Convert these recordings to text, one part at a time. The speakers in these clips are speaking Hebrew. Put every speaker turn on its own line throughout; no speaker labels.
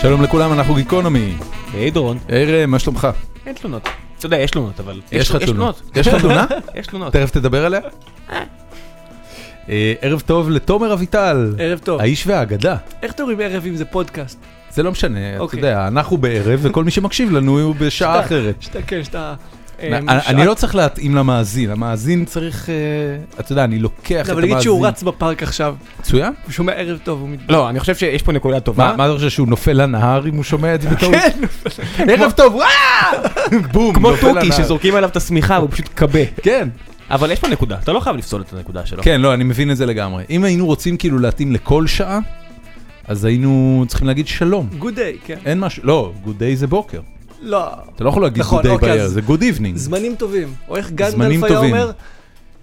שלום לכולם, אנחנו גיקונומי.
היי דורון,
היי ראם, מה שלומך?
אין תלונות. אתה יודע, יש תלונות, אבל...
יש לך תלונות. יש לך תלונה?
יש תלונות.
תכף תדבר עליה. אה, ערב טוב לתומר אביטל,
ערב טוב.
האיש והאגדה.
איך תורים ערב אם זה פודקאסט?
זה לא משנה, אתה
אוקיי.
יודע, אנחנו בערב וכל מי שמקשיב לנו הוא בשעה
שאתה-
אחרת.
שאתה, כן, שאתה... אה,
אני-
שעת-
אני לא צריך להתאים למאזין, המאזין צריך, אה, אתה יודע, אני לוקח את
לא, אבל
המאזין.
נגיד שהוא רץ בפארק עכשיו,
מצוין.
הוא שומע ערב טוב, הוא מת...
לא, אני חושב שיש פה נקודה טובה.
מה מה אתה חושב שהוא נופל לנהר אם הוא שומע את זה בטעות?
כן,
ערב טוב, וואו! בום,
כמו
נופל
תוכי
לנהר.
שזורקים עליו את השמיכה והוא פשוט כבה.
כן.
אבל יש פה נקודה, אתה לא חייב לפסול את הנקודה שלו.
כן, לא, אני מבין את זה לגמרי. אם היינו רוצים כאילו להתאים לכל שעה, אז היינו צריכים להגיד שלום.
גוד דיי, כן.
אין משהו, לא, good day זה בוקר.
לא,
אתה לא יכול להגיד
נכון,
good day
אוקיי,
בערב,
אז-
זה good evening.
זמנים טובים. או איך
זמנים
גנדלף היה
טובים. אה.
אומר,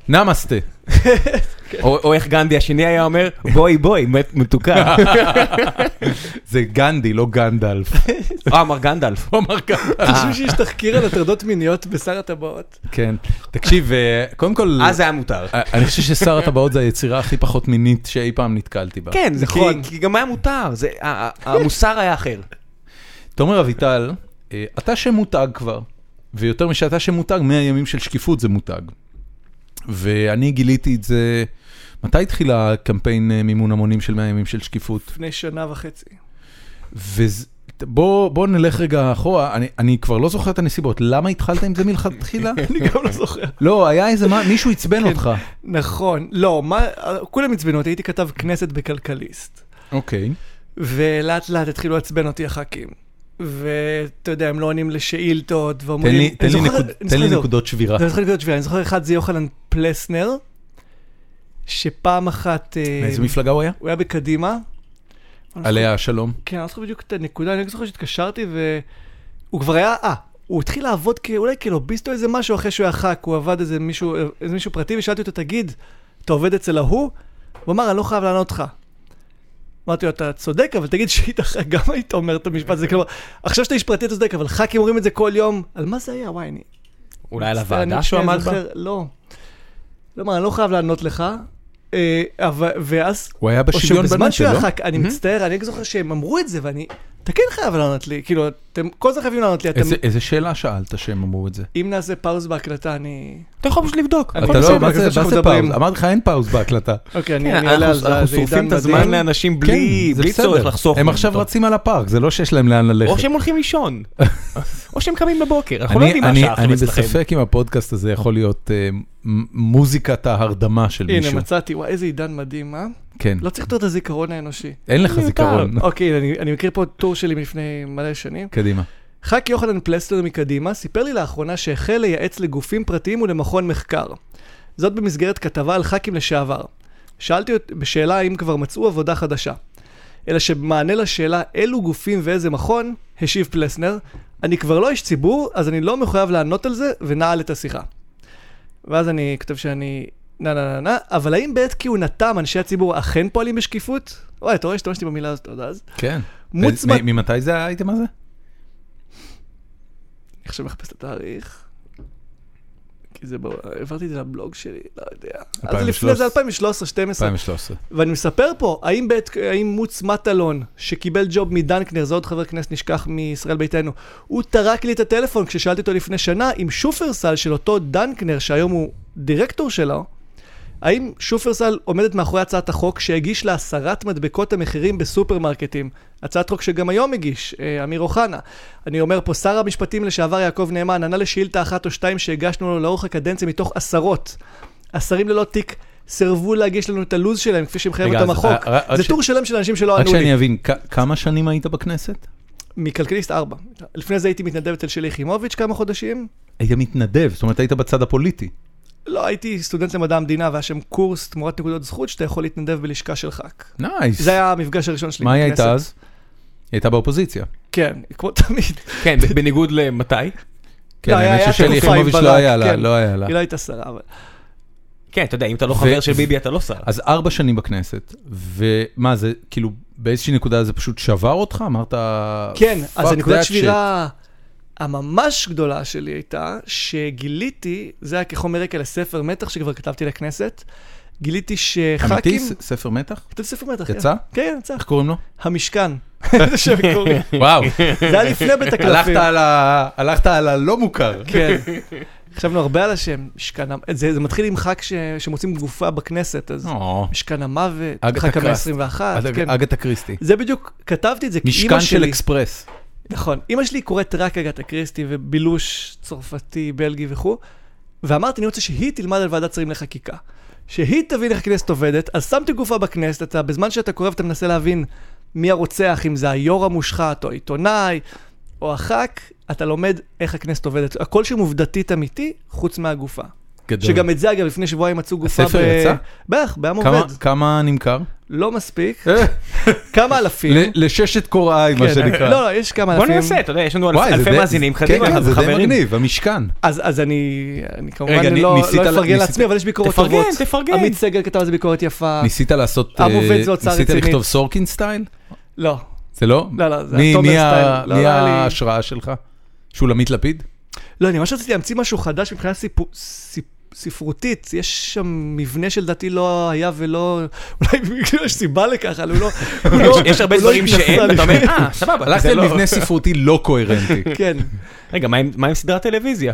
נמאסטה.
או או איך גנדי השני היה אומר, בואי בואי, מת- מתוקה.
זה גנדי, לא גנדלף.
אה, אמר גנדלף.
הוא אמר ככה.
חשבו שיש תחקיר על הטרדות מיניות בשר הטבעות.
כן. תקשיב, אה, קודם כל,
אז זה היה מותר.
אה, אני חושב ששר הטבעות זה היצירה הכי פחות מינית שאי פעם נתקלתי בה.
כן, זה
נכון.
כי- כי גם היה מותר, זה- ה- ה- המוסר היה אחר.
תומר אביטל, אה, אתה שם מותג כבר, ויותר משאתה שם מותג, 100 ימים של שקיפות זה מותג. ואני גיליתי את זה, מתי התחיל הקמפיין אה, מימון המונים של 100 ימים של שקיפות?
לפני שנה וחצי.
וזה- בוא, בוא נלך רגע אחורה, אני, אני כבר לא זוכר את הנסיבות, למה התחלת עם זה מלכתחילה?
אני גם לא זוכר.
לא, היה איזה, מה, מישהו עצבן אותך.
נכון, לא, מה, כולם עצבנו אותי, הייתי כתב כנסת בכלכליסט.
אוקיי.
ולאט לאט התחילו לעצבן אותי הח"כים. ואתה יודע, הם לא עונים לשאילתות,
תן לי,
ואומרים...
תן
אני
לי,
זוכר-
נקוד,
אני
תן לי
זוכר-
נקודות שבירה.
אני זוכר נקודות שבירה, אני זוכר אחד זה יוחנן פלסנר, שפעם אחת... אה,
מאיזה מפלגה הוא היה?
הוא היה בקדימה.
עליה השלום.
כן, אני לא זוכר בדיוק את הנקודה, אני רק זוכר שהתקשרתי והוא כבר היה... אה, הוא התחיל לעבוד כ- אולי כלוביסט או איזה משהו אחרי שהוא היה ח"כ, הוא עבד איזה מישהו, איזה מישהו פרטי, ושאלתי אותו, תגיד, אתה עובד אצל ההוא? הוא אמר, אני לא חייב לענות לך. אמרתי לו, אתה צודק, אבל תגיד שהיית ח"כ, גם היית אומר את המשפט הזה, כלומר, עכשיו שאתה איש פרטי אתה צודק, אבל ח"כים אומרים את זה כל יום, על מה זה היה, וואי, אני
אולי על
מצטער,
הוועדה
אני
שהוא
שנייה
עמד בה?
זוכר- לא. כלומר, אני לא חייב לענות לך, אה, אבל- ואז...
הוא היה
או
בשוויון
שבזמן
בנטל,
שהוא
לא?
היה ח"כ, אני מצטער, אני רק זוכר שהם אמרו את זה, ואני... אתה כן חייב לענות לי, כאילו, אתם כל הזמן חייבים לענות לי, אתם...
איזה- איזה שאלה שאלת שהם אמרו את זה?
אם נעשה פאוז בהקלטה, אני...
אתה יכול פשוט לבדוק.
אתה
אתה
הכל
לא,
בסדר.
מה
בגלל
זה,
שאנחנו
מה זה
מדברים.
פאוז? אמרתי לך אין פאוז בהקלטה.
אוקיי, אני
כן,
אני אעלה על
אנחנו
זה,
אנחנו
זה עידן
שורפים את הזמן
מדהים.
לאנשים
כן,
בלי
זה
בלי
בסדר.
צורך לחסוך.
הם
מהם.
עכשיו
טוב.
רצים על הפארק, זה לא שיש להם לאן ללכת.
או שהם הולכים לישון. או שהם קמים בבוקר, אנחנו לא
אני-
יודעים מה
אני-
השעה
אני
עכשיו אצלכם.
בספק אם הפודקאסט הזה יכול להיות אה, מ- מוזיקת ההרדמה של מישהו.
הנה, מצאתי, וואי, איזה עידן מדהים, אה?
כן,
לא צריך לראות את הזיכרון האנושי.
אין לך
מיותר.
זיכרון.
נכון.
אוקיי, אני- אני מכיר פה טור שלי מלפני מלא שנים.
קדימה.
ח"כ יוחנן פלסטר מקדימה סיפר לי לאחרונה שהחל לייעץ לגופים פרטיים ולמכון מחקר. זאת במסגרת כתבה על ח"כים לשעבר. שאלתי אות- בשאלה האם כבר מצאו עבודה חדשה. אלא שבמענה לשאלה אילו גופים ואיזה מכון, השיב פלסנר, אני כבר לא איש ציבור, אז אני לא מחויב לענות על זה, ונעל את השיחה. ואז אני כותב שאני... נה נה נה נה, אבל האם בעת כהונתם אנשי הציבור אכן פועלים בשקיפות? וואי, אתה רואה שהשתמשתי במילה הזאת עוד אז?
כן.
מוצמד-
מ- ממתי זה האייטם הזה?
אני עכשיו מחפש את התאריך. כי זה, ב- העברתי את זה לבלוג שלי, לא יודע. אז
2013.
לפני זה 2013-2012.
2013.
ואני מספר פה, האם, בעת, האם מוץ מטלון, שקיבל ג'וב מדנקנר, זה עוד חבר כנסת נשכח מישראל ביתנו, הוא טרק לי את הטלפון כששאלתי אותו לפני שנה אם שופרסל של אותו דנקנר, שהיום הוא דירקטור שלו, האם שופרסל עומדת מאחורי הצעת החוק שהגיש להסרת מדבקות המחירים בסופרמרקטים? הצעת חוק שגם היום הגיש, אה, אמיר אוחנה. אני אומר פה, שר המשפטים לשעבר יעקב נאמן ענה לשאילתה אחת או שתיים שהגשנו לו לאורך הקדנציה מתוך עשרות. השרים ללא תיק סירבו להגיש לנו את הלו"ז שלהם, כפי שמחייב
רגע,
אותם
אז,
החוק.
אה, רק
זה
ש-
טור שלם של אנשים שלא
רק
ענו לי.
שאני אבין, כ- כמה שנים היית בכנסת?
מכלכליסט 4. לפני זה הייתי מתנדב אצל שלי יחימוביץ' כמה חודשים.
היית מתנדב, זאת אומרת היית בצד הפוליטי.
לא, הייתי סטודנט למדע המדינה, והיה שם קורס תמורת נקודות זכות שאתה יכול להתנדב בלשכה של ח"כ.
נייס.
זה היה המפגש הראשון שלי.
מה היא
בכנסת.
הייתה אז? היא הייתה באופוזיציה.
כן, כמו תמיד.
אה.
כן, בניגוד למתי.
כן,
היה-
האמת
היה
ששלי
תקופה עם
יחימוביץ' לא
ברק,
היה לה,
כן.
לא היה לה.
היא לא הייתה שרה, אבל...
כן, אתה יודע, אם אתה לא
ו-
חבר של ביבי, אתה לא שר.
אז ארבע שנים בכנסת, ומה זה, כאילו, באיזושהי נקודה זה פשוט שבר אותך? אמרת...
כן, אז
"Fuck that
הנקודת
shit".
שבירה הממש גדולה שלי הייתה, שגיליתי, זה היה כחומר רקע לספר מתח שכבר כתבתי לכנסת, גיליתי שח"כים...
אמיתי? ס- ספר מתח?
כתבתי ספר מתח, כן.
יצא?
כן, יצא.
איך קוראים לו?
המשכן. איזה שם קורי.
וואו,
זה היה לפני בית
הלכת
הקלפים.
על ה- הלכת על הלא מוכר.
כן. חשבנו הרבה על השם, משכן... המ- זה, זה מתחיל עם ח"כ ש... שמוצאים גופה בכנסת, אז
או,
משכן המוות,
אגתה
ח"כ המאה
קראסט.
ה-21.
אג-
כן.
אה, אגתה קריסטי.
זה בדיוק, כתבתי את זה, כי אימא
משכן של
שלי...
אקספרס.
נכון. אימא שלי קוראת רק אגת אקריסטי ובילוש צרפתי, בלגי וכו', ואמרתי, אני רוצה שהיא תלמד על ועדת שרים לחקיקה. שהיא תבין איך הכנסת עובדת, אז שמתי גופה בכנסת, אתה, בזמן שאתה קורא ואתה מנסה להבין מי הרוצח, אם זה היו"ר המושחת, או העיתונאי, או הח"כ, אתה לומד איך הכנסת עובדת. הכל שם עובדתית אמיתי, חוץ מהגופה.
גדול.
שגם את זה, אגב, לפני שבועיים מצאו גופה
הספר יצא?
בערך, בעם
כמה-
עובד.
כמה נמכר?
לא מספיק. כמה אלפים.
ל- לששת קוראי, מה
כן,
שנקרא.
לא, לא, יש כמה אלפים.
בוא ננסה, אתה יודע, יש לנו
וואי, זה
אלפי
די-
מאזינים,
כן,
קדימה,
כן,
אנחנו
זה די
חברים.
מגניב, המשכן.
אז, אז אני, אני כמובן
רגע,
רגע,
נ-
לא,
ניסית
לא
ל-
אפרגן
ניסית-
לעצמי, אבל יש ביקורות
תפרגן,
טובות.
תפרגן.
עמית סגל כתב על זה ביקורת יפה.
ניסית לעשות,
עם עובד
אה,
זו הוצאה
ניסית
רצינית.
לכתוב סורקין סטייל?
לא,
זה לא?
לא, לא, זה
מי-
התומר
מי ה-
סטייל. לא,
מי
לא, אני-
ההשראה שלך? שולמית לפיד?
לא, אני ממש רציתי להמציא משהו חדש מבחינה סיפו, סיפ, ספרותית. יש שם מבנה שלדעתי לא היה ולא... אולי בגלל יש סיבה לכך, אבל הוא לא... הוא לא-
יש- יש הרבה
הוא לא
דברים
התנסה
שאין, ואתה אומר,
לפני.
אה, סבבה.
הלכתי
זה
על
לא-
מבנה ספרותי לא קוהרנטי.
כן,
רגע, מה עם- מה עם סדרת טלוויזיה?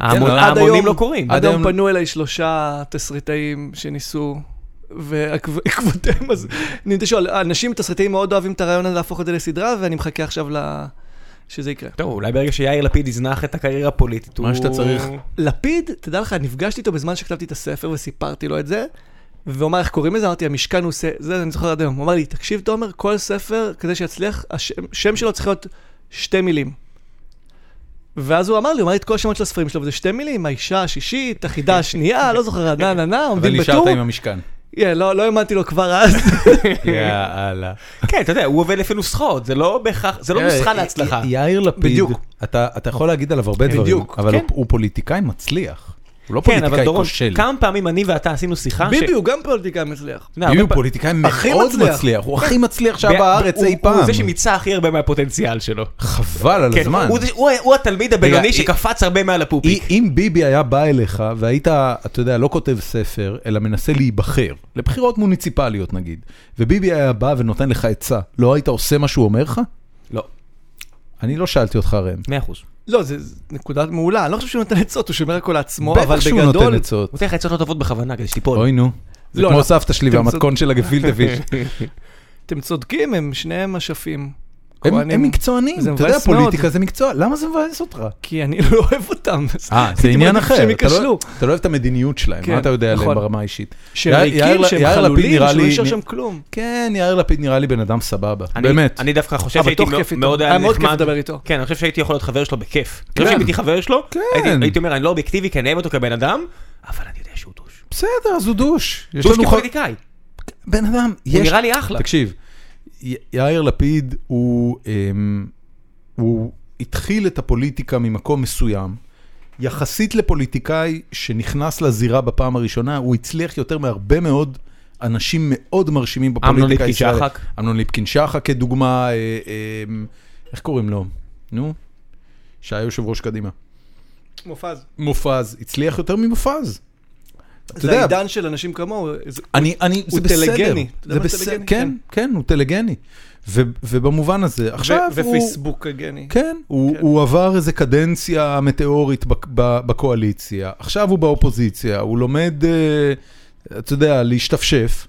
ההמון-
כן, עד
ההמונים
היום-
לא קוראים.
עד
כן, עד
היום-
היום פנו אליי שלושה תסריטאים שניסו, ועקבותיהם אז ננטשו. אנשים, תסריטאים מאוד אוהבים את הרעיון הזה להפוך את זה לסדרה, ואני מחכה עכשיו ל... שזה יקרה.
טוב, אולי ברגע שיאיר לפיד יזנח את הקריירה הפוליטית,
מה
הוא-
שאתה צריך.
לפיד, תדע לך, נפגשתי איתו בזמן שכתבתי את הספר וסיפרתי לו את זה, והוא אמר, איך קוראים לזה? אמרתי, המשכן הוא ס... זה אני זוכר עד היום. הוא אמר לי, תקשיב, תומר, כל ספר, כדי שיצליח, השם שם שלו צריך להיות שתי מילים. ואז הוא אמר לי, הוא אמר לי את כל השמות של הספרים שלו, וזה שתי מילים, האישה השישית, החידה השנייה, לא זוכר, נה נה נה,
אבל
עומדים
נשארת
בטור.
עם המשכן.
כן, לא לא האמנתי לו כבר אז.
יאללה.
כן, אתה יודע, הוא עובד לפי נוסחאות, זה לא בהכרח,
כן,
זה לא
אה,
נוסחה להצלחה. נכון.
יאיר לפיד,
בדיוק.
אתה אתה יכול להגיד עליו הרבה דברים,
בדיוק,
אבל
כן.
הוא- הוא פוליטיקאי מצליח. הוא לא
כן, אבל
פוליטיקאי
דורון,
כושל.
כמה פעמים אני ואתה עשינו שיחה, ש-
ביבי הוא גם פוליטיקאי מצליח.
אתה
ביבי
יודע, הרבה
הוא
פע-
פוליטיקאי
הכי
מאוד
מצליח.
מצליח, הוא הכי מצליח שהיה
ב-
בארץ
הוא-
אי
הוא
פעם.
זה שמיצה הכי הרבה מהפוטנציאל שלו.
חבל על
כן,
הזמן.
הוא זה- הוא ה- הוא התלמיד הבינוני
אה,
שקפץ הרבה מעל הפופיק.
אי- אם ביבי היה בא אליך והיית, אתה יודע, לא כותב ספר, אלא מנסה להיבחר, לבחירות מוניציפליות נגיד, וביבי היה בא ונותן לך עצה, לא היית עושה מה שהוא אומר לך?
לא,
אני לא שאלתי אותך ראם.
100%.
לא, זו נקודה מעולה, אני לא חושב שהוא נותן עצות, הוא שומר הכל לעצמו, אבל
בטח שהוא נותן
בגדול,
עצות.
הוא נותן לך עצות לא טובות בכוונה כדי שתיפול.
אוי נו. זה
לא,
כמו
לא.
סבתא שלי
אתם
והמתכון של הגפילטה פיש.
אתם צודקים, הם שניהם אשפים.
הם-
כהנים.
הם מקצוענים,
זה
אתה יודע,
מבאס מאוד.
פוליטיקה זה מקצוע, למה זה מבאס אותך?
כי אני לא אוהב אותם. אז
אה, זה
הייתי
עניין
מעדיף
אחר,
שהם
אתה לא-
ייכשלו.
אתה לא אוהב את המדיניות שלהם, מה
כן,
אתה יודע עליהם
נכון.
ברמה האישית?
שהם
יאיר-
ריקים,
יאיר-
שהם
יאיר לפיד
חלולים,
נראה
שלא
לי-
נשאר שם כלום.
כן, יאיר לפיד נראה לי בן אדם סבבה,
אני-
באמת.
אני דווקא חושב
אבל
שהייתי
תוך
מאוד-
כיף איתו.
מאוד
היה מאוד כיף לדבר איתו.
כן, אני חושב שהייתי יכול להיות חבר שלו בכיף. אני
כן.
חושב שאם הייתי חבר שלו,
כן.
הייתי- הייתי אומר, אני לא אובייקטיבי כי אני אוהב אותו כבן אדם, אבל אני יודע שהוא דוש.
בסדר, אז הוא דוש. יש
דוש
לנו ח-
כפוליטיקאי.
בן אדם,
הוא
יש...
נראה לי אחלה.
תקשיב, י- יאיר לפיד הוא, אמ, הוא התחיל את הפוליטיקה ממקום מסוים. יחסית לפוליטיקאי שנכנס לזירה בפעם הראשונה, הוא הצליח יותר מהרבה מאוד אנשים מאוד מרשימים בפוליטיקה
ליפקין
הישראלית.
שחק.
אמנון ליפקין שחק כדוגמה, אה, אמ, איך קוראים לו? נו, שהיה יושב ראש קדימה.
מופז.
מופז, הצליח יותר ממופז. אתה
זה
יודע,
העידן של אנשים כמוהו. זה-
אני, אני, זה בסדר.
טלגני. אתה יודע
זה
מה
בסדר,
טלגני?
כן,
כן.
כן, הוא טלגני. ו- ובמובן הזה, עכשיו
ו-
הוא...
ופייסבוק הגני.
כן, הוא,
כן.
הוא עבר איזה קדנציה מטאורית בק- ב- בקואליציה, עכשיו הוא באופוזיציה, הוא לומד, אה, אתה יודע, להשתפשף.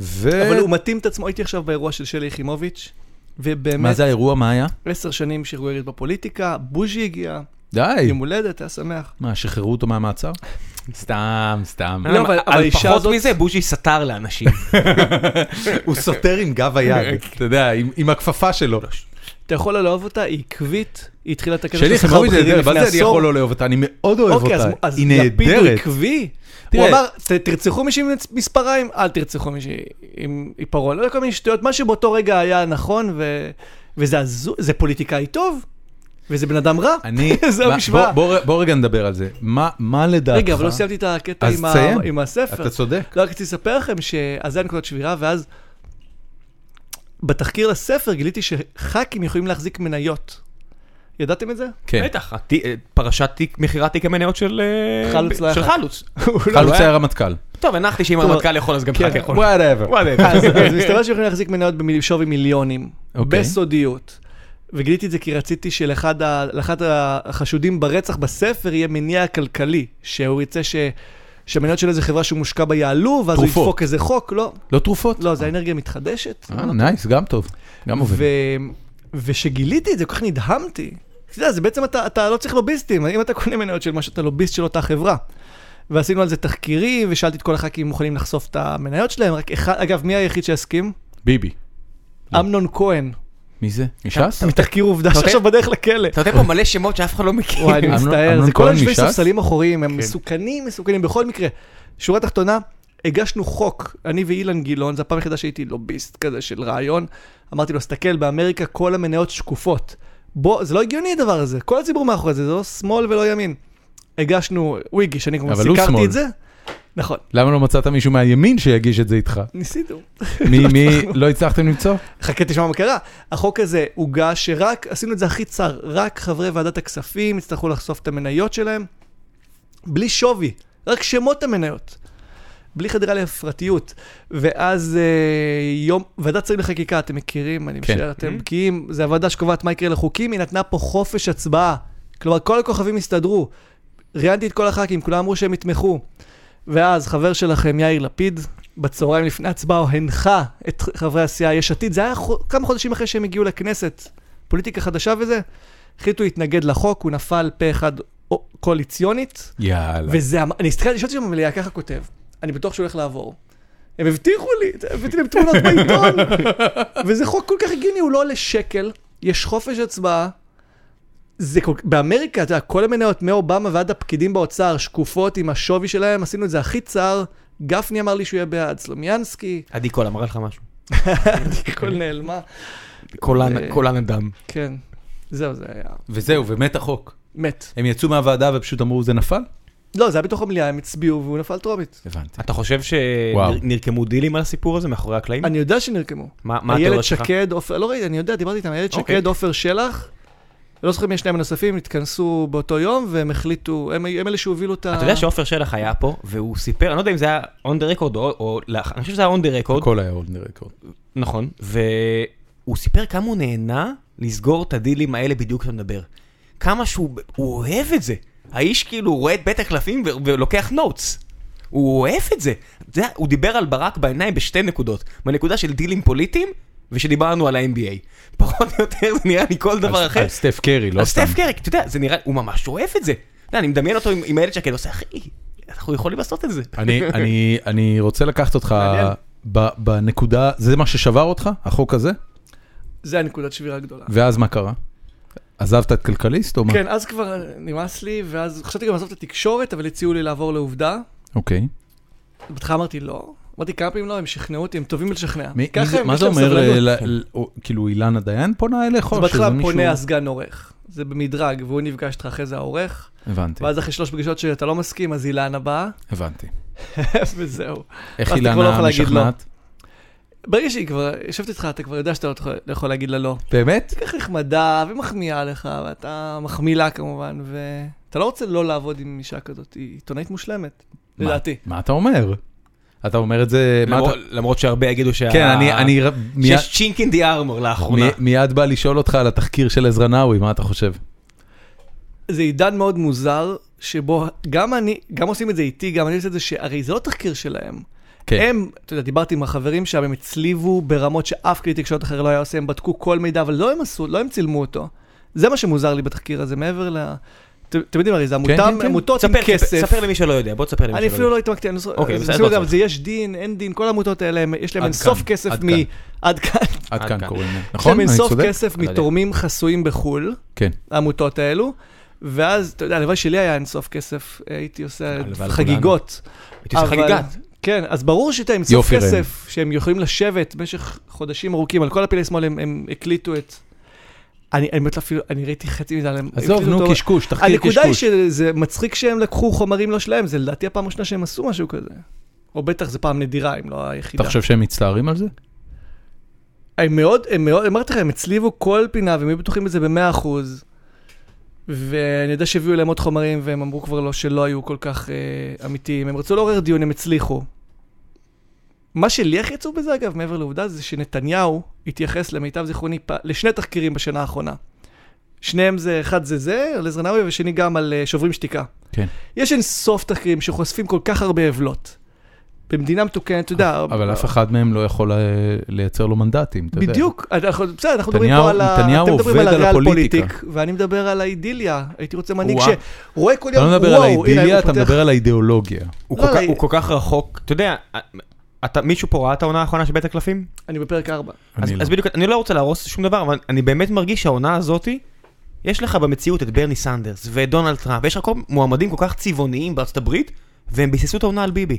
ו...
אבל הוא מתאים את עצמו, הייתי עכשיו באירוע של שלי יחימוביץ',
מה
ובאמת
זה האירוע, מה היה?
עשר שנים שרוערת בפוליטיקה, בוז'י הגיע,
די.
יום הולדת, היה שמח.
מה, שחררו אותו מהמעצר? סתם, סתם.
אני לא יודע,
אבל- אבל
על
האישה
פחות
הזאת-
מזה, בוז'י סתר לאנשים.
הוא סותר עם גב היד,
כן.
אתה יודע, עם, עם הכפפה שלו.
אתה יכול לא לאהוב אותה, היא עקבית, היא התחילה את הקטע
שלי
של שכר
יחימוביץ', זה
בכירים
נהדר, מה
לא לפני
זה אני יכול
עשור.
לא לאהוב אותה? אני מאוד אוהב
אוקיי, אז-
אותה,
אז
היא
לפיד הוא
נהדרת.
עקבי. הוא
תראה-
אמר, "ת- תרצחו מישהי עם מצ- מספריים, אל תרצחו מישהי עם עיפרון. לא יודע, כל מיני שטויות, מה שבאותו רגע היה נכון, ו- וזה הזו- זה פוליטיקאי טוב, וזה בן אדם רע.
אני,
זה
מה-
המשוואה.
בוא- בוא ר- בוא רגע נדבר על זה. מה- מה לדעתך?
רגע, אבל לא סיימתי את הקטע
אז
עם ה-
תסיים.
עם הספר.
אתה צודק.
לא, רק רציתי לספר לכם ש... אז זה הנקודת שבירה, ואז בתחקיר לספר גיליתי שח"כים יכולים להחזיק מניות. ידעתם את זה?
כן.
בטח, הת- אה, פרשת תיק- מכירת תיק המניות של אה,
חלוץ לא היה
של
חלוץ.
חלוץ. לא
חלוץ היה רמטכ"ל.
טוב, הנחתי שאם
טוב.
כן.
הרמטכ"ל אוקיי, יכול אז גם ח"כ יכול.
וואטאבר.
וואלה.
אז אז מסתבר שיכולים להחזיק מניות בשווי מיליונים.
אוקיי.
בסודיות. וגיליתי את זה כי רציתי שלאחד ה- לאחד החשודים ברצח בספר יהיה מניע כלכלי, שהוא ירצה ש... שהמניות של איזה חברה שהוא מושקע בה יעלו, ואז הוא
תרופות.
ידפוק איזה חוק, לא,
לא תרופות?
לא, זה אנרגיה מתחדשת.
אה, נייס, גם טוב. גם עובד.
ו... ושגיליתי את זה, כל כך נדהמתי. אתה יודע, זה בעצם אתה, אתה לא צריך לוביסטים, אם אתה קונה מניות של משהו, אתה לוביסט של אותה חברה. ועשינו על זה תחקירים, ושאלתי את כל הח"כים אם מוכנים לחשוף את המניות שלהם, רק אחד, אגב, מי היחיד שהסכים?
ביבי.
אמנון כהן,
מי זה? מש"ס?
לא. מתחקיר עובדה
אתה-
שעכשיו בדרך לכלא.
אתה נותן פה מלא שמות שאף אחד לא מכיר.
וואי, אני
אמנון-
מצטער,
אמנון
זה כל
כהן כן.
היושבי
מש"ס?
ספסלים אחוריים, הם מסוכנים, מסוכנים בכל מקרה. שורה תחתונה, הגשנו חוק, אני ואילן גילאון, זו הפעם היחידה שהייתי לוביסט כזה של רעיון. אמרתי לו, סתכל, באמריקה כל המניות שקופות. בוא, זה לא הגיוני הדבר הזה, כל הציבור מאחורי זה, זה לא שמאל ולא ימין. הגשנו, הוא הגיש, אני כמובן
אבל הוא
סיקרתי
שמאל.
את זה. נכון,
למה לא מצאת מישהו מהימין שיגיש את זה איתך?
ניסינו.
מי, מי, לא הצלחתם למצוא?
חכה תשמע מה קרה. החוק הזה הוגש שרק, עשינו את זה הכי צר, רק חברי ועדת הכספים יצטרכו לחשוף את המניות שלהם, בלי שווי, רק שמות המניות. בלי חדירה לפרטיות. ואז אה, יום, ועדת שרים לחקיקה, אתם מכירים, אני
כן.
משער, אתם בקיאים, זו הוועדה שקובעת מה יקרה לחוקים, היא נתנה פה חופש הצבעה. כלומר, כל הכוכבים הסתדרו. ראיינתי את כל הח"כים, כולם אמרו שהם יתמכו. ואז חבר שלכם, יאיר לפיד, בצהריים לפני ההצבעה, הוא הנחה את חברי הסיעה יש עתיד. זה היה חו- כמה חודשים אחרי שהם הגיעו לכנסת, פוליטיקה חדשה וזה. החליטו להתנגד לחוק, הוא נפל פה אחד או- קואליציונית.
יאללה.
וזה, המ- אני הסתכלתי, ישבתי שם במליאה, ככה כותב, אני בטוח שהוא הולך לעבור. הם הבטיחו לי, הבאתי להם תמונות בעיתון, וזה חוק כל כך הגיוני, הוא לא עולה שקל, יש חופש הצבעה. זה כל... באמריקה, אתה יודע, כל המניות מאובמה ועד הפקידים באוצר שקופות עם השווי שלהם, עשינו את זה הכי צר. גפני אמר לי שהוא יהיה בעד, סלומיאנסקי,
עדי קול אמרה לך משהו.
הכל נעלמה. אה.
קולן אדם.
כן, זהו, זה היה
וזהו, ומת החוק.
מת.
הם יצאו מהוועדה ופשוט אמרו, זה נפל?
לא, זה היה בתוך המליאה, הם הצביעו והוא נפל טרומית.
הבנתי.
אתה חושב
וואו.
שנרקמו דילים על הסיפור הזה מאחורי הקלעים?
אני יודע שנרקמו.
מה מה
איילת
התיאוריה שלך?
שקד, עופר, לא ראיתי, אני יודע, דיברתי איתם, איילת
אוקיי.
שקד, עופר שלח, לא זוכר אם יש שניים הנוספים, התכנסו באותו יום, והם החליטו, הם הם אלה שהובילו את ה...
אתה יודע שעופר שלח היה פה, והוא סיפר, אני לא יודע אם זה היה on the record או- או... לאח- אני חושב שזה היה on the record,
הכל היה עוד רקורד.
נכון, והוא סיפר כמה הוא נהנה לסגור את הדילים האלה בדיוק כשאתה מדבר. כמה שהוא הוא אוהב את זה. האיש כאילו רואה את בית הקלפים ו- ולוקח נוטס. הוא אוהב את זה. אתה יודע, הוא דיבר על ברק בעיניים בשתי נקודות. בנקודה של דילים פוליטיים, ושדיברנו על ה-NBA. פחות או יותר זה נראה לי כל דבר אחר.
על סטף קרי, לא
אז
סתם.
סטף קרי, אתה יודע, זה נראה, הוא ממש אוהב את זה. אתה יודע, אני מדמיין אותו עם- עם הילד שקד, עושה, אחי, אנחנו יכולים לעשות את זה.
אני- אני- אני רוצה לקחת אותך
מעניין.
ב- בנקודה, זה מה ששבר אותך, החוק הזה?
זה הנקודת שבירה הגדולה.
ואז מה קרה? עזבת את כלכליסט או מה?
כן, אז כבר נמאס לי, ואז חשבתי גם לעזוב את התקשורת, אבל הציעו לי לעבור לעובדה.
אוקיי.
בהתחלה אמרתי לא. אמרתי כמה פעמים לא, הם שכנעו אותי, הם טובים בלשכנע.
מי-
ככה
מי זה-
הם,
מה
יש
זה
להם
אומר,
סבלנות.
אה, ל- ל- או- כאילו אילנה דיין פונה אליך?
אז
או
נכון, בהתחלה
שזה מישהו-
פונה הסגן עורך. זה במדרג, והוא נפגש איתך אחרי זה העורך,
הבנתי,
ואז אחרי שלוש פגישות שאתה לא מסכים, אז אילנה באה,
הבנתי.
וזהו.
איך
אתה כבר לא
אילנה
יכול להגיד לא.
משכנעת?
ברגע שהיא כבר יושבת איתך, אתה כבר יודע שאתה לא יכול- לא יכול להגיד לה לא.
באמת?
היא ככה נחמדה ומחמיאה לך, ואתה מחמיא לה כמובן, ואתה לא רוצה לא לעבוד עם אישה כזאת, היא עיתונאית מושלמת,
מה-
לדעתי.
מה אתה אומר? אתה אומר את זה... מה
למרות-
אתה-
למרות שהרבה יגידו שה...
כן, אני-
אה,
אני ר- מיד-
שיש צ'ינק אין די ארמור לאחרונה.
מי- מיד בא לשאול אותך על התחקיר של עזרא נאווי, מה אתה חושב?
זה עידן מאוד מוזר, שבו גם אני, גם עושים את זה איתי, גם אני עושה את זה, שהרי זה לא תחקיר שלהם.
כן.
הם, אתה יודע, דיברתי עם החברים שם, הם הצליבו ברמות שאף כלי תקשורת אחר לא היה עושה, הם בדקו כל מידע, אבל לא הם עשו, לא הם צילמו אותו. זה מה שמוזר לי בתחקיר הזה, מעבר ל... ת- אתם יודעים, הרי זה עמותה-
כן, כן.
עמותות עם
ספר-
כסף.
ספר למי שלא יודע, בוא תספר למי
אני
שלא
אפילו
יודע.
לא התמקתי, אני זוכר,
אוקיי,
זה
בסדר,
עשינו
לא
גם,
צריך.
זה יש דין, אין דין, כל העמותות האלה, הם- יש להם
עד
אינסוף
כאן,
כסף
עד
מ...
כאן.
עד כאן.
עד
עד
כאן
כאן.
קוראים להם.
יש להם
נכון? אני
אינסוף
צודק?
כסף
לא יודע.
מתורמים חסויים בחו"ל,
כן.
העמותות האלו, ואז, אתה יודע, הלוואי שלי היה אינסוף כסף, אה, הייתי עושה
הלוואי
חגיגות.
הייתי עושה
לא- אבל-
חגיגת.
כן, אז ברור שאתה עם סוף
יופי ראם.
כסף, שהם יכולים לשבת במשך חודשים ארוכים, על כל הפעילי שמאל הם- הם הקליטו את... אני אני באמת אפילו, אני ראיתי חצי מזה, אבל הם
עזוב,
הקליטו
נו,
אותו-
קשקוש, תחקיר
הנקודה היא
קשקוש.
שזה מצחיק שהם לקחו חומרים לא שלהם, זה לדעתי הפעם הראשונה שהם עשו משהו כזה. או בטח זו פעם נדירה, אם לא היחידה.
אתה חושב שהם מצטערים על זה?
הם מאוד, הם מאוד, אמרתי לכם, הם הצליבו כל פינה והם היו בטוחים בזה ב-100%. ואני יודע שהביאו אליהם עוד חומרים והם אמרו כבר לא, שלא היו כל כך אה, אמיתיים. הם רצו לעורר דיון, הם הצליחו. מה שלי הכי עצוב בזה, אגב, מעבר לעובדה, זה שנתניהו התייחס למיטב זיכרוני פ... לשני תחקירים בשנה האחרונה. שניהם זה, אחד זה זה, על עזרא נאווי, ושני גם על אה, שוברים שתיקה.
כן.
יש אין סוף תחקירים שחושפים כל כך הרבה עוולות. במדינה מתוקנת, אתה יודע...
אבל אף אחד מהם לא יכול אה, לייצר לו מנדטים, אתה יודע.
בדיוק, אנחנו, בסדר, אנחנו מדברים
נתניהו-
פה על ה...
נתניהו
אתם מדברים
עובד על
על הריאל
הפוליטיקה.
פוליטיק, ואני מדבר על האידיליה. הייתי רוצה מנהיג
וואו.
שרואה כל
אתה
יום,
לא
וואו,
מדבר על
הנה, הוא
האידיליה, אתה
פותח-
מדבר על האידיאולוגיה.
הוא,
לא,
כל,
לא,
כך,
היא-
הוא כל כך רחוק, אתה יודע, אתה, מישהו פה ראה את העונה האחרונה של בית הקלפים?
אני בפרק 4.
אז,
אני לא.
אז בדיוק, אני לא רוצה להרוס שום דבר, אבל אני באמת מרגיש שהעונה הזאתי, יש לך במציאות את ברני סנדרס ואת דונלד טראמפ, ויש לך כל מועמדים כל כך צבעוניים בארצות הברית, והם ביססו את העונה על ביבי.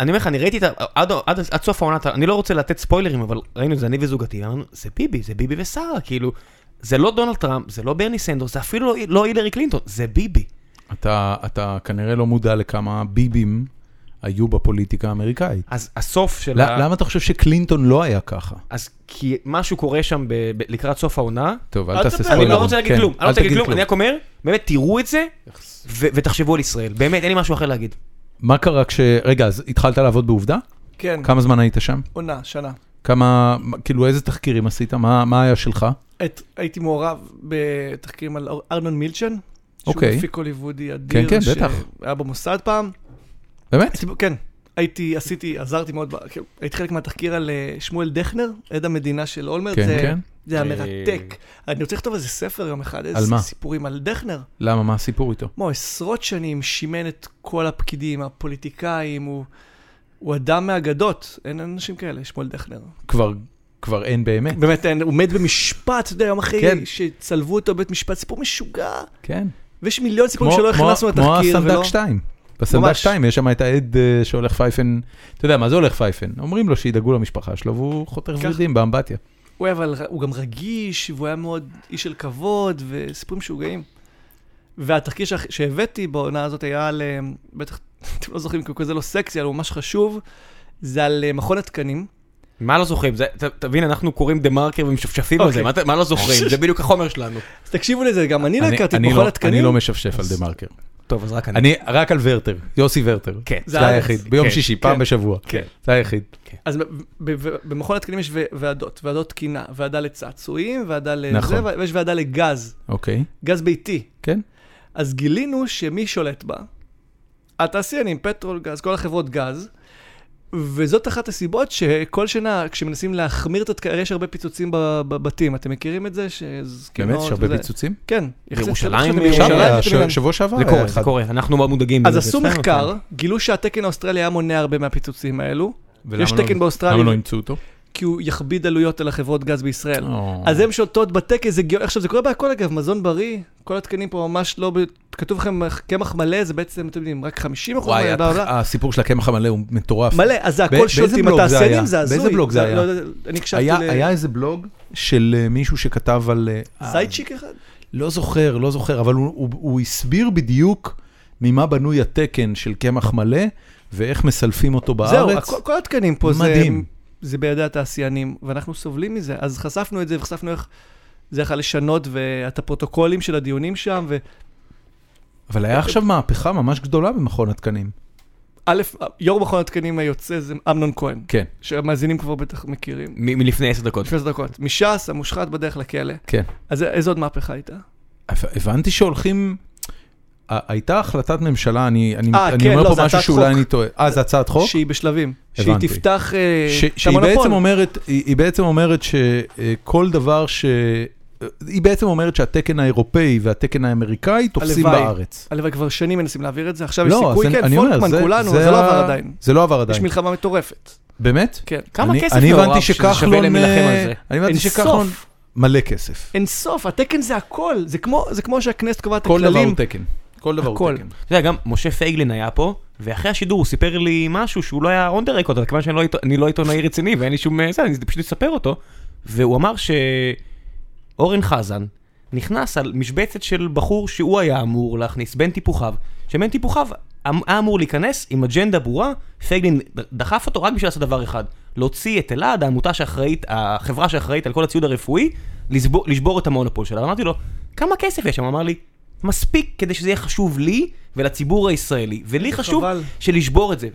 אני אומר לך, אני ראיתי את ה... עד, עד, עד סוף העונה, אני לא רוצה לתת ספוילרים, אבל ראינו את זה אני וזוגתי, אמרנו, זה ביבי, זה ביבי ושרה, כאילו, זה לא דונלד טראמפ, זה לא ברני סנדרס, זה אפילו לא, לא הילרי קלינטון, זה ביבי.
אתה, אתה כנראה לא מודע לכמה ביבים היו בפוליטיקה האמריקאית.
אז הסוף של
ל- למה אתה חושב שקלינטון לא היה ככה?
אז כי משהו קורה שם ב, ב, לקראת סוף העונה,
טוב,
אל
אל תעשה
תדבר,
ספוילר.
אני לא רוצה להגיד
כן,
כלום, אני
אל
לא רוצה
תגיד
להגיד כלום, אני רק אומר, באמת תראו את זה, ו- ותחשבו על ישראל, באמת אין לי משהו אחר להגיד.
מה קרה כש... רגע, אז התחלת לעבוד בעובדה?
כן,
כמה זמן היית שם?
עונה, שנה.
כמה, כאילו איזה תחקירים עשית? מה, מה היה שלך?
את, הייתי מעורב בתחקירים על אר- ארנון מילצ'ן. שהוא
אוקיי.
מפיק הוליוודי אדיר.
כן, כן, בטח.
שהיה במוסד פעם.
באמת?
הייתי, כן, הייתי, עשיתי, עזרתי מאוד, ב- כאילו, הייתי חלק מהתחקיר על אה, שמואל דכנר, עד המדינה של אולמרט.
כן,
זה,
כן.
זה היה מרתק. אני רוצה לכתוב איזה ספר יום אחד, איזה
על מה?
סיפורים על דכנר.
למה? מה הסיפור איתו?
כמו עשרות שנים שימן את כל הפקידים, הפוליטיקאים, הוא, הוא אדם מאגדות, אין אנשים כאלה, שמואל דכנר.
כבר, כבר אין באמת.
באמת, אין, הוא מת במשפט, אתה יודע, יום אחרי
כן.
שצלבו אותו בבית משפט, סיפור משוגע.
כן.
ויש מיליון סיפורים
כמו-
שלא
כמו-
הכנסנו לתחקיר,
כמו
ולא...
הסנדק 2. בסנדק
ממש.
2 יש שם את העד אה, שהולך פייפן, אתה יודע מה זה הולך פייפן? אומרים לו שידאגו למשפחה שלו והוא חותך
ככה.
ורידים באמבטיה.
הוא היה אבל, הוא גם רגיש, והוא היה מאוד איש של כבוד, וסיפורים משוגעים. והתחקיר שה- שהבאתי בעונה הזאת היה על, אה, בטח, אתם לא זוכרים, כי הוא כזה לא סקסי, אבל הוא ממש חשוב, זה על אה, מכון התקנים.
מה לא זוכרים? זה- ת- תבין, אנחנו קוראים דה מרקר ומשפשפים על
אוקיי.
זה, מה אתה- מה לא זוכרים? זה בדיוק החומר שלנו.
אז תקשיבו לזה, גם אני לא
אני-
הכרתי את
אני
מכון
לא-
התקנים.
אני לא משפשף על דה מרקר.
טוב, אז רק אני.
אני רק על ורטר, יוסי ורטר.
כן.
זה
זה הארץ.
היחיד, ביום
כן,
שישי,
כן.
פעם בשבוע.
כן.
זה היחיד.
אז ב- ב- ב- במכון התקנים יש ו- ועדות, ועדות תקינה, ועדה לצעצועים, ועדה לזה,
נכון.
ו- ויש ועדה לגז,
אוקיי,
גז ביתי.
כן.
אז גילינו שמי שולט בה? התעשיינים, פטרול גז, כל החברות גז, וזאת אחת הסיבות שכל שנה כשמנסים להחמיר את התקנים, יש הרבה פיצוצים ב- בבתים, אתם מכירים את זה? שזקנות
באמת, יש הרבה
וזה-
פיצוצים?
כן.
בירושלים?
יחסית-
עכשיו,
בירושלים
בירושלים,
היה ש-
בירושלים.
שבוע שעבר
זה
היה
קורה, זה
אחד.
קורה, אנחנו מאוד מודאגים.
אז
מזה,
עשו
אצלנו,
מחקר,
כן.
גילו שהתקן האוסטרלי היה מונע הרבה מהפיצוצים האלו,
ולמה
יש
לא-
תקן באוסטרליה.
למה לא אימצו אותו?
כי הוא יכביד עלויות על החברות גז בישראל.
או.
אז הן שולטות בטקס, זה גאו... עכשיו זה קורה בהכל אגב, מזון בריא, כל התקנים פה ממש לא, ב... כתוב לכם קמח מלא, זה בעצם, אתם יודעים, רק 50 אחוז
וואי,
מלא,
הת- הסיפור של הקמח המלא הוא מטורף.
מלא, אז זה
ב-
הכל
באיזה
שולטים,
בלוג זה היה?
התעשיינים זה הזוי.
באיזה בלוג זה היה?
לא יודע, אני הקשבתי
היה-
ל...
היה איזה בלוג של אה, מישהו שכתב על... אה,
זייצ'יק אחד?
לא זוכר, לא זוכר, אבל הוא- הוא הוא הסביר בדיוק ממה בנוי התקן של קמח מלא, ואיך מסלפים אותו בארץ.
זהו, הכל- כל התקנים פה זה...
מדהים.
זה בידי התעשיינים, ואנחנו סובלים מזה. אז חשפנו את זה, וחשפנו איך זה יכול לשנות, ואת הפרוטוקולים של הדיונים שם, ו...
אבל היה עכשיו מהפכה ממש גדולה במכון התקנים.
א', יו"ר מכון התקנים היוצא זה אמנון כהן,
כן,
שהמאזינים כבר בטח מכירים.
אוקיי. מ- מלפני עשר דקות.
לפני עשר דקות. מש"ס, המושחת בדרך לכלא.
כן.
אז איזה עוד מהפכה הייתה?
הב- הבנתי שהולכים... ה- הייתה החלטת ממשלה, אני, אני,
אה,
אני
כן,
אומר
לא,
פה
זה
משהו
הצעת
שאולי
חוק.
אני טועה. אה, זה הצעת חוק?
שהיא בשלבים.
הבנתי.
שהיא תפתח אה,
ש-
את
שהיא בעצם
המונופול.
אומרת, היא, היא בעצם אומרת שכל דבר ש... אה, היא בעצם אומרת שהתקן האירופאי והתקן האמריקאי תופסים
הלוואי.
בארץ.
הלוואי, כבר שנים מנסים להעביר את זה, עכשיו יש
לא, אז
סיכוי,
אני-
כן,
אני אומר,
פולקמן,
זה-
כולנו, זה לא
ה-
עבר עדיין.
זה לא עבר
יש
עדיין.
מלחמה מטורפת.
באמת?
כן.
כמה
אני-
כסף
אני
מעורב
הבנתי
שזה שווה
שכחלון,
להם להילחם על
אה,
זה?
אני הבנתי
אין
שכחלון
סוף.
מלא כסף.
אין סוף, התקן זה הכל. זה כמו- זה כמו שהכנסת קובעת את
כל דבר הוא
הכללים.
תקן. כל דבר הוא
הכל.
תקן.
אתה יודע, גם משה פייגלין היה פה, ואחרי השידור הוא סיפר לי משהו שהוא לא היה on the record, אבל כיוון שאני לא, עיתו- אני לא עיתונאי רציני ואין לי שום... אה, זה, אני פשוט אספר אותו, והוא אמר שאורן חזן נכנס על משבצת של בחור שהוא היה אמור להכניס, בן טיפוחיו, שבן טיפוחיו אמ- היה אמור להיכנס עם אג'נדה ברורה, פייגלין ד- דחף אותו רק בשביל לעשות דבר אחד, להוציא את אלעד, העמותה שאחראית, החברה שאחראית על כל הציוד הרפואי, לסבור, לשבור את המונופול שלה. אמרתי לו, כמה כסף יש שם? הוא אמר לי, מספיק כדי שזה יהיה חשוב לי ולציבור הישראלי. ולי חשוב
חבל.
שלשבור את זה.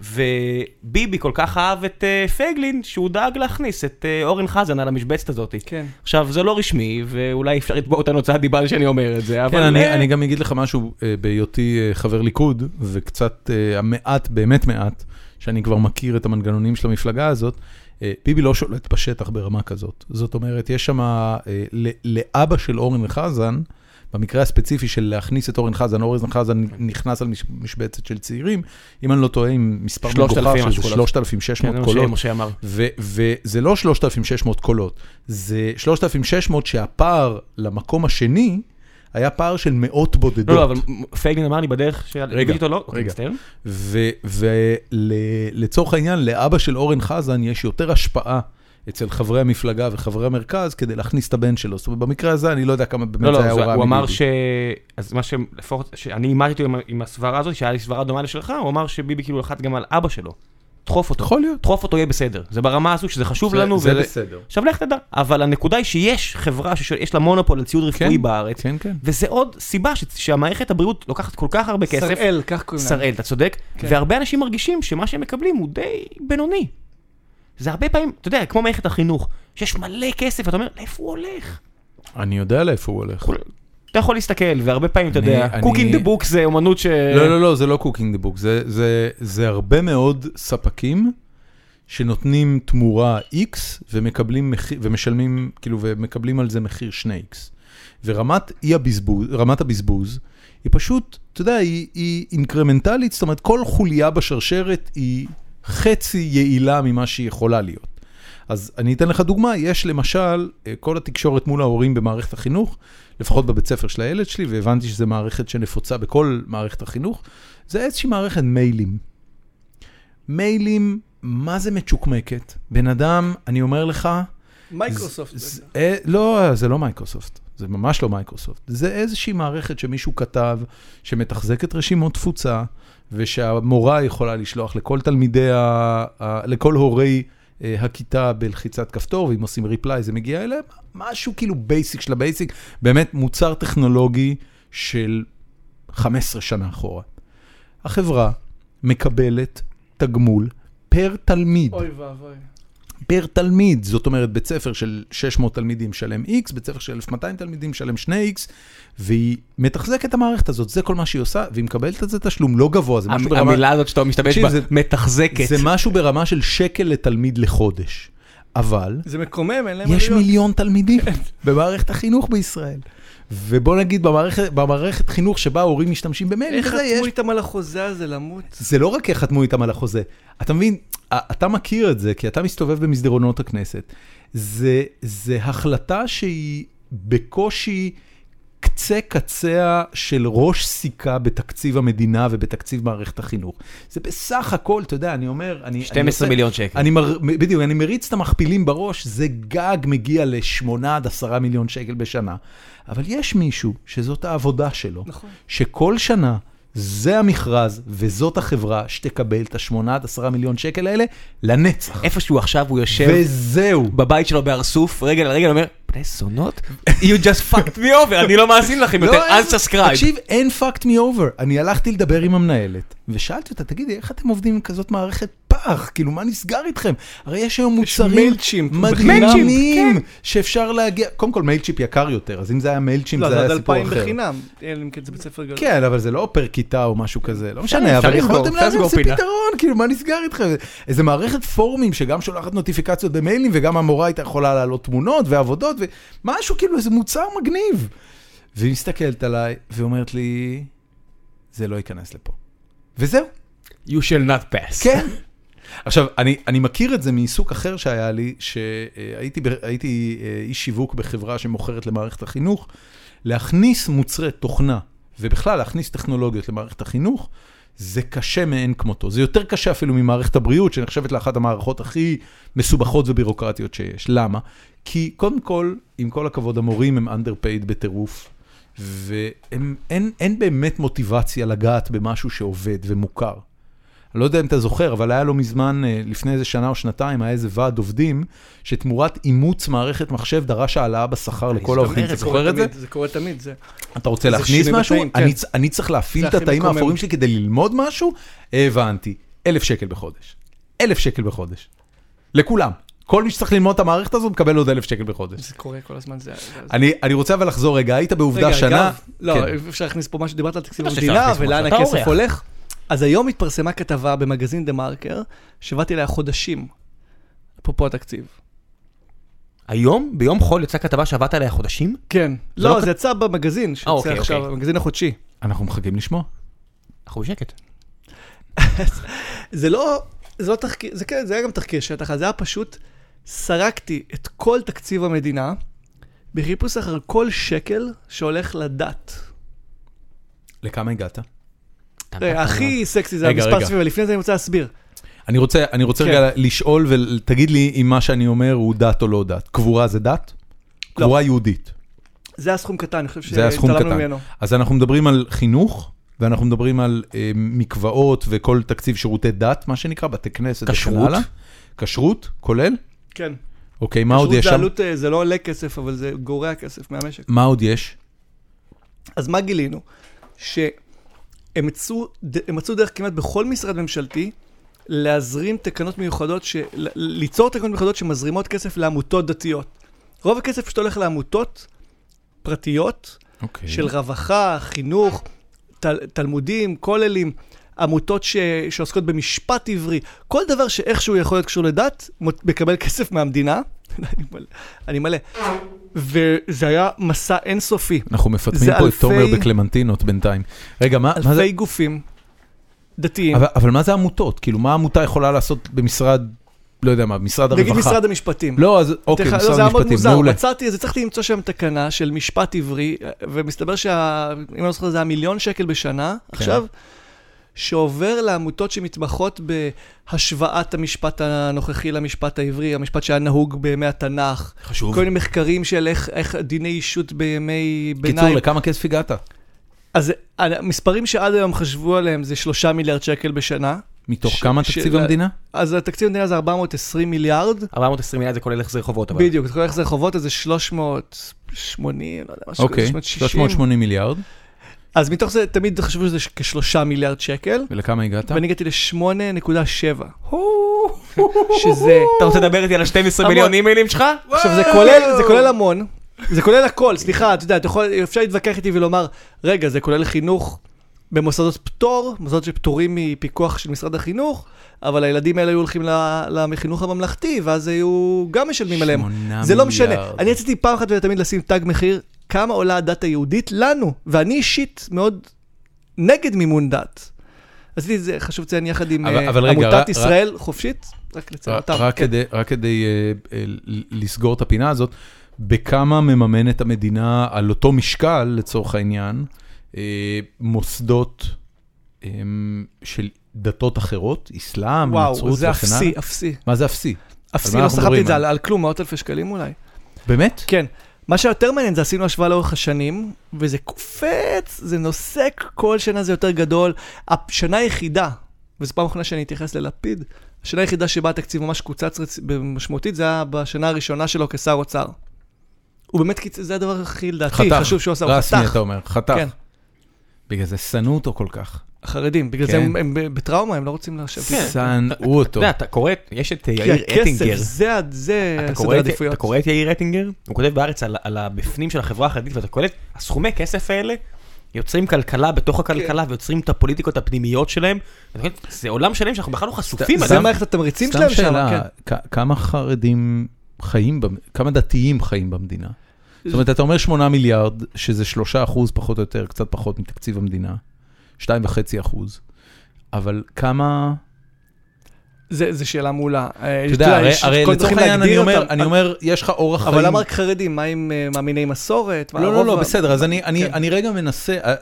וביבי כל כך אהב את אה, פייגלין, שהוא דאג להכניס את אה, אורן חזן על המשבצת הזאת.
כן.
עכשיו, זה לא רשמי, ואולי אפשר לתבוע אותנו הוצאת דיבה על שאני אומר את זה, אבל...
כן, אני,
אה,
אני גם אגיד לך משהו, אה, בהיותי אה, חבר ליכוד, וקצת אה, המעט, באמת מעט, שאני כבר מכיר את המנגנונים של המפלגה הזאת, אה, ביבי לא שולט בשטח ברמה כזאת. זאת אומרת, יש שם, אה, ל- לאבא של אורן חזן, במקרה הספציפי של להכניס את אורן חזן, אורן חזן נכנס על מש- משבצת של צעירים, אם אני לא טועה, עם מספר
3,000,
מגוחך
משהו
של
כזה.
3,600
כן, זה
קולות.
מה שמשה אמר.
ו- וזה לא 3,600 קולות, זה 3,600 שהפער למקום השני היה פער של מאות בודדות.
לא, לא, אבל פייגלין אמר לי בדרך ש... רגע, אותו לא? אוקיי,
רגע.
מצטער.
ולצורך העניין, לאבא של אורן חזן יש יותר השפעה. אצל חברי המפלגה וחברי המרכז כדי להכניס את הבן שלו. זאת אומרת, במקרה הזה אני לא יודע כמה באמת
לא,
זה
לא,
היה
זה-
הוראה
הוא אמר
מביבי.
ש... אז מה שלפחות, שאני עימדתי אותו עם ה- עם הסברה הזאת, שהיה לי סברה דומה לשלך, הוא אמר שביבי כאילו לחץ גם על אבא שלו. דחוף אותו.
יכול להיות.
דחוף אותו יהיה בסדר. זה ברמה הזו שזה חשוב
זה-
לנו.
זה
וזה-
בסדר.
עכשיו לך תדע. אבל הנקודה היא שיש חברה שיש לה מונופול על ציוד רפואי
כן,
בארץ.
כן, כן.
וזה עוד סיבה ש- שהמערכת הבריאות לוקחת כל כך הרבה כסף.
שראל, כך קוראים להם.
שראל, אתה צודק,
כן.
והרבה אנשים מרגישים שמה שהם מקבלים הוא די בינוני. זה הרבה פעמים, אתה יודע, כמו מערכת החינוך, שיש מלא כסף, אתה אומר, לאיפה הוא הולך?
אני יודע לאיפה הוא הולך.
כול- אתה יכול להסתכל, והרבה פעמים, אתה
אני-
יודע,
אני-
cook in the book זה אומנות ש...
לא, לא, לא, זה לא קוקינג דה בוק, זה, זה, זה הרבה מאוד ספקים שנותנים תמורה X ומקבלים מחיר, ומשלמים, כאילו, ומקבלים על זה מחיר 2X. ורמת אי הבזבוז, רמת הבזבוז, היא פשוט, אתה יודע, היא, היא אינקרמנטלית, זאת אומרת, כל חוליה בשרשרת היא חצי יעילה ממה שהיא יכולה להיות. אז אני אתן לך דוגמה, יש למשל אה, כל התקשורת מול ההורים במערכת החינוך, לפחות בבית ספר של הילד שלי, והבנתי שזו מערכת שנפוצה בכל מערכת החינוך, זה איזושהי מערכת מיילים. מיילים, מה זה מצ'וקמקת? בן אדם, אני אומר לך...
מייקרוסופט.
ז- אה, לא, זה לא מייקרוסופט, זה ממש לא מייקרוסופט. זה איזושהי מערכת שמישהו כתב, שמתחזקת רשימות תפוצה, ושהמורה יכולה לשלוח לכל תלמידי, ה, ה, לכל הורי אה, הכיתה בלחיצת כפתור, ואם עושים ריפליי זה מגיע אליהם, משהו כאילו בייסיק של הבייסיק, באמת מוצר טכנולוגי של 15 שנה אחורה. החברה מקבלת תגמול פר תלמיד.
אוי ואבוי.
פר תלמיד, זאת אומרת בית ספר של 600 תלמידים שלם X, בית ספר של 1200 תלמידים שלם 2X, והיא מתחזקת את המערכת הזאת, זה כל מה שהיא עושה, והיא מקבלת על זה תשלום לא גבוה, זה משהו
המ-
ברמה...
המילה הזאת שאתה משתמש
תקשיב,
בה,
זה-
מתחזקת.
זה משהו ברמה של שקל לתלמיד לחודש, אבל
זה מקומם, אין להם
יש
עלויות.
מיליון תלמידים במערכת החינוך בישראל. ובוא נגיד במערכת, במערכת חינוך שבה ההורים משתמשים במיילים,
איך
אתה יודע,
חתמו
יש
איתם על החוזה הזה למות?
זה לא רק איך חתמו איתם על החוזה, אתה מבין, א- אתה מכיר את זה, כי אתה מסתובב במסדרונות הכנסת. זה, זה החלטה שהיא בקושי קצה קציה של ראש סיכה בתקציב המדינה ובתקציב מערכת החינוך. זה בסך הכל, אתה יודע, אני אומר, אני... אני
12
עושה-
מיליון שקל.
אני מר... בדיוק, אני מריץ את המכפילים בראש, זה גג מגיע ל-8 עד 10 מיליון שקל בשנה. אבל יש מישהו שזאת העבודה שלו,
נכון.
שכל שנה זה המכרז וזאת החברה שתקבל את ה-8 עד 10 מיליון שקל האלה לנצח.
איפשהו עכשיו הוא יושב
וזהו.
בבית שלו בהר סוף, רגל על רגל, אומר, בני זונות, you just fucked me over, אני לא מאזין לכם יותר,
לא,
אל
אין-
תסקרייב.
תקשיב, אין fucked me over. אני הלכתי לדבר עם המנהלת, ושאלתי אותה, תגידי, איך אתם עובדים עם כזאת מערכת פח? כאילו, מה נסגר איתכם? הרי יש היום מוצרים
MailChimp.
מדהימים שאפשר להגיע... קודם כל, מיילצ'יפ יקר יותר, אז אם זה היה מיילצ'יפ,
לא,
זה
זה עד
היה סיפור
2,000
אחר.
בחינם. אין להם כזה בית ספר גדול.
כן, אבל זה לא פר כיתה או משהו כזה, לא משנה, אבל
לסגור,
יכולתם
כן. אפשר
להביא
לסגור
לזה
פינה.
פתרון, כאילו, מה נסגר איתכם? איזה מערכת פורומים שגם שולחת נוטיפיקציות במיילים, וגם המורה הייתה יכולה להעלות תמונות ועבודות, ומשהו, כאילו, איזה מוצר מגניב. והיא מסתכלת עליי, ואומרת לי, זה לא ייכנס לפה. וזהו,
You shall not pass.
כן. עכשיו, אני, אני מכיר את זה מעיסוק אחר שהיה לי, שהייתי ב- הייתי, אה, איש שיווק בחברה שמוכרת למערכת החינוך, להכניס מוצרי תוכנה, ובכלל להכניס טכנולוגיות למערכת החינוך, זה קשה מאין כמותו. זה יותר קשה אפילו ממערכת הבריאות, שנחשבת לאחת המערכות הכי מסובכות ובירוקרטיות שיש. למה? כי קודם כל, עם כל הכבוד, המורים הם underpaid בטירוף. ואין אין באמת מוטיבציה לגעת במשהו שעובד ומוכר. אני לא יודע אם אתה זוכר, אבל היה לא מזמן, אה, לפני איזה שנה או שנתיים, היה איזה ועד עובדים, שתמורת אימוץ מערכת מחשב דרש העלאה בשכר לכל העובדים. אתה זוכר את זה?
זה קורה תמיד, זה.
אתה רוצה להכניס
שינוי
משהו?
בתאים,
אני
כן.
צ- אני צריך להפעיל
זה
את
הכי
התאים
מקומם.
האפורים שלי כדי ללמוד משהו? הבנתי. אלף שקל בחודש. אלף שקל בחודש. לכולם. כל מי שצריך ללמוד את המערכת הזאת מקבל עוד אלף שקל בחודש.
זה קורה כל הזמן, זה... זה-
אני, אני רוצה אבל לחזור רגע, היית בעובדה
רגע,
שנה...
אגב, לא,
כן.
אפשר להכניס פה משהו, דיברת על תקציב
בטח שאפשר
המדינה
להכניס
ולאן
משהו, אתה
הכסף
אורח.
הולך. אז היום התפרסמה כתבה במגזין דה מרקר, שבאתי אליה חודשים, אפרופו התקציב.
היום, ביום חול, יצאה כתבה שעבדת עליה חודשים?
כן.
זה
לא,
לא
זה יצא
אה,
במגזין, שיוצא
אוקיי,
עכשיו,
אוקיי.
המגזין החודשי.
אנחנו מחכים לשמוע.
אנחנו בשקט.
אה, זה לא, זה לא תחקיר, זה כן, זה היה גם תחקיר שטח, אז זה היה פשוט, סרקתי את כל תקציב המדינה בחיפוש אחר כל שקל שהולך לדת.
לכמה הגעת?
תראה, הכי סקסי זה
רגע,
המספר
רגע.
סביב, אבל לפני זה אני רוצה להסביר.
אני רוצה, אני רוצה
כן.
רגע לשאול ותגיד לי אם מה שאני אומר הוא דת או לא דת. קבורה זה דת?
לא.
קבורה יהודית.
זה היה סכום קטן, אני חושב
זה היה סכום
שהתעלמנו
קטן.
ממנו.
אז אנחנו מדברים על חינוך, ואנחנו מדברים על אה, מקוואות וכל תקציב שירותי דת, מה שנקרא, בתי כנסת וכן
כשרות?
הלאה. כשרות, כולל?
כן.
אוקיי, מה עוד
פשוט
יש
זה
שם?
עלות, אה, זה לא עולה כסף, אבל זה גורע כסף מהמשק.
מה עוד יש?
אז מה גילינו? שהם מצאו, ד- הם מצאו דרך כמעט בכל משרד ממשלתי להזרים תקנות מיוחדות, ש... ל- ליצור תקנות מיוחדות שמזרימות כסף לעמותות דתיות. רוב הכסף פשוט הולך לעמותות פרטיות
אוקיי.
של רווחה, חינוך, תל... תלמודים, כוללים, עמותות ש... שעוסקות במשפט עברי, כל דבר שאיכשהו יכול להיות קשור לדת, מות- מקבל כסף מהמדינה. אני מלא, אני מלא. וזה היה מסע אינסופי.
אנחנו מפטמים
זה
פה את
אלפי-
תומר בקלמנטינות בינתיים. רגע, מה, מה זה...
אלפי גופים דתיים.
אבל, אבל מה זה עמותות? כאילו, מה עמותה יכולה לעשות במשרד, לא יודע מה, במשרד הרווחה?
נגיד משרד המשפטים.
לא, אז אוקיי,
תכף-
משרד
לא, זה היה מאוד
המשפטים,
מוזר,
מעולה.
מצאתי, אז הצלחתי למצוא שם תקנה של משפט עברי, ומסתבר שה... אם אני לא זוכר, זה היה מיליון שקל בשנה,
כן.
עכשיו, שעובר לעמותות שמתמחות בהשוואת המשפט הנוכחי למשפט העברי, המשפט שהיה נהוג בימי התנ"ך.
חשוב.
כל מיני מחקרים של איך, איך דיני אישות בימי
קיצור,
ביניים.
לכמה כסף הגעת?
אז אה, המספרים שעד היום חשבו עליהם זה שלושה מיליארד שקל בשנה.
מתוך
ש-
כמה
ש-
תקציב
ל-
המדינה?
אז התקציב המדינה זה 420 מיליארד,
420 מיליארד זה כולל החזר חובות, אבל.
בדיוק, אתה קורא החזר חובות, אז זה 380, לא יודע, משהו כזה,
אוקיי,
360.
380 מיליארד,
אז מתוך זה תמיד חשבו שזה כשלושה מיליארד שקל,
ולכמה הגעת?
ואני הגעתי ל-8.7. שזה...
אתה רוצה לדבר איתי על ה-12
המון.
מיליון אימיילים שלך?
עכשיו, זה כולל, זה כולל המון, זה כולל הכל, סליחה, אתה יודע, אתה יכול, אפשר להתווכח איתי ולומר, רגע, זה כולל חינוך במוסדות פטור, מוסדות שפטורים מפיקוח של משרד החינוך, אבל הילדים האלה היו הולכים ל- לחינוך הממלכתי, ואז היו גם משלמים עליהם.
שמונה
זה לא משנה.
מיליארד.
אני רציתי פעם אחת ולתמיד לשים תג מחיר, כמה עולה הדת היהודית לנו, ואני אישית מאוד נגד מימון דת. עשיתי את זה, חשוב לציין, יחד עם
אבל-
אה,
אבל רגע,
עמותת
ר-
ישראל חופשית, רק לציין אותה.
רק
כן.
כדי, רק כדי אה, אה, ל- לסגור את הפינה הזאת, בכמה מממנת המדינה על אותו משקל, לצורך העניין, אה, מוסדות אה, של דתות אחרות, אסלאם, נצרות
וואו, זה
וכן הלאה?
אפסי, אפסי.
מה זה אפסי?
אפסי,
מה
לא
אנחנו
סחבתי
מדברים
את זה
על-
על, על כלום, מאות אלפי שקלים אולי.
באמת?
כן. מה שיותר מעניין זה עשינו השוואה לאורך השנים, וזה קופץ, זה נוסק, כל שנה זה יותר גדול. השנה היחידה, וזו פעם אחרונה שאני אתייחס ללפיד, השנה היחידה שבה התקציב ממש קוצץ רצ... משמעותית, זה היה בשנה הראשונה שלו כשר אוצר. הוא באמת, קיצ... זה הדבר הכי לדעתי,
חתך.
חשוב שהוא עשה, הוא
רסמי,
חתך.
אתה אומר, חתך.
כן,
בגלל זה שנאו אותו כל כך.
החרדים, בגלל זה
כן.
הם, הם בטראומה, הם לא רוצים לשבת.
כן.
שנאו
אתה
אותו.
יודע, אתה קורא, את- יש את אה,
כי
יאיר
הכסף,
אטינגר.
זה, זה
אתה קורא
סדר
את- אתה
עדיפויות.
קורא את יאיר רטינגר, הוא כותב בארץ על, על הבפנים של החברה החרדית, ואתה קולט, הסכומי כסף האלה יוצרים כלכלה בתוך הכלכלה
כן.
ויוצרים את הפוליטיקות הפנימיות שלהם. ואתה קולט, זה עולם שלם שאנחנו בכלל לא חשופים.
אתה-
זה
סתם-
אליו.
מערכת התמריצים
סתם
שלהם שם, כן.
שאלה, כ- כמה חרדים חיים, במ- כמה דתיים חיים במדינה? זאת אומרת, אתה אומר 8 מיליארד, שזה 3 אחוז פחות או יותר, קצת פחות מתקציב המדינה, 2.5 אחוז, אבל כמה...
זה, זה שאלה מעולה. אה,
אתה יודע, הרי- הרי לצורך העניין אני אומר, אני אומר, יש לך אורח חיים...
אבל למה רק חרדים? מה עם אה, מאמיני מסורת? מה,
לא, לא,
הרוב
לא,
ה-
בסדר, אז אני- אני
כן.
אני רגע מנסה, אה,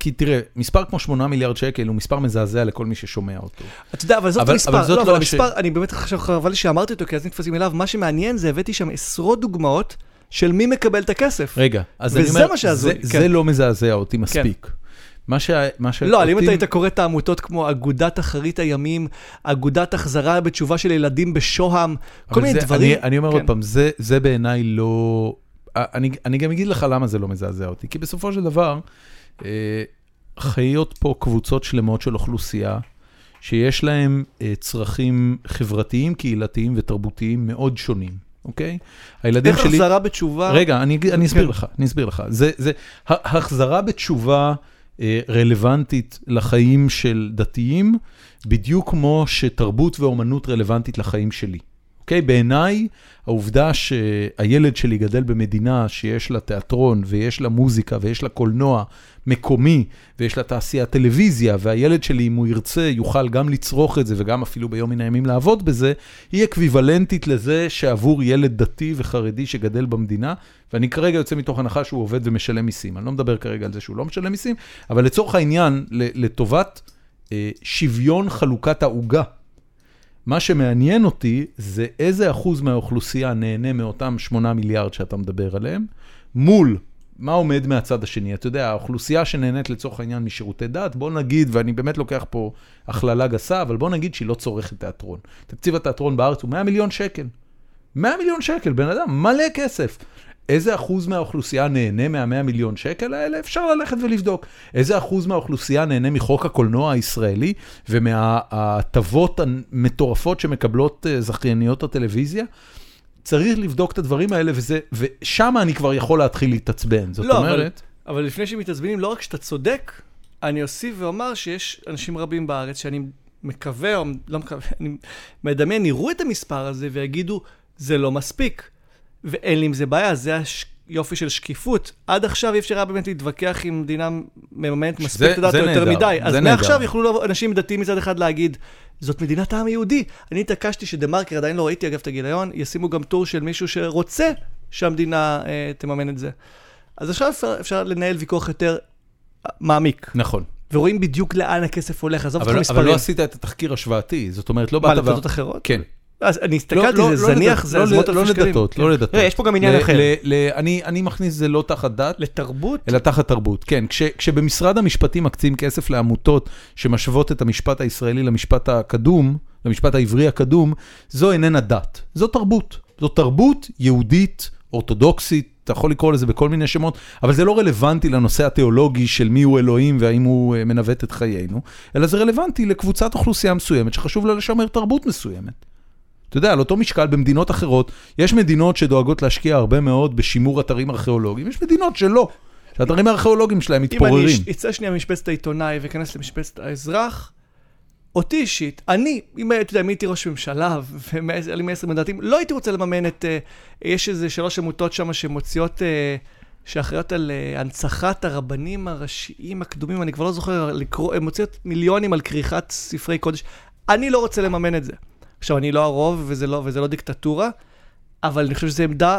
כי תראה, מספר כמו 8 מיליארד שקל הוא מספר מזעזע לכל מי ששומע אותו.
אתה יודע, אבל זאת
אבל- אבל
מספר,
זאת
לא,
לא
אבל
הש-
המספר, אני באמת עכשיו חבל לי שאמרתי אותו, כי אז נתפסים אליו. מה שמעניין זה הבאתי שם עשרות דוגמאות של מי מקבל את הכסף.
רגע, אז אני
וזה
אומר,
מה שהזוי,
זה-
כן.
זה לא מזעזע אותי מספיק. מה ש... מה ש...
לא, אבל אם אתה היית קורא את העמותות כמו אגודת אחרית הימים, אגודת החזרה בתשובה של ילדים בשוהם, כל מיני דברים.
אני, אני אומר
כן.
עוד פעם, זה, זה בעיניי לא... אני, אני גם אגיד לך למה זה לא מזעזע אותי, כי בסופו של דבר, אה, חיות פה קבוצות שלמות של אוכלוסייה, שיש להם אה, צרכים חברתיים, קהילתיים ותרבותיים מאוד שונים, אוקיי? הילדים
איך
שלי...
החזרה בתשובה?
רגע, אני, אני אסביר
כן.
לך, אני אסביר לך. זה, זה, ה- החזרה בתשובה אה, רלוונטית לחיים של דתיים, בדיוק כמו שתרבות ואומנות רלוונטית לחיים שלי. אוקיי? בעיניי, העובדה שהילד שלי גדל במדינה שיש לה תיאטרון, ויש לה מוזיקה, ויש לה קולנוע מקומי, ויש לה תעשיית טלוויזיה, והילד שלי, אם הוא ירצה, יוכל גם לצרוך את זה, וגם אפילו ביום מן הימים לעבוד בזה, היא אקוויוולנטית לזה שעבור ילד דתי וחרדי שגדל במדינה, ואני כרגע יוצא מתוך הנחה שהוא עובד ומשלם מיסים. אני לא מדבר כרגע על זה שהוא לא משלם מיסים, אבל לצורך העניין, ל- לטובת אה, שוויון חלוקת העוגה. מה שמעניין אותי זה איזה אחוז מהאוכלוסייה נהנה מאותם 8 מיליארד שאתה מדבר עליהם, מול מה עומד מהצד השני. אתה יודע, האוכלוסייה שנהנית לצורך העניין משירותי דת, בוא נגיד, ואני באמת לוקח פה הכללה גסה, אבל בוא נגיד שהיא לא צורכת תיאטרון. תקציב התיאטרון בארץ הוא 100 מיליון שקל. 100 מיליון שקל, בן אדם, מלא כסף. איזה אחוז מהאוכלוסייה נהנה מה-100 מיליון שקל האלה? אפשר ללכת ולבדוק. איזה אחוז מהאוכלוסייה נהנה מחוק הקולנוע הישראלי ומההטבות המטורפות שמקבלות אה, זכייניות הטלוויזיה? צריך לבדוק את הדברים האלה, וזה- ושם אני כבר יכול להתחיל להתעצבן. כן, זאת
לא, אבל-
אומרת...
אבל לפני שמתעצבנים, לא רק שאתה צודק, אני אוסיף ואומר שיש אנשים רבים בארץ שאני מקווה, או לא מקווה, אני מדמיין, יראו את המספר הזה ויגידו, זה לא מספיק. ואין לי עם זה בעיה, זה היופי של שקיפות. עד עכשיו אי אפשר היה באמת להתווכח אם המדינה מממנת מספיק את
זה
הדת או יותר
נהדר,
מדי.
זה
אז
נהדר.
מעכשיו יוכלו לבוא אנשים דתיים מצד אחד להגיד, זאת מדינת העם היהודי. אני התעקשתי שדה מרקר, עדיין לא ראיתי אגב את הגיליון, ישימו גם טור של מישהו שרוצה שהמדינה אה, תממן את זה. אז עכשיו אפשר, אפשר לנהל ויכוח יותר מעמיק,
נכון.
ורואים בדיוק לאן הכסף הולך, עזוב אותך
אבל אבל
מספרים.
לא עשית את התחקיר השוואתי, זאת אומרת, לא
מה,
באת... ו-
לדתות אחרות?
כן.
אז אני
לא-
הסתכלתי,
לא-
זה
לא
זניח,
לדת-
זה
לא
עשרות
לא
אלפי שקלים.
לדתות, אה,
כן.
לא לדתות.
תראה, יש פה גם עניין
ל-
אחר.
ל- ל- אני אני מכניס את זה לא תחת דת,
לתרבות?
אלא תחת תרבות, כן. כש, כשבמשרד המשפטים מקצים כסף לעמותות שמשוות את המשפט הישראלי למשפט הקדום, למשפט העברי הקדום, זו איננה דת, זו תרבות. זו תרבות יהודית, אורתודוקסית, אתה יכול לקרוא לזה בכל מיני שמות, אבל זה לא רלוונטי לנושא התיאולוגי של מי הוא אלוהים והאם הוא אה, מנווט את חיינו, אלא זה רלוונטי לקבוצת אוכלוסייה מסוימת שחשוב לה לשמר תרבות מסוימת. אתה יודע, על אותו משקל במדינות אחרות, יש מדינות שדואגות להשקיע הרבה מאוד בשימור אתרים ארכיאולוגיים, יש מדינות שלא, שהאתרים הארכיאולוגיים שלהם
אם אני
מתפוררים.
אש- אצא שנייה ממשבצת העיתונאי ואכנס למשבצת האזרח, אותי אישית, אני, אם אתה יודע, אם הייתי ראש ממשלה והיה לי 120 מנדטים, לא הייתי רוצה לממן את, אה, יש איזה שלוש עמותות שם שמוציאות, אה, שאחראיות על אה, הנצחת הרבנים הראשיים הקדומים, אני כבר לא זוכר לקרוא, הן מוציאות מיליונים על כריכת ספרי קודש. אני לא רוצה לממן את זה. עכשיו, אני לא הרוב וזה לא, וזה לא דיקטטורה, אבל אני חושב שזו עמדה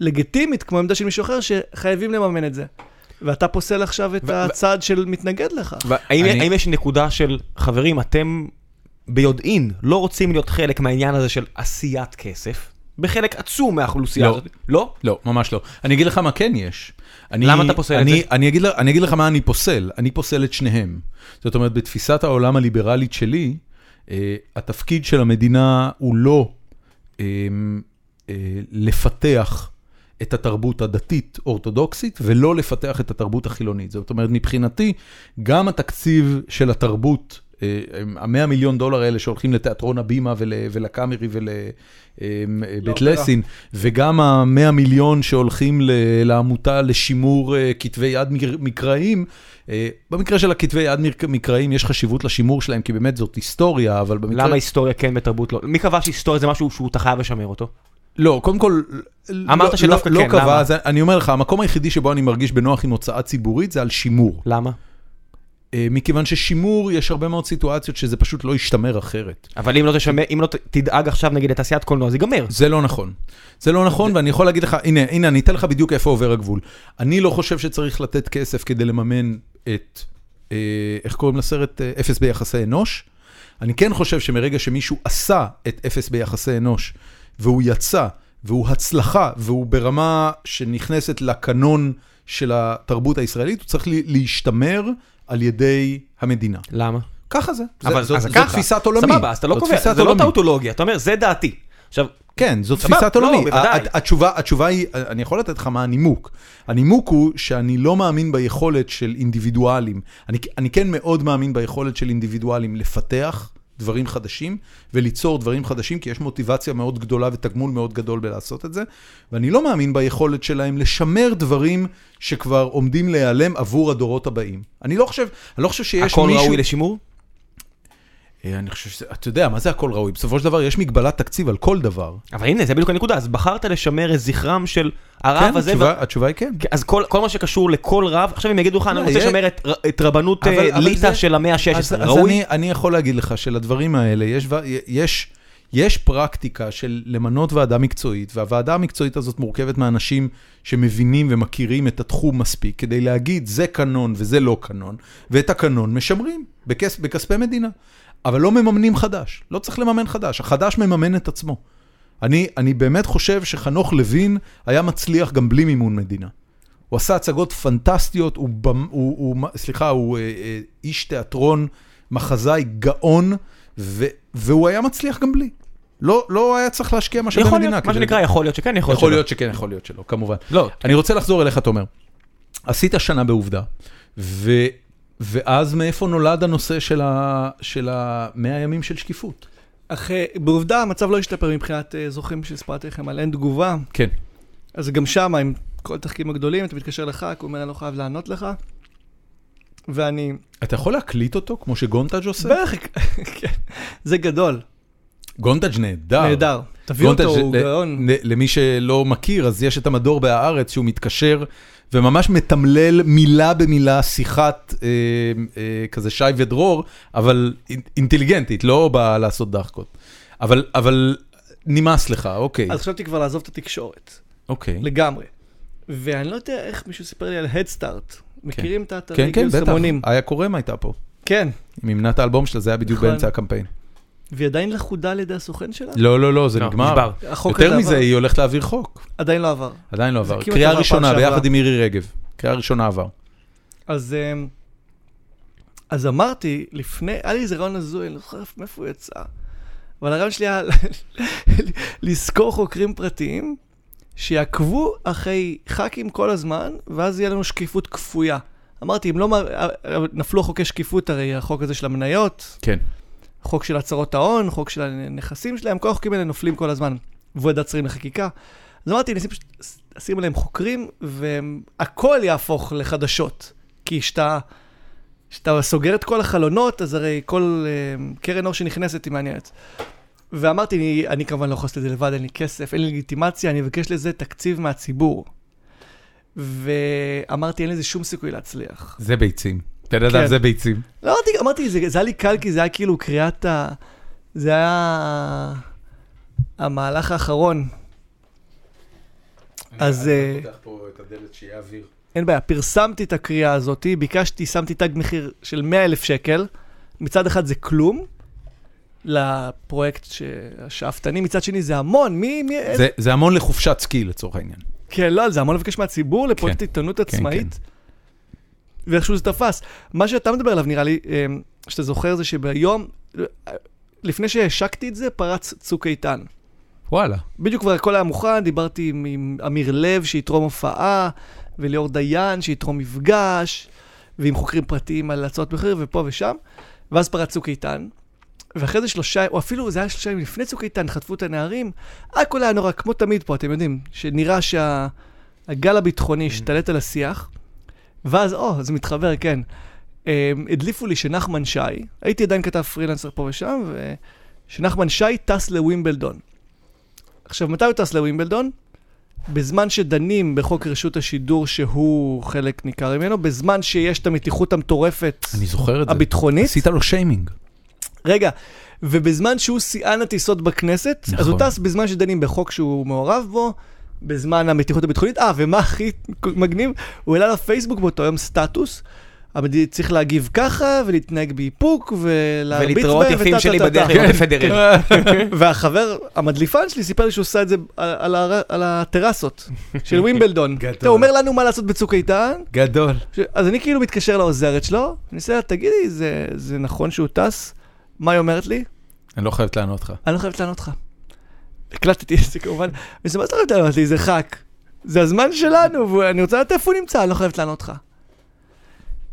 לגיטימית, כמו עמדה של מישהו אחר, שחייבים לממן את זה. ואתה פוסל עכשיו את
ו- ו-
הצד של מתנגד לך.
האם,
אני-
אני... האם יש נקודה של, חברים, אתם ביודעין לא רוצים להיות חלק מהעניין הזה של עשיית כסף, בחלק עצום מהאוכלוסייה
לא.
הזאת? לא?
לא, ממש לא. אני אגיד לך מה כן יש. אני,
למה אתה פוסל את
אני,
זה?
אני אגיד, ל- אני אגיד לך מה אני פוסל, אני פוסל את שניהם. זאת אומרת, בתפיסת העולם הליברלית שלי, אה, התפקיד של המדינה הוא לא אה, אה, לפתח את התרבות הדתית-אורתודוקסית, ולא לפתח את התרבות החילונית. זאת אומרת, מבחינתי, גם התקציב של התרבות, אה, המאה מיליון דולר האלה שהולכים לתיאטרון הבימה ול, ולקאמרי ולבית
לא,
לסין, וגם המאה מיליון שהולכים ל- לעמותה לשימור אה, כתבי יד מק- מקראיים, אה, במקרה של הכתבי יד מק- מקראיים יש חשיבות לשימור שלהם, כי באמת זאת היסטוריה, אבל במקרה...
למה היסטוריה כן ותרבות לא? מי קבע שהיסטוריה זה משהו שהוא אתה חייב לשמר אותו?
לא, קודם כל...
אמרת
לא-
שדווקא
לא,
כן,
לא קבע,
למה?
אז אני אומר לך, המקום היחידי שבו אני מרגיש בנוח עם הוצאה ציבורית זה על שימור.
למה?
אה, מכיוון ששימור, יש הרבה מאוד סיטואציות שזה פשוט לא ישתמר אחרת.
אבל אם לא תשמר, אם לא ת- תדאג עכשיו נגיד לתעשיית קולנוע, זה ייגמר.
זה לא נכון. זה לא נכון, ואני יכול להגיד לך, הנה, הנה, אני אתן לך בדיוק איפה עובר הגבול. אני לא חושב שצריך לתת כסף כדי לממן את, אה, איך קוראים לסרט? אה, אפס ביחסי אנוש. אני כן חושב שמרגע שמישהו עשה את אפס ביחסי אנוש, והוא יצא, והוא הצלחה, והוא ברמה שנכנסת לקנון של התרבות הישראלית, הוא צריך לה- להשתמר. על ידי המדינה.
למה?
ככה זה.
אבל זאת
זו
ככה.
תפיסת עולמי.
סבבה, אז אתה לא
זו
קובע,
תפיסת
זה לא
עולמי.
טאוטולוגיה, אתה אומר, זה דעתי. עכשיו,
כן, זו
סבבה,
תפיסת
לא,
עולמי.
בוודאי.
ה- ה- התשובה, התשובה היא, אני יכול לתת לך מה הנימוק. הנימוק הוא שאני לא מאמין ביכולת של אינדיבידואלים. אני, אני כן מאוד מאמין ביכולת של אינדיבידואלים לפתח דברים חדשים וליצור דברים חדשים, כי יש מוטיבציה מאוד גדולה ותגמול מאוד גדול בלעשות את זה. ואני לא מאמין ביכולת שלהם לשמר דברים שכבר עומדים להיעלם עבור הדורות הבאים. אני לא חושב, אני לא חושב שיש מישהו...
הכל ראוי לשימור?
אה, אני חושב שזה, אתה יודע, מה זה הכל ראוי? בסופו של דבר יש מגבלת תקציב על כל דבר.
אבל הנה, זה בדיוק הנקודה, אז בחרת לשמר את זכרם של הרב
כן,
הזה.
התשובה, התשובה היא כן.
ו- אז כל, כל מה שקשור לכל רב, עכשיו הם יגידו לך, אני
לא,
רוצה
יהיה-
לשמר את, ר- את רבנות
אבל-
אה,
אבל
ליטא
זה-
של המאה ה-16,
אז, אז
ראוי?
אני, אני יכול להגיד לך שלדברים האלה יש, ו- יש, יש פרקטיקה של למנות ועדה מקצועית, והוועדה המקצועית הזאת מורכבת מאנשים שמבינים ומכירים את התחום מספיק, כדי להגיד זה קנון וזה לא קנון, ואת הקנון משמרים בכס, בכספי מדינה. אבל לא מממנים חדש, לא צריך לממן חדש, החדש מממן את עצמו. אני, אני באמת חושב שחנוך לוין היה מצליח גם בלי מימון מדינה. הוא עשה הצגות פנטסטיות, הוא, במ, הוא, הוא סליחה, הוא אה, אה, איש תיאטרון, מחזאי, גאון, ו, והוא היה מצליח גם בלי. לא, לא היה צריך להשקיע משאבי
יכול
מדינה.
להיות, מה
כדי-
שנקרא, יכול להיות שכן, יכול,
יכול
להיות
להיות שכן, יכול להיות שלא, כמובן.
לא.
אני רוצה לחזור אליך, תומר. עשית שנה בעובדה, ו, ואז מאיפה נולד הנושא של ה- של המאה הימים של שקיפות?
אך אה, בעובדה המצב לא השתפר מבחינת אה, זוכים שסיפרתי לכם על אין תגובה.
כן.
אז גם שם, עם כל התחקירים הגדולים, אתה מתקשר לח"כ, הוא אומר, אני לא חייב לענות לך. ואני...
אתה יכול להקליט אותו כמו שגונטג' עושה?
בערך, כן. זה גדול,
גונטג' נהדר.
נהדר. תביא אותו,
גונטג'
הוא
ל-
גאון.
ל- למי שלא מכיר, אז יש את המדור בהארץ שהוא מתקשר וממש מתמלל מילה במילה שיחת אה, אה, כזה שי ודרור, אבל אינ- אינטליגנטית, לא באה לעשות דחקות. אבל, אבל נמאס לך, אוקיי.
אז חשבתי כבר לעזוב את התקשורת,
אוקיי.
לגמרי. ואני לא יודע איך מישהו סיפר לי על הדסטארט. מכירים את
כן,
האתרי
כן, בטח.
גרסמונים?
איה קורם הייתה פה.
כן.
היא מימנה את האלבום שלה, זה היה בדיוק
נכון.
באמצע הקמפיין.
והיא עדיין לכודה על ידי הסוכן שלה?
לא, לא, לא, זה
לא,
נגמר.
נשבר.
החוק הזה
יותר
עבר?
מזה, היא הולכת להעביר חוק.
עדיין לא עבר.
עדיין לא
זה
עבר.
כמעט
קריאה
עבר פעם
ראשונה,
שעברה.
ביחד עם מירי רגב. קריאה ראשונה עבר.
אז, אמ, אז אמרתי, לפני, היה לי איזה רעיון הזוי, אני לא זוכר מאיפה הוא יצא. אבל הרעיון שלי היה לשכור חוקרים פרטיים שיעקבו אחרי ח"כים כל הזמן, ואז יהיה לנו שקיפות כפויה. אמרתי, אם לא... מר- נפלו חוקי שקיפות, הרי החוק הזה של המניות,
כן.
חוק של הצהרות ההון, חוק של הנכסים שלהם, כל החוקים האלה נופלים כל הזמן. ועדת שרים לחקיקה. אז אמרתי, נשים פשוט, שים עליהם חוקרים, והכל יהפוך לחדשות. כי כשאתה כשאתה סוגר את כל החלונות, אז הרי כל אה, קרן אור שנכנסת היא מעניינת. ואמרתי, אני, אני כמובן לא יכול לעשות את זה לבד, אין לי כסף, אין לי לגיטימציה, אני אבקש לזה תקציב מהציבור. ואמרתי, אין לזה שום סיכוי להצליח.
זה ביצים. בן אדם,
כן.
זה ביצים.
לא אמרתי, אמרתי, זה, זה היה לי קל, כי זה היה כאילו קריאת ה... זה היה המהלך האחרון. אז אה,
פותח פה את הדלת שיהיה אוויר.
אין בעיה, פרסמתי את הקריאה הזאת, ביקשתי, שמתי תג מחיר של 100 אלף שקל. מצד אחד זה כלום לפרויקט ש- השאפתני, מצד שני זה המון, מי... מי
זה- זה המון לחופשת סקי לצורך העניין.
כן, לא, זה המון לבקש מהציבור לפרויקט
כן,
עיתונות
כן.
עצמאית. ואיכשהו זה תפס. מה שאתה מדבר עליו, נראה לי, אה, שאתה זוכר, זה שביום, אה, לפני שהשקתי את זה, פרץ צוק איתן.
וואלה.
בדיוק כבר הכל היה מוכן, דיברתי עם, עם אמיר לב שיתרום הופעה, וליאור דיין שיתרום מפגש, ועם חוקרים פרטיים על הצעות מחיר ופה ושם, ואז פרץ צוק איתן. ואחרי זה שלושה, או אפילו זה היה שלושה ימים לפני צוק איתן, חטפו את הנערים, הכל היה נורא, כמו תמיד פה, אתם יודעים, שנראה שהגל הביטחוני השתלט על השיח, ואז, או, זה מתחבר, כן. אמ, הדליפו לי שנחמן שי, הייתי עדיין כתב פרילנסר פה ושם, ושנחמן שי טס לווימבלדון. עכשיו, מתי הוא טס לווימבלדון? בזמן שדנים בחוק רשות השידור, שהוא חלק ניכר ממנו, בזמן שיש את המתיחות המטורפת
אני זוכר את זה.
הביטחונית.
עשית לו שיימינג.
רגע, ובזמן שהוא שיאן הטיסות בכנסת, נכון. אז הוא
נכון.
טס בזמן שדנים בחוק שהוא מעורב בו, בזמן המתיחות הביטחונית. אה, ומה הכי מגניב? הוא העלה לפייסבוק באותו יום סטטוס, המדינה צריך להגיב ככה, ולהתנהג באיפוק, ולהרביץ בהם,
ולהתראות יפים שלי
וטה-טה-טה.
בדרך
כן.
לראות את פדרר.
אה,
והחבר, המדליפן שלי, סיפר לי שהוא עושה את זה על- על הר- על הטרסות של ווימבלדון.
גדול.
אתה אומר לנו מה לעשות בצוק איתן,
גדול.
ש- אז אני כאילו מתקשר לעוזרת שלו, אני עושה לה, תגידי, זה- זה נכון שהוא טס? מה היא אומרת לי?
אני לא חייבת לענות לך.
אני לא חייבת לענות לך. הקלטתי את זה כמובן, וזה מה זה לא חייבת לענות לי, זה ח"כ. זה הזמן שלנו, ואני רוצה לדעת איפה הוא נמצא, אני לא חייבת לענות לך.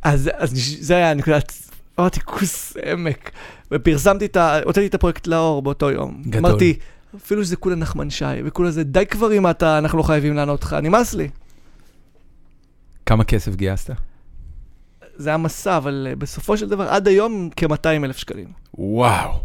אז, אז נש- זה היה נקודת, אמרתי, כוס עמק. ופרסמתי את ה... הוצאתי את הפרויקט לאור באותו יום.
גדול.
אמרתי, אפילו שזה כולה נחמן שי, וכולה זה, די כבר אם אתה, אנחנו לא חייבים לענות לך, נמאס לי.
כמה כסף גייסת?
זה היה מסע, אבל אה, בסופו של דבר, עד היום כ-200 אלף שקלים.
וואו.
כל-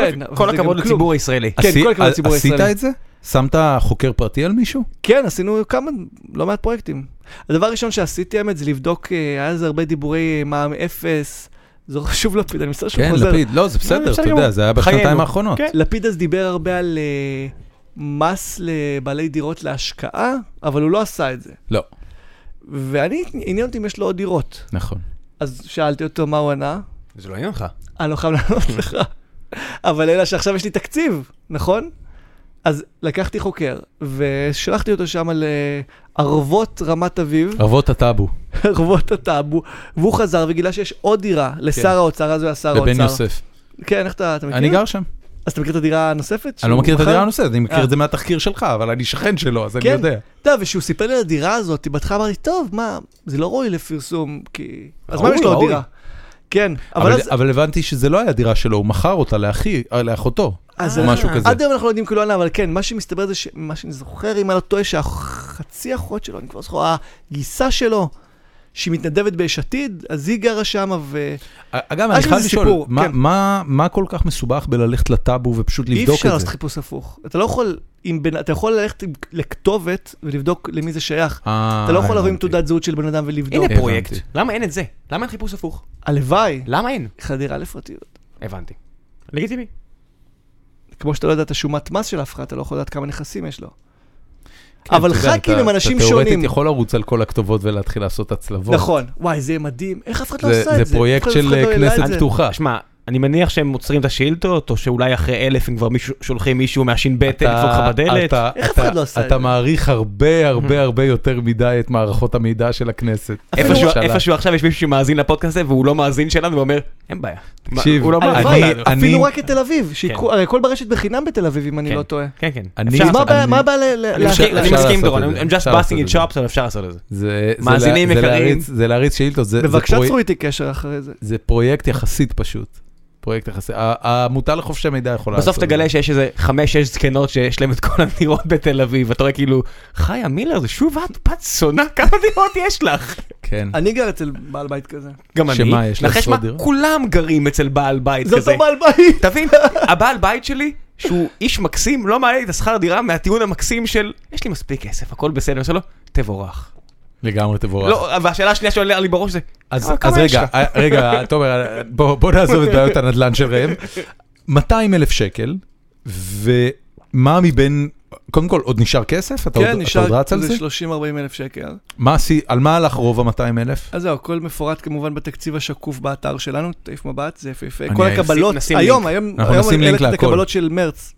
כן, אבל
כל
זה גם
הכבוד
כלום.
לציבור הישראלי.
כן,
עשי-
כל הכבוד
ע-
לציבור
עשית
הישראלי.
את זה? שמת חוקר פרטי על מישהו?
כן, עשינו כמה, לא מעט פרויקטים. הדבר הראשון שעשיתי, האמת, זה לבדוק, אה, היה איזה הרבה דיבורי אה, מע"מ אפס, זה לא חשוב לפיד, אני מצטער שהוא
כן,
חוזר.
לפיד. לא, זה בסדר,
בסדר
אתה יודע,
גמור.
זה היה בשנתיים
חיינו.
האחרונות.
כן.
לפיד אז דיבר הרבה על אה, מס לבעלי דירות להשקעה, אבל הוא לא עשה את זה.
לא,
ואני, עניין אותי אם יש לו עוד דירות.
נכון.
אז שאלתי אותו מה הוא ענה,
זה לא עניין אותך.
אני לא חייב לענות לך. אבל אלא שעכשיו יש לי תקציב, נכון? אז לקחתי חוקר, ושלחתי אותו שם לערבות רמת אביב.
ערבות הטאבו,
ערבות הטאבו, והוא חזר וגילה שיש עוד דירה לשר האוצר, אז הוא היה שר האוצר.
כן. לבן יוסף.
כן, איך אתה, אתה מכיר?
אני גר שם.
אז אתה מכיר את הדירה הנוספת?
אני לא
שהוא
מכיר את
מכר?
הדירה הנוספת, אני מכיר
אה.
את זה מהתחקיר שלך, אבל אני שכן שלו, אז אני
כן.
יודע.
אתה יודע, וכשהוא סיפר לי על הדירה הזאת, בהתחלה אמרתי, טוב, מה, זה לא ראוי לפרסום, כי... אז מה
ראוי,
יש לו עוד
ראוי.
דירה? כן, אבל
אבל,
אז...
אבל הבנתי שזה לא היה הדירה שלו, הוא מכר אותה לאחי, אה, לאחותו,
אז
או
אנחנו-
משהו כזה.
עד היום אנחנו לא יודעים כאילו עליו, אבל כן, מה שמסתבר זה שמה שאני זוכר, אם אני לא טועה, שהחצי אחות שלו, אני כבר זוכר, הגיסה שלו, שהיא מתנדבת ביש עתיד, אז היא גרה שמה, ו...
אגב,
יש
אני חייב
לזה
לשאול,
סיפור,
מה,
כן.
מה, מה כל כך מסובך בללכת לטאבו ופשוט
אי
לבדוק
אפשר
את
לעשות
זה?
חיפוש הפוך. אתה לא יכול, אם בן, אתה יכול ללכת עם- לכתובת ולבדוק למי זה שייך.
אה,
אתה לא יכול לבוא עם
הבנתי.
תעודת זהות של בן אדם ולבדוק.
הנה
לא, הבנתי.
פרויקט. למה אין את זה? למה אין חיפוש הפוך?
הלוואי.
למה אין?
חדירה לפרטיות.
הבנתי. לגיטימי.
כמו שאתה לא יודע את השומת מס של אף אחד, אתה לא יכול לדעת כמה נכסים יש לו.
כן,
אבל
אתה יודע,
ח"כים
אתה-
הם אנשים
אתה
שונים.
תאורטית יכול לרוץ על כל הכתובות ולהתחיל לעשות הצלבות.
נכון. וואי, זה מדהים. איך אף אחד לא
זה,
עשה את זה?
זה פרויקט
אף אחד- אף
של
אחד לא
אה,
העלה את
כנסת
זה.
פתוחה.
שמע, אני מניח שהם עוצרים את השאילתות, או שאולי אחרי אלף הם כבר מישהו- שולחים מישהו מהש"ב לדפוק לך בדלת.
אתה-
איך אף
אתה-
אחד לא עשה את
אתה
זה?
מעריך הרבה הרבה הרבה יותר מדי את מערכות המידע של הכנסת.
איפשהו-
הממשלה.
איפשהו עכשיו יש מישהו שמאזין לפודקאסט הזה והוא לא מאזין שלנו ואומר, אין בעיה.
תקשיב,
מה, הוא לא מאזין
הלוואי,
לנו.
אני- כן.
אפילו רק את תל אביב. שיקחו- הרי הכל ברשת בחינם בתל אביב, אם אני
כן,
לא טועה.
כן, כן.
אני-
אפשר
אז מה
לעשות את
הבעיה-
אני-
מה הבעיה ל- ל-
זה. אני
אפשר-
מסכים-
ל-
אני
ל-
אפשר
מסכים עם
לעשות
דורון,
את זה,
I'm just
אפשר לעשות
busting
את
it
זה.
chops, אבל אפשר לעשות את זה.
זה- זה
מאזינים
להריץ- זה
יקרים.
להריץ- זה להריץ שאילתות, זה- זה
בבקשה
פרויקט-
צרו איתי קשר אחרי זה.
זה פרויקט יחסית פשוט. פרויקט יחסית. ה- העמותה לחופש המידע יכולה לעשות
בסוף
את זה.
תגלה שיש איזה חמש-שש זקנות שיש להן את כל הדירות בתל אביב, ואתה רואה כאילו, חיה מילר, זה שוב את בת זונה, כמה דירות יש לך?
כן.
אני גר אצל בעל בית כזה.
גם אני.
שמה, יש לה
נחש
עשרות
מה,
דירות?
כולם גרים אצל בעל בית
זה
כזה.
אותו בעל בית.
תבין, הבעל בית שלי, שהוא איש מקסים, לא מעלה לי את השכר דירה מהטיעון המקסים של, יש לי מספיק כסף, הכל בסדר, אני עושה לו, תבורך.
לגמרי תבורך.
לא, והשאלה השנייה שעולה לי בראש זה,
אז,
"אה, כמה
אז
יש
רגע,
לך?"
אה, רגע, תומר, אה, בוא, בוא נעזוב את בעיות הנדל"ן של ראם. 200 אלף שקל, ומה מבין, קודם כל, עוד נשאר כסף?
כן,
אתה, עוד, אתה עוד רץ על זה?
זה 30-40 אלף שקל.
מה, עשי- על מה הלך רוב ה-200 אלף?
אז זהו, הכל מפורט כמובן בתקציב השקוף באתר שלנו, תעיף מבט, זה יפהפה.
אני
כל
אעיף.
הקבלות,
נשים
היום,
לינק.
היום,
אנחנו
היום
נשים לינק
העליתי את
להכל.
הקבלות של מרץ.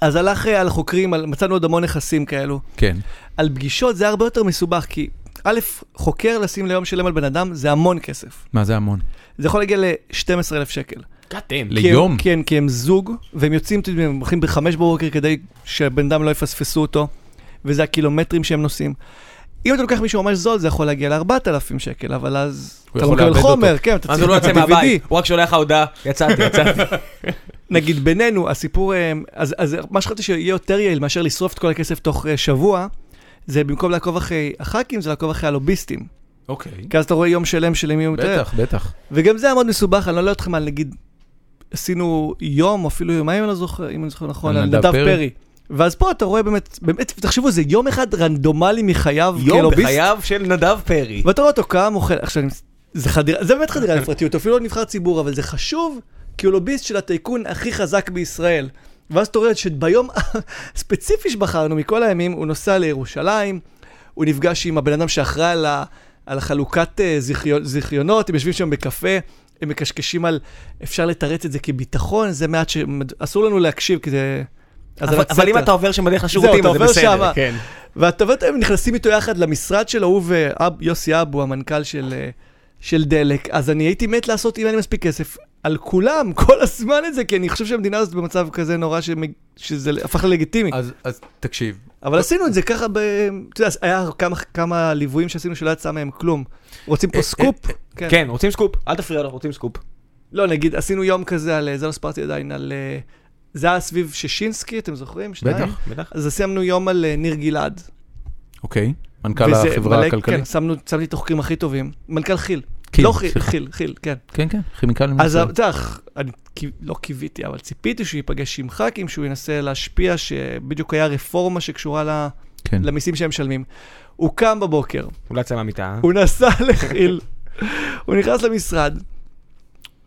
אז הלך אה, על חוקרים, על- מצאנו עוד המון נכסים כאלו.
כן.
על פגישות זה הרבה יותר מסובך, כי א', חוקר לשים ליום שלם על בן אדם, זה המון כסף.
מה זה המון?
זה יכול להגיע ל-12,000 שקל.
God damn.
כי הם-
ליום?
כן, כי הם זוג, והם יוצאים, אתה יודע, הם הולכים בחמש בבוקר כדי שהבן אדם לא יפספסו אותו, וזה הקילומטרים שהם נוסעים. אם אתה לוקח מישהו ממש זול, זה יכול להגיע ל-4,000 שקל, אבל אז
הוא
אתה לא
יכול
מקבל
לאבד
חומר,
אותו.
כן, אתה
אז
צריך
הוא לא יוצא
את ה-DVD.
מהבית, הוא רק שולח לך הודעה, יצאתי, יצאתי.
נגיד בינינו, הסיפור, אה, אז, אז מה שחשבתי שיהיה יותר יעיל מאשר לשרוף את כל הכסף תוך אה, שבוע, זה במקום לעקוב אחרי הח"כים, זה לעקוב אחרי הלוביסטים.
אוקיי.
כי אז אתה רואה יום שלם של למי הוא מתאר.
בטח, בטח.
וגם זה היה מאוד מסובך, אני לא יודע אתכם על נגיד, עשינו יום, אפילו יומיים, אני לא זוכר, אם אני זוכר נכון, על נדב פרי. ואז פה אתה רואה באמת, באמת, תחשבו, זה יום אחד רנדומלי מחייו
יום
כלוביסט,
כאילו, בחייו של נדב פרי.
ואתה רואה אותו קם, אוכל, עכשיו, אני- זה חדירה, זה באמת חדירה לפרטיות, אפילו לא נבחר ציבור, אבל זה חשוב, כי הוא לוביסט של הטייקון הכי חזק בישראל. ואז אתה רואה שביום הספציפי שבחרנו מכל הימים, הוא נוסע לירושלים, הוא נפגש עם הבן אדם שאחראי על ה... על חלוקת אה, זיכיון- זיכיונות, הם יושבים שם בקפה, הם מקשקשים על אפשר לתרץ את זה כביטחון, זה מעט שאסור לנו להקשיב, כי זה... האזנת
אבל אבל אם
סתר.
אתה עובר שם בדרך לשירותים,
אתה
אז זה
עובר
בסדר.
שמה.
כן.
והטבות הם נכנסים איתו יחד למשרד שלו, הוא ויוסי אבו, המנכ"ל של, אה, של דלק. אז אני הייתי מת לעשות, אם אין לי מספיק כסף, על כולם, כל הזמן את זה, כי אני חושב שהמדינה הזאת במצב כזה נורא, שמג... שזה הפך ללגיטימי.
אז, אז תקשיב,
אבל עשינו את זה ככה, ב... אתה יודע, היה כמה, כמה ליוויים שעשינו שלא יצא מהם כלום.
אה,
רוצים פה סקופ?
כן, רוצים סקופ? אל תפריע לו, רוצים סקופ.
לא, נגיד, עשינו יום כזה על, אה, זה לא ספרתי עדיין, על... אה, זה היה סביב ששינסקי, אתם זוכרים? שניים?
בטח.
בטח.
אז עשינו יום על אה, ניר גלעד.
אוקיי, מנכ"ל
וזה
החברה
מלא-
הכלכלית.
כן, שמנו, שמתי תוחקים הכי טובים. מנכ"ל כי"ל.
כי"ל,
לא כי"ל,
סליחה.
כי"ל, כי"ל, כן.
כן, כן, כימיקלים.
אז
לישראל.
אתה יודע, אני כי- לא קיוויתי, אבל ציפיתי שהוא ייפגש עם ח"כים, שהוא ינסה להשפיע, שבדיוק היה רפורמה שקשורה ל-
כן.
למיסים שהם משלמים. הוא קם בבוקר,
אולי יצא מהמיטה. אה?
הוא נסע לכי"ל, הוא נכנס למשרד,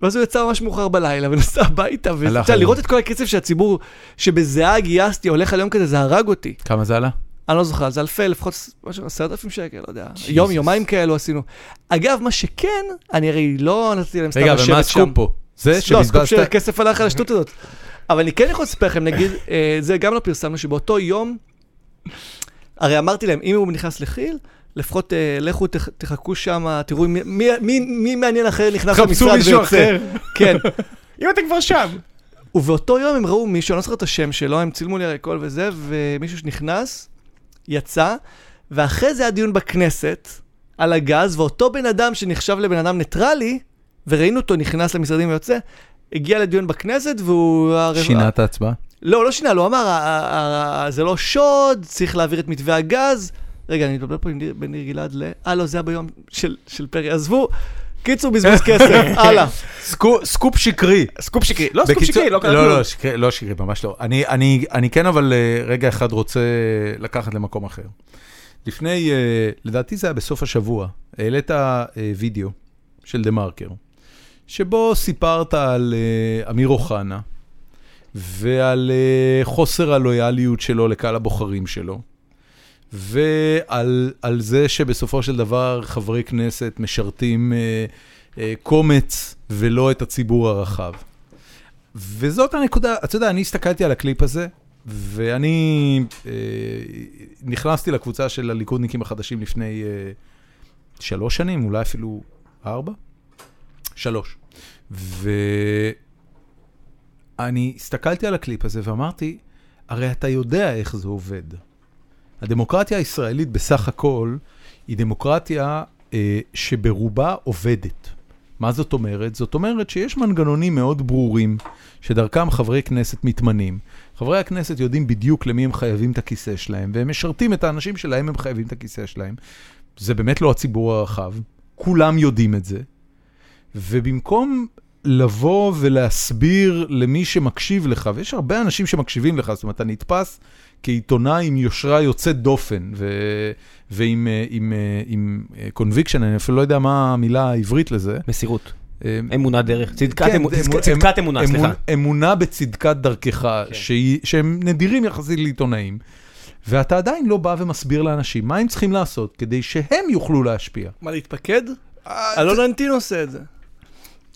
ואז הוא יצא ממש מאוחר בלילה ונסע הביתה,
הלך
ואתה
היום.
לראות את כל הכסף שהציבור, שבזיעה גייסתי, הולך על יום כזה, זה הרג אותי.
כמה זה עלה?
אני לא זוכר, זה אלפי, לפחות משהו, עשרת אלפים שקל, לא יודע. יום, יומיים כאלו עשינו. אגב, מה שכן, אני הרי לא נתתי להם סתם
רגע,
לשבת
אבל
שם.
מה הסקופ פה? זה
לא, הסקופ של
שבזבזת...
הכסף הלך על השטות הזאת. אבל אני כן יכול לספר לכם, נגיד, אה, זה גם לא פרסמנו, שבאותו יום, הרי אמרתי להם, אם הוא נכנס לכי"ל, לפחות אה, לכו תח- תחכו שם, תראו מי- מי- מי מי מעניין אחר נכנס למשרד ויוצא.
לא,
כן.
אם אתה כבר שם.
ובאותו יום הם ראו מישהו, אני לא זוכר את השם שלו, הם צילמו לי הרי הכל וזה, ומישהו שנכנס, יצא, ואחרי זה היה דיון בכנסת על הגז, ואותו בן אדם שנחשב לבן אדם ניטרלי, וראינו אותו נכנס למשרדים ויוצא, הגיע לדיון בכנסת והוא...
שינה את ההצבעה?
לא, לא שינה, לא אמר, "ה- ה- ה- זה לא שוד, צריך להעביר את מתווה הגז. רגע, אני מתבלבל פה עם ניר- בין ניר גלעד ל... אה, לא, זה היה ביום של, של פרי, עזבו. קיצור, בזבוז כסף, הלאה.
סקופ שקרי.
סקופ שקרי. לא סקופ
בקיצור-
שקרי, לא קרה
לא,
כלום.
לא, שקרי, לא שקרי, ממש לא. אני, אני, אני כן, אבל אה, רגע אחד רוצה לקחת למקום אחר. לפני, אה, לדעתי זה היה בסוף השבוע, העלית אה, וידאו של דה מרקר, שבו סיפרת על אה, אמיר אוחנה ועל אה, חוסר הלויאליות שלו לקהל הבוחרים שלו. ועל על זה שבסופו של דבר חברי כנסת משרתים אה, אה, קומץ ולא את הציבור הרחב. וזאת הנקודה, אתה יודע, אני הסתכלתי על הקליפ הזה, ואני אה, נכנסתי לקבוצה של הליכודניקים החדשים לפני אה, שלוש שנים, אולי אפילו ארבע? שלוש. ואני הסתכלתי על הקליפ הזה ואמרתי, הרי אתה יודע איך זה עובד. הדמוקרטיה הישראלית בסך הכל היא דמוקרטיה אה, שברובה עובדת. מה זאת אומרת? זאת אומרת שיש מנגנונים מאוד ברורים שדרכם חברי כנסת מתמנים. חברי הכנסת יודעים בדיוק למי הם חייבים את הכיסא שלהם, והם משרתים את האנשים שלהם הם חייבים את הכיסא שלהם. זה באמת לא הציבור הרחב, כולם יודעים את זה. ובמקום לבוא ולהסביר למי שמקשיב לך, ויש הרבה אנשים שמקשיבים לך, זאת אומרת, אתה נתפס כעיתונאי עם יושרה יוצאת דופן, ו... ועם אה, עם, אה, עם, אה, conviction, אני אפילו לא יודע מה המילה העברית לזה.
מסירות.
אה,
אמונה דרך. צדקת
כן,
אמונה-
זה אמונה-
צדקת אמונה,
אמונה- כן.
סליחה.
אמונה בצדקת דרכך, שהיא- שהם נדירים יחסית לעיתונאים. ואתה עדיין לא בא ומסביר לאנשים מה הם צריכים לעשות כדי שהם יוכלו להשפיע.
מה, להתפקד? אה, אלון אנטין עושה את זה.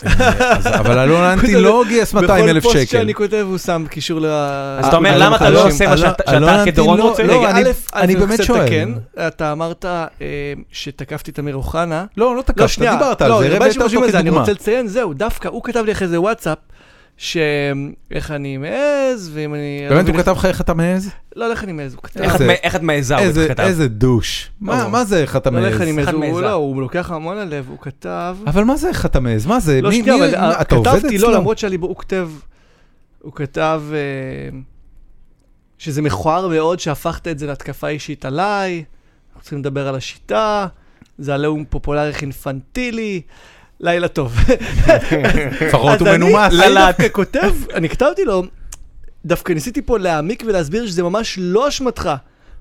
אה, אז- אבל אלון אנטי לא גייס 200 אלף
בכל פוסט
שקל. אה,
שאני כותב הוא שם קישור ל...
אז אתה אומר,
אלון
למה אתה לא
חלום.
עושה מה
אלון-
שאתה-
אלון
שאתה
אנטי
כדורון
לא-
רוצה?
לא,
רגע,
אני-
א',
אני
אני
באמת
רוצה
שואל.
לתקן. אתה אמרת אה, שתקפתי את אמיר אוחנה.
לא, לא
לא,
תקפת,
שנייה.
דיברת על
לא,
זה,
בא
הבאת
שחושבים על
אותו
זה, אני
כדוגמה.
רוצה לציין, זהו, דווקא הוא כתב לי אחרי זה וואטסאפ, שאיך אני מעז, ואם אני...
באמת
אני
הוא
מבין-
כתב לך איך אתה מעז?
לא, לא, איך אני מעז, הוא כתב.
איך את
איזה-
מע- איך את מעיזה, הוא
איזה-
כתב.
איזה דוש. מה
לא.
מה זה איך אתה
לא, לא,
מעז?
איך אני מעז,
אחד
הוא
מעזה.
לא, הוא לוקח המון ללב, הוא כתב...
אבל מה זה איך אתה מעז? מה זה?
לא
מי-
שנייה,
מי-
אבל
מה,
אה,
אתה עובד
כתבתי, לא,
אצלו?
למרות שהליבור, הוא כותב, הוא כתב אה, שזה מכוער מאוד שהפכת את זה להתקפה אישית עליי, אנחנו צריכים לדבר על השיטה, זה עליהום פופולרי אינפנטילי, לילה טוב.
לפחות הוא
אז אני-
מנומס.
אני דווקא כותב, אני כתבתי לו, דווקא ניסיתי פה להעמיק ולהסביר שזה ממש לא אשמתך.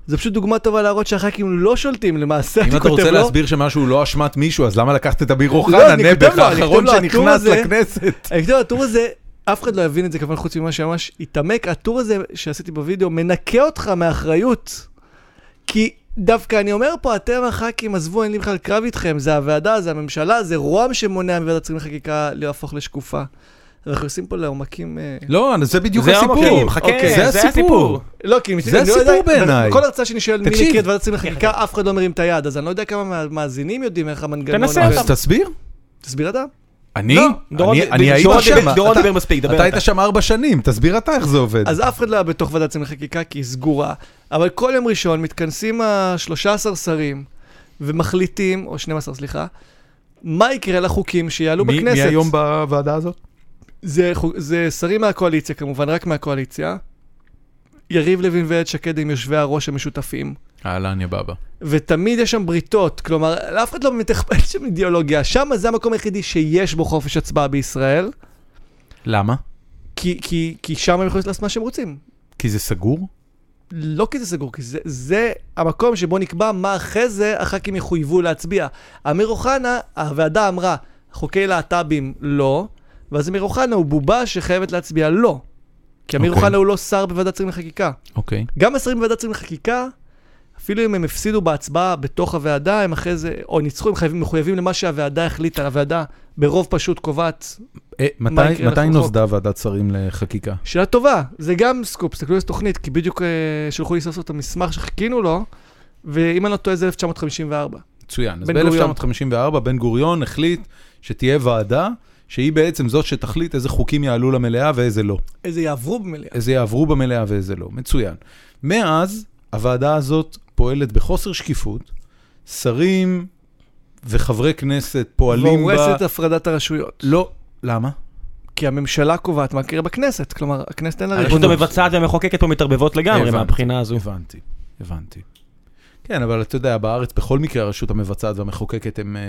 זו פשוט דוגמה טובה להראות שהח"כים לא שולטים למעשה,
אם
אני
אתה
כותב
רוצה
לו,
להסביר שמשהו הוא לא אשמת מישהו, אז למה לקחת את אמיר
לא,
אוחנה,
אני כותב
נעבך,
לו, אני כותב
האחרון
לו, הטור
שנכנס
הזה-
לכנסת?
אני יודע, אה, לא, הטור הזה, אף אחד לא יבין את זה כמובן חוץ ממה שממש התעמק. הטור הזה שעשיתי בווידאו מנקה אותך מאחריות, כי דווקא אני אומר פה, אתם הח"כים, עזבו, אין לי בכלל קרב איתכם, זה הוועדה, זה הממשלה, זה רוה"מ שמונע מוועדת שרים לחקיקה להפוך לשקופה. אנחנו נכנסים פה לעומקים... אה,
לא, זה בדיוק
זה
הסיפור.
המקום, חכה,
אוקיי,
זה הסיפור.
לא, כי מצד-
זה
אני לא יודע-
הסיפור בעיניי.
בכל הרצאה שאני שואל מי
תקשיב.
מכיר את ועדת שרים לחקיקה, אף אחד לא מרים את היד, אז אני לא יודע כמה מהמאזינים יודעים איך המנגנון...
תנסה
עובד.
אז תסביר.
תסביר אתה.
לא, אני?
לא,
אני-
דורון-
אני הייתי
דורון
שם.
דיבר- דורון
אתה-
דיבר מספיק, דבר
אתה
אתה.
היית שם ארבע שנים, תסביר אתה איך זה עובד.
אז אף אחד לא היה בתוך ועדת שרים לחקיקה כי היא סגורה, אבל כל יום ראשון מתכנסים ה-13 שרים ומחליטים, או 12 סליחה, מה יקרה לחוקים שיעלו
מי-
בכנסת.
מי היום בוועדה הזאת?
זה, חו- זה שרים מהקואליציה כמובן, רק מהקואליציה. יריב לוין ואיילת שקד עם יושבי הראש המשותפים.
אהלן יבבא.
ותמיד יש שם בריתות, כלומר, לאף אחד לא באמת אכפת שם אידיאולוגיה. שם זה המקום היחידי שיש בו חופש הצבעה בישראל,
למה?
כי, כי, כי שם הם יכולים לעשות מה שהם רוצים.
כי זה סגור?
לא כי זה סגור, כי זה, זה המקום שבו נקבע מה אחרי זה הח"כים יחויבו להצביע. אמיר אוחנה, הוועדה אמרה, חוקי להט"בים לא, ואז אמיר אוחנה הוא בובה שחייבת להצביע לא. כי אמיר
אוקיי.
אוחנה הוא לא שר בוועדת שרים לחקיקה.
אוקיי.
גם השרים בוועדת שרים לחקיקה, אפילו אם הם הפסידו בהצבעה בתוך הוועדה, הם אחרי זה, או ניצחו, הם חייבים, מחויבים למה שהוועדה החליטה, הוועדה ברוב פשוט קובעת.
אה,
מה
מתי
יקרה
מתי
לחוק?
נוסדה ועדת שרים לחקיקה?
שאלה טובה, זה גם סקופ, תסתכלו על תוכנית, כי בדיוק אה, שלחו לי סוף סוף את המסמך שחיכינו לו, ואם אני לא טועה זה 1954.
מצוין. אז
בן גוריון.
ב-1954 בן גוריון החליט שתהיה ועדה שהיא בעצם זאת שתחליט איזה חוקים יעלו למליאה ואיזה לא.
איזה יעברו במליאה.
איזה יעברו במליאה ואיזה לא. מצוין. מאז, הוועדה הזאת פועלת בחוסר שקיפות, שרים וחברי כנסת פועלים בה...
והורסת הפרדת הרשויות.
לא, למה?
כי הממשלה קובעת מה קורה בכנסת, כלומר, הכנסת אין לה
הרשות
ריבונות.
המבצעת והמחוקקת פה מתערבבות לגמרי
הבנתי.
מהבחינה הזו.
הבנתי, הבנתי. כן, אבל אתה יודע, בארץ בכל מקרה הרשות המבצעת והמחוקקת הן אה,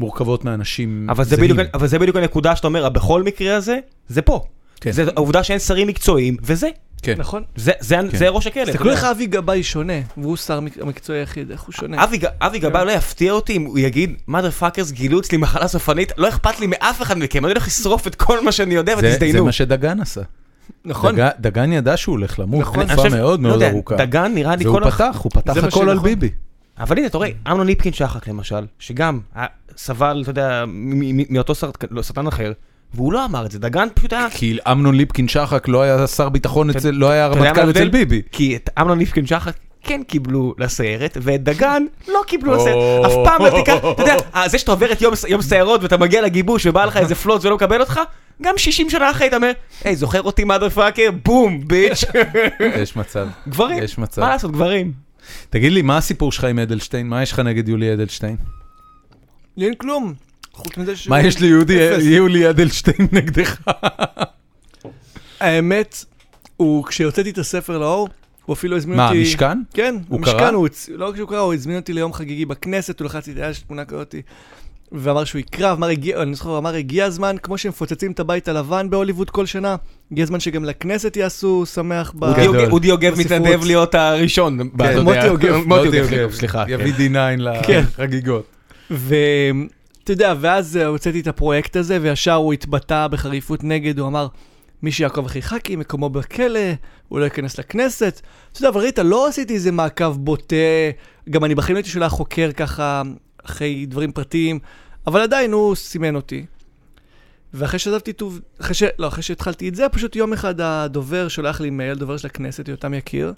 מורכבות מאנשים
אבל זה,
זהים.
בדיוק, אבל זה בדיוק הנקודה שאתה אומר, בכל מקרה הזה, זה פה.
כן.
זה העובדה שאין שרים מקצועיים, וזה.
כן.
נכון?
זה, זה,
כן.
זה ראש הכלב.
תסתכלו איך אבי גבאי שונה, והוא שר המק- המקצועי היחיד, איך הוא שונה.
אבי, ג- אבי
כן.
גבאי לא יפתיע אותי אם הוא יגיד, mother fuckers גילו אצלי מחלה סופנית, לא אכפת לי מאף אחד מכם, אני הולך לשרוף את כל מה שאני יודע
זה, זה
ותזדיינו.
מה שדגן עשה.
נכון?
דג, דגן ידע שהוא הולך למות,
נכון.
תקופה
אני חושב-
מאוד
לא
מאוד
יודע,
ארוכה.
דגן נראה לי
והוא
כל... הח-
פתח, הוא פתח
זה מה
הכל על
נכון.
שנכון.
ביבי.
אבל הנה, אתה רואה, אמנון ליפקין שחק למשל, שגם אה, סבל, אתה יודע, מ- מ- מאותו סרט- לא, סרטן אחר, והוא לא אמר את זה, דגן פשוט היה...
כי אמנון ליפקין שחק לא היה שר ביטחון אצל, לא היה
אתה יודע מה
רמטכ"ל
ההבדל?
אצל ביבי.
כי את אמנון ליפקין שחק כן קיבלו לסיירת, ואת דגן לא קיבלו לסיירת.
או.
אף פעם לא תיקח, אתה יודע, אה, זה שאתה עובר את יום- יום סיירות ואתה מגיע לגיבוש ובא לך איזה פלוץ ולא מקבל אותך, גם 60 שנה אחרי אתה אומר, היי, זוכר אותי מאדר פאקר? בום, ביץ'.
יש מצב.
גברים,
יש מצב.
מה לעשות, גברים.
תגיד לי, מה הסיפור שלך עם אדלשטיין? מה יש לך נגד יולי אדלשטיין?
לי אין כלום. חוץ מזה ש...
מה יש ליהודי
אפס.
יולי אדלשטיין נגדך?
האמת, הוא, כשהוצאתי את הספר לאור, הוא אפילו הזמין
מה,
אותי...
המשכן?
כן,
הוא
הוא
קרא?
המשכן, הוא, הצ- לא רק שהוא קרא, הוא הזמין אותי ליום חגיגי בכנסת, הוא לחץ לי את היד, יש תמונה כזאתי, ואמר שהוא יקרא, אמר, הגיע, אני זוכר, הוא אמר, הגיע הזמן, כמו שמפוצצים את הבית הלבן בהוליווד כל שנה, הגיע הזמן שגם לכנסת יעשו שמח
גדול.
ב...
כן.
אודי- אודי יוגב
בספרות.
מתנדב להיות הראשון. ב- אתה יודע.
מוטי יוגב.
כן, מוטי יוגב, סליחה. כן.
יביא D9 לחגיגות.
ואתה יודע, ואז אה, הוצאתי את הפרויקט הזה, וישר הוא התבטא בחריפות נגד, הוא אמר, מי שיעקוב אחרי ח"כים, מקומו בכלא, הוא לא ייכנס לכנסת. אתה יודע, אבל ראית, לא עשיתי איזה מעקב בוטה, גם אני בחיים לא הייתי שולח חוקר ככה, אחרי דברים פרטיים, אבל עדיין הוא סימן אותי. ואחרי שעזבתי טוב, אחרי ש... לא, אחרי שהתחלתי את זה, פשוט יום אחד הדובר שולח לי מייל, דובר של הכנסת, יותם יקיר.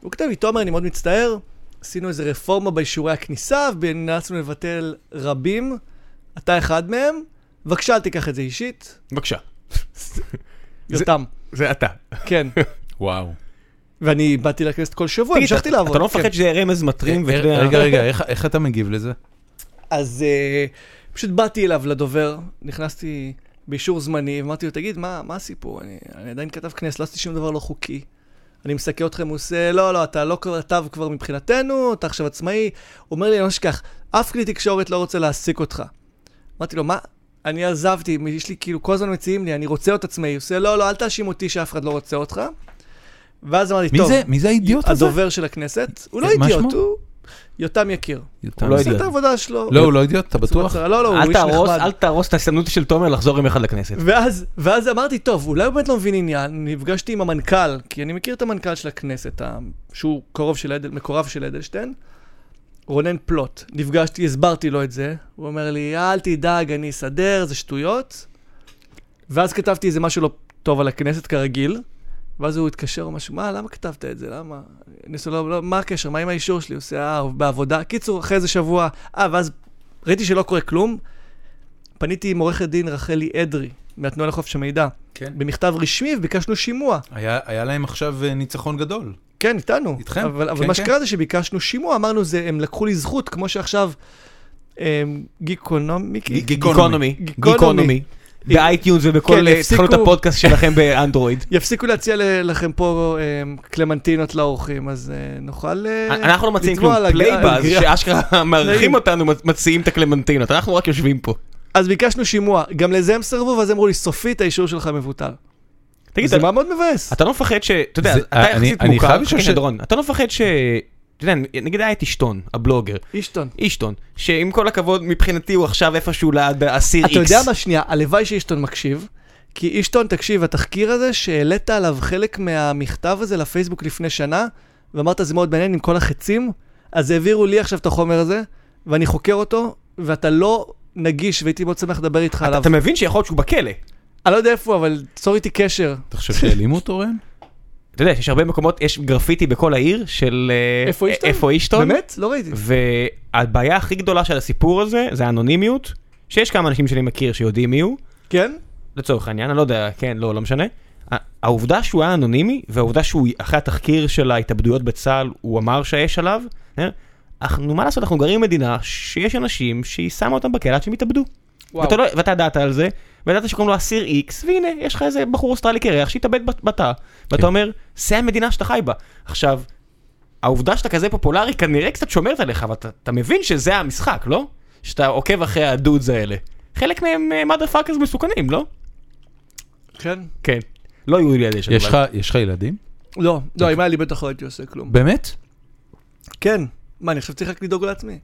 הוא כתב לי, תומר, אני מאוד מצטער, עשינו איזה רפורמה באישורי הכניסה, ונאלצנו לבטל רבים, אתה אחד מהם, בבקשה, אל תיקח את זה אישית.
בבקשה,
יותם,
זה אתה.
כן.
וואו.
ואני באתי לכנסת כל שבוע,
תגיד,
המשכתי
אתה-
לעבוד.
אתה לא
כן.
מפחד שזה יהיה רמז
אה,
מטרים? ואתה יודע-
רגע, רגע, איך- איך אתה מגיב לזה?
אז אה, פשוט באתי אליו לדובר, נכנסתי באישור זמני, ואמרתי לו, תגיד, מה, מה הסיפור? אני, אני עדיין כתב כנסת, לא עשיתי שום דבר לא חוקי. אני מסקר אתכם, הוא עושה, לא, לא, אתה לא כתב כבר מבחינתנו, אתה עכשיו עצמאי. הוא אומר לי, אני לא אשכח, אף כלי תקשורת לא רוצה להעסיק אותך. אמרתי לו, מה? אני עזבתי, יש לי כאילו, כל הזמן מציעים לי, אני רוצה להיות עצמאי. הוא עושה, לא, לא, אל תאשים אותי שאף אחד לא רוצה אותך. ואז אמרתי,
מי
טוב,
זה- מי זה האידיוט הזה?
הדובר של הכנסת, הוא לא
מה שמו?
אידיוט, הוא יותם יקיר.
יותם.
הוא לא
עושה את
יודע.
העבודה שלו.
לא, הוא לא אידיוט, אתה
הוא
בטוח?
בצרה- לא, לא, הוא
אל
איש
תהרוס,
נחמד.
אל תהרוס את ההסתמנות של תומר לחזור יום אחד לכנסת.
ואז, ואז אמרתי, טוב, אולי הוא באמת לא מבין עניין, נפגשתי עם המנכ"ל, כי אני מכיר את המנכ"ל של הכנסת, ה- שהוא קרוב של אדל, מקורב של אדלשטיין, רונן פלוט. נפגשתי, הסברתי לו את זה, הוא אומר לי, אל תדאג, אני אסדר, זה שטויות. ואז כתבתי איזה משהו לא טוב על הכנסת, כרגיל, ואז הוא התקשר או משהו, מה, למה כתבת את זה, למה? אני עושה, לא, לא, מה הקשר, מה עם האישור שלי? הוא עושה, אה, הוא בעבודה. קיצור, אחרי איזה שבוע, אה, ואז ראיתי שלא קורה כלום, פניתי עם עורכת דין רחלי אדרי, מהתנועה לחופש המידע,
כן.
במכתב רשמי וביקשנו שימוע.
היה היה להם עכשיו אה, ניצחון גדול.
כן, איתנו.
איתכם?
אבל, אבל
כן,
מה
כן.
שקרה זה שביקשנו שימוע, אמרנו, זה, הם לקחו לי זכות, כמו שעכשיו אמ, גיקונומי,
גיק-
כן. גיקונומי,
גיקונומי.
גיקונומי, באייטיונס
כן,
ובכל אה,
הפסיקו-
תחנות הפודקאסט שלכם באנדרואיד.
יפסיקו להציע ל- לכם פה אמ, קלמנטינות לאורחים, אז אה, נוכל אה,
אנחנו לא מציעים
לתבוע
כלום,
על אה, הג-
פלייבאז
הגריעה.
שאשכרה מארחים
פלייב.
אותנו מצ- מציעים את הקלמנטינות, אנחנו רק יושבים פה.
אז ביקשנו שימוע, גם לזה הם סרבו, ואז אמרו לי, סופית האישור שלך מבוטל.
תגיד,
זה
אתה-
מה אה, מאוד מבאס.
אתה לא מפחד ש... אתה יודע,
זה-
אתה
אני-
יחסית
אני
מוכר,
חייב
חכה
לשאול ש-
שדרון, אתה לא מפחד ש... אתה יודע, נגיד היה את אשתון, הבלוגר,
אישטון.
אישטון, שעם כל הכבוד מבחינתי הוא עכשיו איפשהו ליד אסיר איקס.
אתה יודע מה שנייה, הלוואי שאישטון מקשיב, כי אישטון, תקשיב, התחקיר הזה שהעלית עליו חלק מהמכתב הזה לפייסבוק לפני שנה, ואמרת זה מאוד מעניין עם כל החצים, אז העבירו לי עכשיו את החומר הזה, ואני חוקר אותו, ואתה לא נגיש, והייתי מאוד שמח לדבר איתך
אתה-
עליו.
אתה מבין שיכול להיות שהוא בכלא.
אני לא יודע איפה הוא, אבל צור איתי קשר.
אה,
אתה חושב שהעלימו אותו, ראם?
אתה יודע, יש הרבה מקומות, יש גרפיטי בכל העיר של אה,
איפה אישטון?
איפה אישטון.
באמת? לא ראיתי.
והבעיה הכי גדולה של הסיפור הזה זה האנונימיות, שיש כמה אנשים שאני מכיר שיודעים מי הוא,
כן?
לצורך העניין, אני לא יודע, כן, לא, לא משנה. ה- העובדה שהוא היה אנונימי, והעובדה שהוא, אחרי התחקיר של ההתאבדויות בצה"ל, הוא אמר שיש עליו, אה? אנחנו, מה לעשות, אנחנו גרים במדינה שיש אנשים שהיא שמה אותם בכלא עד שהם התאבדו. ואתה, לא, ואתה ידעת על זה, וידעת שקוראים לו אסיר איקס, והנה, יש לך איזה בחור אוסטרלי קרח שהתאבד בת- בתא, ואתה
כן.
אומר, זה המדינה שאתה חי בה. עכשיו, העובדה שאתה כזה פופולרי כנראה קצת שומרת עליך, אבל אתה, אתה מבין שזה המשחק, לא? שאתה עוקב אחרי הדודס האלה. חלק מהם מדה פאקרס מסוכנים, לא?
כן?
כן. לא יהיו לי ידי שם.
יש לך- יש לך ילדים?
לא,
אוקיי.
לא, אם היה לי בטח לא הייתי עושה כלום.
באמת?
כן. מה, אני עכשיו צריך רק לדאוג לעצמי.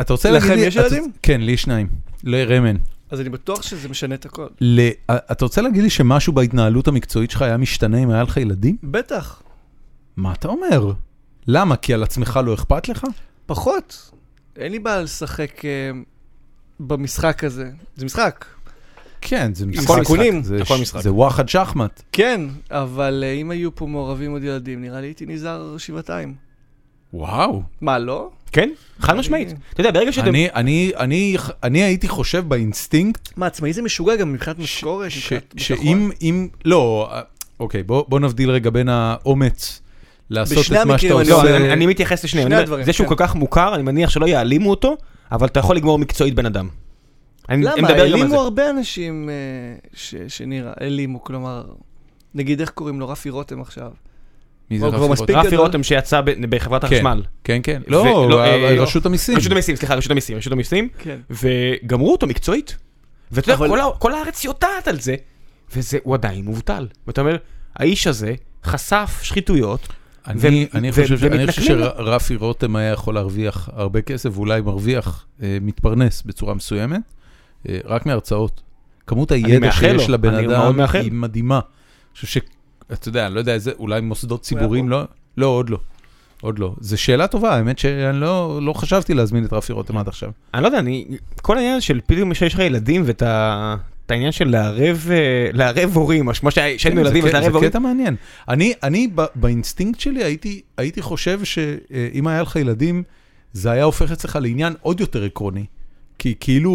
אתה רוצה
לכם
להגיד לי...
יש
אתה-
ילדים?
כן, לי יש שניים. לרמן.
אז אני בטוח שזה משנה את הכל.
ל- אה, אתה רוצה להגיד לי שמשהו בהתנהלות המקצועית שלך היה משתנה אם היה לך ילדים?
בטח.
מה אתה אומר? למה? כי על עצמך לא אכפת לך?
פחות. אין לי בעיה לשחק אה, במשחק הזה. זה משחק.
כן, זה משחק.
סיכונים.
זה
הכל
ש-
משחק.
זה וואחד שחמט.
כן, אבל אה, אם היו פה מעורבים עוד ילדים, נראה לי הייתי נזהר שבעתיים.
וואו.
מה, לא?
כן? חד משמעית. אתה יודע, ברגע שאתם...
אני- אני- אני- אני הייתי חושב באינסטינקט
מה, עצמאי זה משוגע גם מבחינת משכורת,
ש-
מבחינת ביטחון.
שאם, אם, לא, אה, אוקיי, בוא בוא נבדיל רגע בין האומץ לעשות
בשני
את מה שאתה
המקרים אני
עושה.
לא,
זה-
אני- אני מתייחס לשניהם.
שני
אני אומר,
הדברים,
זה שהוא
כן.
כל כך מוכר, אני מניח שלא יעלימו אותו, אבל אתה יכול לגמור מקצועית בן אדם. אני אני
למה?
מדבר גם על זה.
העלימו הרבה אנשים אה, ש- שנראה, העלימו, כלומר, נגיד איך קוראים לו? רפי רותם עכשיו.
מי זה
הוא כבר
רפי
מספיק-
רותם?
רפי
גדול.
רותם שיצא ב- בחברת
כן,
החשמל.
כן, כן.
ו- לא,
לא,
אה, לא.
רשות המיסים.
רשות המיסים, סליחה, רשות המיסים, רשות המיסים.
כן.
וגמרו אותו מקצועית. ואתה יודע,
אבל-
כל ה- כל הארץ יודעת על זה, והוא עדיין מובטל. ואתה אומר, האיש הזה חשף שחיתויות,
אני,
ו-
אני,
ו-
חושב ש... אני
ומתנכלים
חושב שרפי רותם היה יכול להרוויח הרבה כסף, ואולי מרוויח, אה, מתפרנס בצורה מסוימת, אה, רק מהרצאות. כמות הידע
מאחל
שיש
לו,
לבן
אני מאוד
אדם
מאחל.
היא מדהימה. אני חושב ש... אתה יודע, אני לא יודע איזה, אולי מוסדות ציבוריים, לא? לא, עוד לא. עוד לא. זו שאלה טובה, האמת שאני לא, לא חשבתי להזמין את רפי רותם עד עכשיו.
אני לא יודע, אני... כל העניין של פתאום שיש לך ילדים ואת ה... את העניין של לערב, אה, לערב הורים, או כמו שהיה- שהיינו
כן,
ילדים,
זה
אז
קטע-
לערב הורים.
זה קטע מעניין. אני, אני ב, באינסטינקט שלי הייתי, הייתי חושב שאם היה לך ילדים, זה היה הופך אצלך לעניין עוד יותר עקרוני. כי כאילו,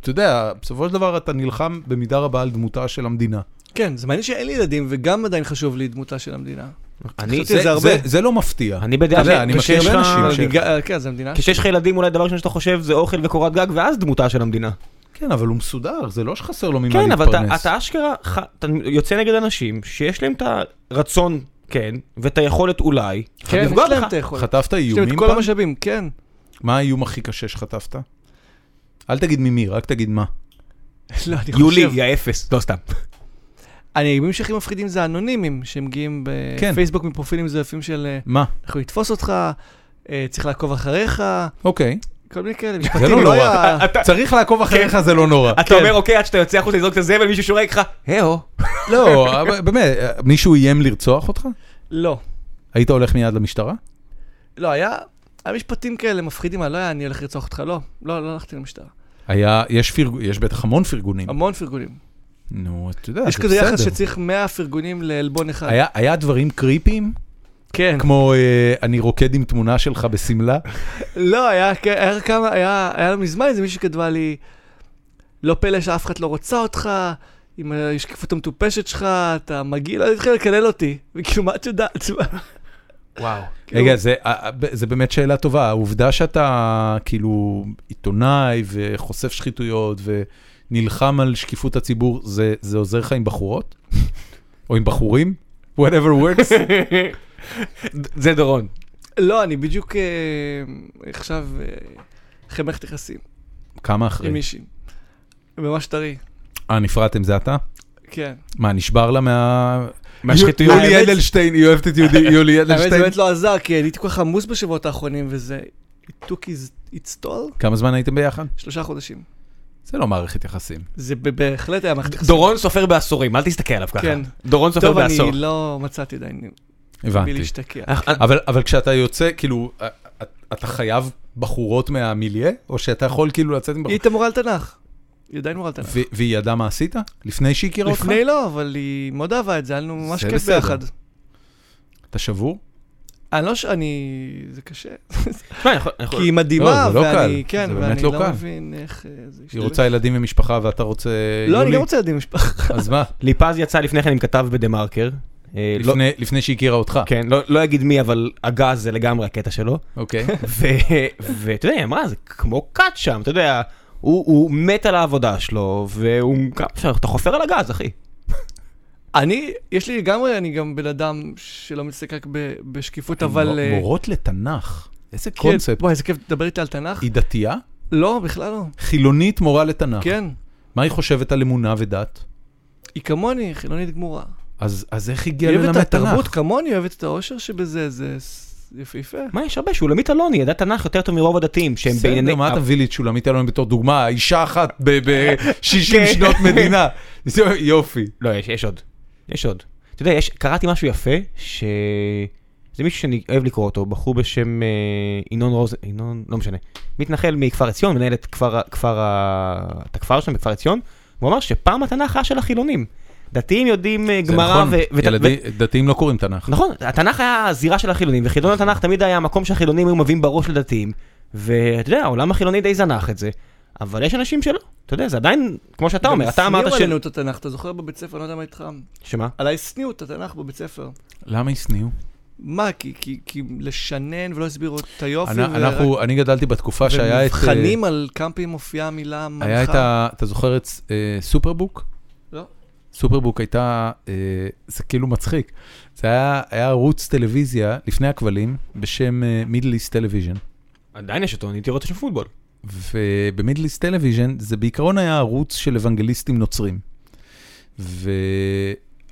אתה יודע, בסופו של דבר אתה נלחם במידה רבה על דמותה של המדינה.
כן, זה מעניין שאין לי ילדים, וגם עדיין חשוב לי דמותה של המדינה.
אני,
חשבתי- זה הרבה.
זה, זה לא מפתיע.
אני בדעה
אתה יודע,
ש-
אני
ושיש
מכיר הרבה
לך-
אנשים ש...
אבל ג- אה, כן, זה המדינה.
כשיש לך ילדים אולי הדבר הראשון שאתה חושב זה אוכל וקורת גג ואז דמותה של המדינה.
כן, אבל הוא מסודר, זה לא שחסר לו ממה
כן, אבל
להתפרנס.
אתה, אתה אשכרה, ח... אתה יוצא נגד אנשים שיש להם את הרצון, כן, ואת היכולת אולי.
כן, יש
לפגוע
להם
בך.
את היכולת.
חטפת
יש להם את
איומים
כל
פעם?
המשאבים, כן.
מה האיום הכי קשה שחטפת? אל תגיד ממי, רק תגיד מה.
לא, אני
יולי,
חושב.
יא אפס, לא סתם.
הנאימים שהכי מפחידים זה האנונימים, שמגיעים
כן.
בפייסבוק מפרופילים מזויפים של אה,
מה?
אנחנו נתפוס אותך, אה, צריך לעקוב אחריך,
אוקיי.
כל מיני כאלה, משפטים,
לא נורא.
היה...
אתה-
צריך לעקוב אחריך זה לא נורא.
אתה אומר, אוקיי, עד שאתה יוצא החוצה לזרוק את הזבל, מישהו שורק לך, היו.
לא, אבל באמת, מישהו איים לרצוח אותך?
לא.
היית הולך מיד למשטרה?
לא, היה... היה משפטים כאלה מפחידים, אני לא היה אני הולך לרצוח אותך, לא, לא, לא הלכתי למשטרה.
היה, יש פרג... יש בטח המון פרגונים.
המון פרגונים.
נו, אתה יודע,
יש
אה, זה
כזה יחס
בסדר.
שצריך 100 פרגונים לעלבון אחד.
היה- היה דברים קריפיים?
כן.
כמו אה, אני רוקד עם תמונה שלך בשמלה?
לא, היה, כן, היה כמה, היה, היה מזמן איזה מישהי כתבה לי, לא פלא שאף אחד לא רוצה אותך, עם השקיפות המטופשת שלך, אתה מגעיל, אז התחיל לקלל אותי, וכאילו, מה את יודעת? כאילו, מה?
וואו.
כן.
רגע, זה, אה, אה, זה באמת שאלה טובה. העובדה שאתה כאילו עיתונאי וחושף שחיתויות ונלחם על שקיפות הציבור, זה, זה עוזר לך עם בחורות? או עם בחורים? whatever works.
זה דורון.
לא, אני בדיוק אה, עכשיו אה, אחרי מערכת יחסים
כמה
עם
אחרי?
מישהי, ממש טרי,
אה, נפרדתם זה אתה?
כן.
מה, נשבר לה מה...
מהשחיתויות.
יולי
האמת-
אדלשטיין, היא אוהבת את יהודי- יולי
האמת זה
אדלשטיין.
באמת לא עזר, כי הייתי כל כך עמוס בשבועות האחרונים, וזה it took his- its toll,
כמה זמן הייתם ביחד?
שלושה חודשים.
זה לא מערכת יחסים.
זה ב- בהחלט היה מערכת יחסים.
דורון סופר בעשורים, אל תסתכל עליו ככה.
כן.
דורון סופר
טוב, אני
בעשור. אה,
לא מצאתי עדיין מי
הבנתי.
להשתקע.
אבל, אבל כשאתה יוצא, כאילו, אה, אה, אתה חייב בחורות מהמיליה? או שאתה יכול כאילו לצאת עם
היא
בחורות?
הייתה מורה לתנ"ך. היא עדיין מורה לתנ"ך.
ו- והיא ידעה מה עשית? לפני שהיא הכירה אותך?
לפני לא, אבל היא מאוד אהבה את זה, היה לנו ממש
זה
כיף
בסדר.
ביחד.
אתה שבור?
אני לא ש... אני... זה קשה.
תשמע, אנחנו- אנחנו-
כי היא מדהימה,
זה לא
ואני...
קל.
כן,
זה
ואני
באמת לא
לא
קל.
מבין איך אה, זה...
היא
ישתלב.
רוצה ילדים ומשפחה ואתה רוצה...
לא, אני
יולי?
גם רוצה לא. ילדים במשפחה.
אז מה?
ליפז יצא לפני כן עם כתב בדה מרקר. אה, לא-
לפני- לפני שהיא הכירה אותך.
כן, לא- לא אגיד מי, אבל הגז זה לגמרי הקטע שלו.
אוקיי.
ו- ואתה יודע, היא אמרה, זה כמו כת שם, אתה יודע, הוא הוא מת על העבודה שלו, והוא... כמה אפשר, אתה חופר על הגז, אחי.
אני, יש לי לגמרי, אני גם בן אדם שלא מתעסק רק ב- בשקיפות, אבל... אה,
מורות לתנ"ך. איזה
כן,
קונספט.
וואי, איזה כיף לדבר איתה על תנ"ך.
היא נכון. דתייה?
לא, בכלל לא.
חילונית מורה לתנ"ך.
כן.
מה היא חושבת על אמונה ודת?
היא כמוני, חילונית גמורה.
אז אז איך
היא
הגיעה
אוהבת
ללמד
את התרבות
תנ"ך?
כמוני, היא אוהבת את האושר שבזה, זה ס- יפהפה.
מה, יש הרבה, שולמית אלוני ידעה תנ"ך יותר טוב מרוב הדתיים, שהם בענייני...
בסדר, מה אתה מביא לי את שולמית אלוני בתור דוגמה? אישה אחת ב-60
כן.
שנות מדינה. זה יופי.
לא, יש, יש עוד. יש עוד. אתה יודע, יש, קראתי משהו יפה, ש... זה מישהו שאני אוהב לקרוא אותו, בחור בשם אה, ינון רוז... ינון... לא משנה. מתנחל מכפר עציון, מנהל את כפר, ה- כפר ה... את הכפר שם בכפר עציון, הוא אמר שפעם התנ"ך היה של החילונים. דתיים יודעים אה,
זה
גמרא
נכון,
ו... ות-
ילדים- דתיים לא קוראים תנ"ך.
נכון, התנ"ך היה הזירה של החילונים, וחידון התנ"ך תמיד היה המקום שהחילונים היו מביאים בראש לדתיים, ואתה יודע, העולם החילוני די זנח את זה, אבל יש אנשים שלא, אתה יודע, זה עדיין, כמו שאתה אומר, אתה אמרת
גם
ש...
השניאו עלינו את התנ"ך, אתה זוכר בבית ספר, אני לא יודע מה איתך.
שמה?
עליי השניאו את התנ"ך בבית ספר.
למה השניאו?
מה, כי, כי, כי לשנן ולא הסבירו את היופי,
אנ- אנחנו, אני גדלתי בתקופה שהיה את... אה,
ומבחנים על כמה פעמים מופיעה המילה מנחה.
היה את ה... אתה זוכר את אה, סופרבוק?
לא.
סופרבוק הייתה, אה, זה כאילו מצחיק. זה היה, היה ערוץ טלוויזיה לפני הכבלים בשם מידל איסט טלוויז'ן.
עדיין יש אותו, אני הייתי רואה אותו של פוטבול.
ובמידל איסט טלוויז'ן זה בעיקרון היה ערוץ של אוונגליסטים נוצרים.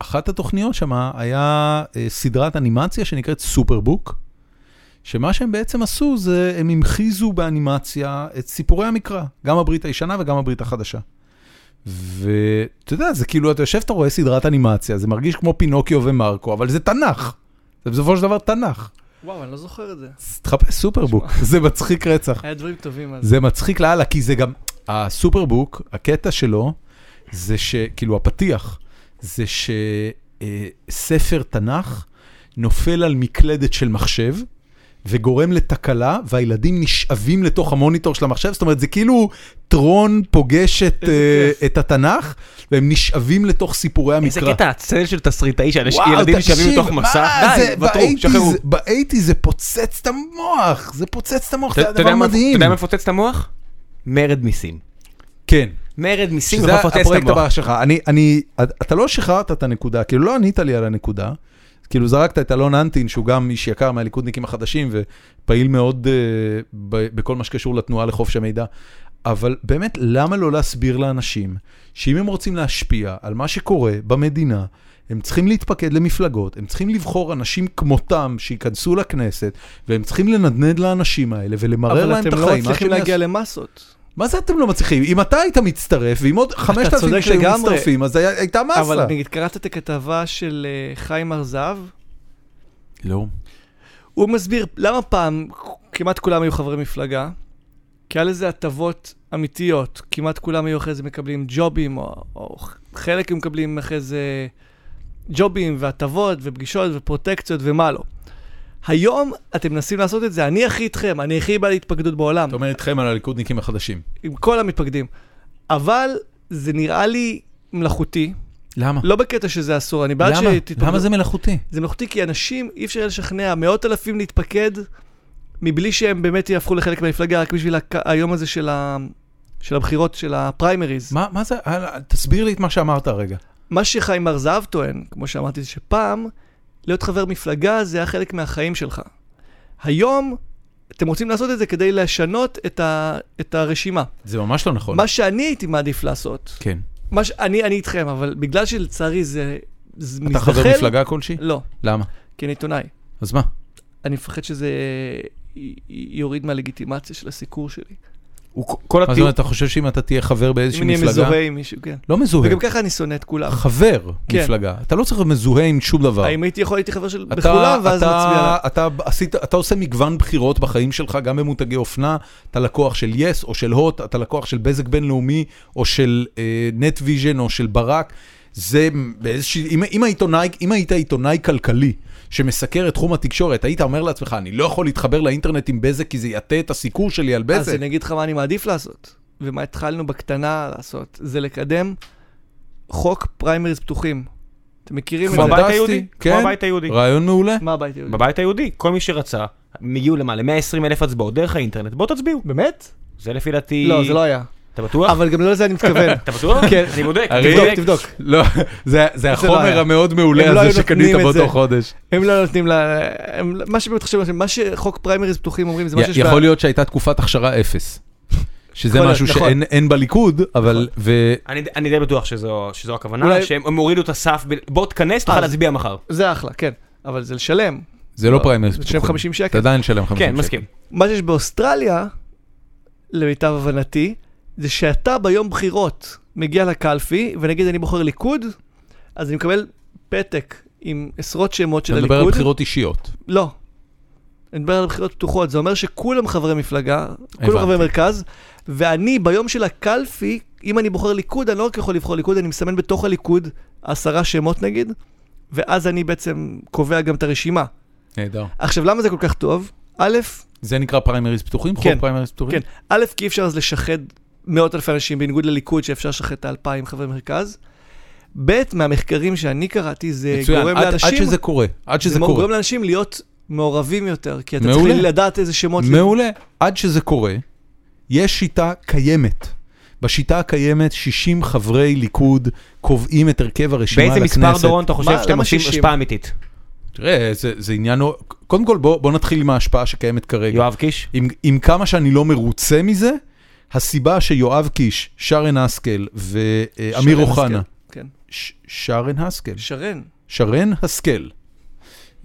ואחת התוכניות שמה היה אה, סדרת אנימציה שנקראת סופרבוק, שמה שהם בעצם עשו זה הם המחיזו באנימציה את סיפורי המקרא, גם הברית הישנה וגם הברית החדשה. ואתה יודע, זה כאילו, אתה יושב, אתה רואה סדרת אנימציה, זה מרגיש כמו פינוקיו ומרקו, אבל זה תנ"ך. זה בסופו של דבר תנ"ך.
וואו, אני לא זוכר את זה.
אז תחפש סופרבוק, זה מצחיק רצח.
היה דברים טובים אז.
זה מצחיק לאללה, כי זה גם, הסופרבוק, הקטע שלו, זה שכאילו הפתיח, זה שספר תנ"ך נופל על מקלדת של מחשב. וגורם לתקלה, והילדים נשאבים לתוך המוניטור של המחשב, זאת אומרת, זה כאילו טרון פוגש את,
איזה
uh, את התנ"ך, והם נשאבים לתוך סיפורי המקרא.
איזה קטע הצל של תסריטאי,
וואו,
שילדים נשאבים
תקשיב,
לתוך מסע,
מה
די,
זה,
ותרו,
ב-80s
שחררו.
ב-80s זה פוצץ את המוח, זה פוצץ את המוח,
אתה
זה
אתה
הדבר
יודע מה- אתה
מדהים.
יודע מה מפוצץ את המוח? מרד מיסים.
כן.
מרד מיסים
שזה
יכול לפוצץ את
הפרויקט
המוח.
הבא שלך. אני, אני, אתה לא שחררת את הנקודה, כאילו לא ענית לי על הנקודה. כאילו זרקת את אלון אנטין, שהוא גם איש יקר אה, מהליכודניקים החדשים ופעיל מאוד uh, ב- בכל מה שקשור לתנועה לחופש המידע. אבל באמת, למה לא להסביר לאנשים שאם הם רוצים להשפיע על מה שקורה במדינה, הם צריכים להתפקד למפלגות, הם צריכים לבחור אנשים כמותם שייכנסו לכנסת, והם צריכים לנדנד לאנשים האלה ולמרר
אבל
להם את
אתם
החיים.
לא
עד
מצליחים
שהם
להגיע למסות.
מה זה אתם לא מצליחים? אם אתה היית מצטרף, ואם עוד 5,000
צודק
איש היו
לגמרי.
מצטרפים, אז היה- הייתה
אבל
מסה.
נגיד, קראת את הכתבה של אה, חיים הר זהב?
לא.
הוא מסביר למה פעם כמעט כולם היו חברי מפלגה, כי היה לזה הטבות אמיתיות. כמעט כולם היו אחרי זה מקבלים ג'ובים, או, או חלק היו מקבלים אחרי זה ג'ובים והטבות ופגישות ופרוטקציות ומה לא. היום אתם מנסים לעשות את זה, אני הכי איתכם, אני הכי בעל התפקדות בעולם.
אתה אומר אתכם על הליכודניקים החדשים.
עם כל המתפקדים. אבל זה נראה לי מלאכותי,
למה?
לא בקטע שזה אסור, אני בעד
למה?
שתתפקדו.
למה זה מלאכותי?
זה מלאכותי כי אנשים, אי אפשר לשכנע מאות אלפים להתפקד מבלי שהם באמת יהפכו לחלק מהמפלגה, רק בשביל הכ- היום הזה של, ה... של הבחירות, של הפריימריז. מה,
מה מה זה? הלאה, תסביר לי את מה שאמרת הרגע.
מה שחיים הר זהב טוען, כמו שאמרתי, זה שפעם להיות חבר מפלגה זה היה חלק מהחיים שלך. היום אתם רוצים לעשות את זה כדי לשנות את, ה... את הרשימה.
זה ממש לא נכון.
מה שאני הייתי מעדיף לעשות,
כן.
מה ש... אני, אני איתכם, אבל בגלל שלצערי זה, זה
אתה
מזדחל...
חבר מפלגה כלשהי?
לא,
למה?
כי אני עיתונאי.
אז מה?
אני מפחד שזה י- י- יוריד מהלגיטימציה של הסיקור שלי.
הוא- כל
מה זאת
הטיעון...
אומרת, אתה חושב שאם אתה תהיה חבר באיזושהי
אם אני אהיה
מפלגה...
מזוהה עם מישהו, כן.
לא מזוהה.
וגם ככה אני שונא את כולם.
חבר
כן.
מפלגה. אתה לא צריך להיות מזוהה עם שום דבר.
האם הייתי יכול, הייתי חבר של
אתה-
בכולם, ואז
אתה-
נצביע עליו.
אתה עשית- אתה עושה מגוון בחירות בחיים שלך, גם במותגי אופנה, אתה לקוח של יס או של הוט, אתה לקוח של בזק בינלאומי או של אה, נט ויז'ן או של ברק. זה באיזושהי, אם, אם, העיתונאי, אם היית עיתונאי כלכלי שמסקר את תחום התקשורת, היית אומר לעצמך, אני לא יכול להתחבר לאינטרנט עם בזק כי זה יטה את הסיקור שלי על
אז
בזק.
אני אגיד לך מה אני מעדיף לעשות, ומה התחלנו בקטנה לעשות, זה לקדם חוק פריימריז פתוחים. אתם מכירים את
כמו
פנטסטי,
זה?
הבית היהודי, כמו
כן.
הבית היהודי.
רעיון מעולה.
מה הבית היהודי?
בבית היהודי, כל מי שרצה, הם הגיעו למה? ל-120 אלף הצבעות דרך האינטרנט, בואו תצביעו.
באמת?
זה לפי דעתי...
לא, זה לא היה.
אתה בטוח?
אבל גם לא לזה אני מתכוון.
אתה בטוח?
כן.
אני בודק. אני
אריאל,
בודק.
תבדוק, תבדוק.
לא, זה, זה החומר
היה.
המאוד מעולה
הם לא
הזה
היו
שקנית
נותנים את
באותו
זה.
חודש.
הם לא נותנים ל... הם... מה שבאמת חשוב, מה שחוק פריימריז פתוחים אומרים, זה מה שיש...
יכול
בה-
להיות שהייתה תקופת הכשרה אפס. שזה
יכול
משהו
להיות, נכון.
שאין אין בליכוד, אבל, ו...
אני, אני די בטוח שזו, שזו הכוונה,
אולי-
שהם הם הורידו את הסף, ב... בוא תכנס, תוכל
אז-
להצביע מחר.
זה אחלה, כן. אבל זה לשלם.
זה לא
לא,
פריימריז.
זה
פתוחים.
50 שקל.
אתה עדיין שלם 50 שקל.
כן, מסכים.
מה שיש באוסטרליה, למיטב הבנתי, זה שאתה ביום בחירות מגיע לקלפי, ונגיד אני בוחר ליכוד, אז אני מקבל פתק עם עשרות שמות של
אתה
הליכוד.
מדבר על בחירות אישיות.
לא. אני מדבר על בחירות פתוחות, זה אומר שכולם חברי מפלגה, כולם חברי
הבנתי.
מרכז, ואני ביום של הקלפי, אם אני בוחר ליכוד, אני לא רק יכול לבחור ליכוד, אני מסמן בתוך הליכוד עשרה שמות נגיד, ואז אני בעצם קובע גם את הרשימה.
נהדר.
עכשיו, למה זה כל כך טוב? א',
זה נקרא פריימריז פתוחים? חוק
כן.
פריימריז פתוחים?
כן, א', כי אי אפשר אז לשחד מאות אלפי אנשים, בניגוד לליכוד שאפשר לשחד את האלפיים חברי מרכז. ב', מהמחקרים שאני קראתי, זה
מצוין,
גורם
עד-
לאנשים...
עד שזה קורה. עד שזה
זה
קורה.
גורם לאנשים להיות מעורבים יותר, כי אתה צריך
מעולה.
לדעת איזה שמות...
מעולה. עד שזה קורה, יש שיטה קיימת. בשיטה הקיימת 60 חברי ליכוד קובעים את הרכב הרשימה לכנסת.
באיזה מספר דורון אתה חושב
מה-
שאתם
למה
עושים
60?
השפעה אמיתית?
תראה, זה, זה עניין... קודם כל, בוא, בוא נתחיל עם ההשפעה שקיימת כרגע.
יואב קיש?
עם, עם כמה שאני לא מרוצה מזה, הסיבה שיואב קיש, שרן השכל
שרן
ואמיר אוחנה,
השכל, כן,
ש- שרן השכל,
שרן.
שרן השכל,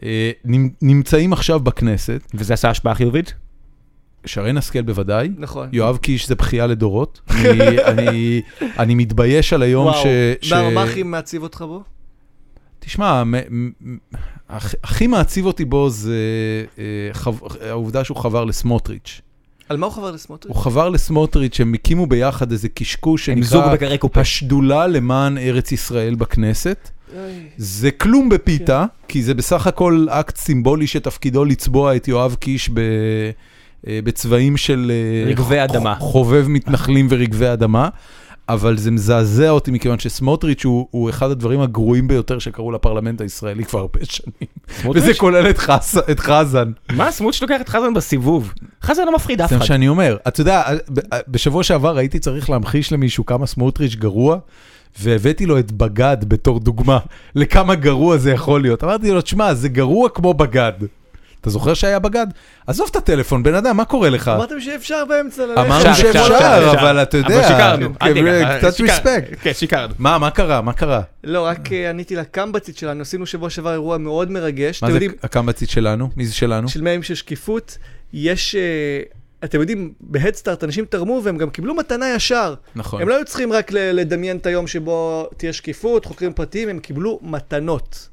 אה, נמ- נמצאים עכשיו בכנסת,
וזה עשה השפעה חיובית?
שרן השכל בוודאי,
נכון.
יואב קיש זה בכייה לדורות, אני, אני, אני מתבייש על היום
וואו,
ש...
והרמ"חי מעציב אותך בו?
תשמע, מ- מ- מ- הכ- הכי מעציב אותי בו זה אה, חב- העובדה שהוא חבר לסמוטריץ'.
על מה הוא חבר לסמוטריץ'?
הוא חבר לסמוטריץ', הם הקימו ביחד איזה קשקוש
הם זוג אה,
שנקרא
בקרי קופה.
השדולה למען ארץ ישראל בכנסת.
אוי.
זה כלום בפיתה, כי זה בסך הכל אקט סימבולי שתפקידו לצבוע את יואב קיש ב... אה, בצבעים של אה,
רגבי
ח-
אדמה.
ח- חובב מתנחלים ורגבי אדמה, אבל זה מזעזע אותי מכיוון שסמוטריץ' הוא, הוא אחד הדברים הגרועים ביותר שקרו לפרלמנט הישראלי כבר הרבה שנים, וזה
סמוטריץ'?
כולל את, חס, את חזן.
מה, סמוטריץ' לוקח את חזן בסיבוב. חזן לא מפחיד אף
זה מה
אחד.
שאני אומר. אתה יודע, אה, ב- בשבוע שעבר הייתי צריך להמחיש למישהו כמה סמוטריץ' גרוע, והבאתי לו את בגד בתור דוגמה לכמה גרוע זה יכול להיות. אמרתי לו, תשמע, זה גרוע כמו בגד. אתה זוכר שהיה בגד? עזוב את הטלפון, בן אדם, מה קורה לך?
אמרתם שאפשר באמצע לא, ללכת.
אה. אמרנו
אפשר,
שאפשר,
אפשר, אפשר.
אבל אתה יודע,
אבל שיקרנו, אל
כן,
תדאג,
קצת
שיקר-
respect.
כן, שיקרנו.
מה, מה קרה? מה קרה?
לא, רק אה, עניתי לקמב"צית שלנו, עשינו שבוע שעבר אירוע מאוד מרגש.
מה
אתם
זה
יודעים,
הקמב"צית שלנו? מי זה שלנו?
של מהם של שקיפות, יש... אה, אתם יודעים, בהדסטארט אנשים תרמו והם גם קיבלו מתנה ישר.
נכון.
הם לא היו צריכים רק ל- לדמיין את היום שבו תהיה שקיפות, חוקרים פרטיים, הם קיבלו מתנות.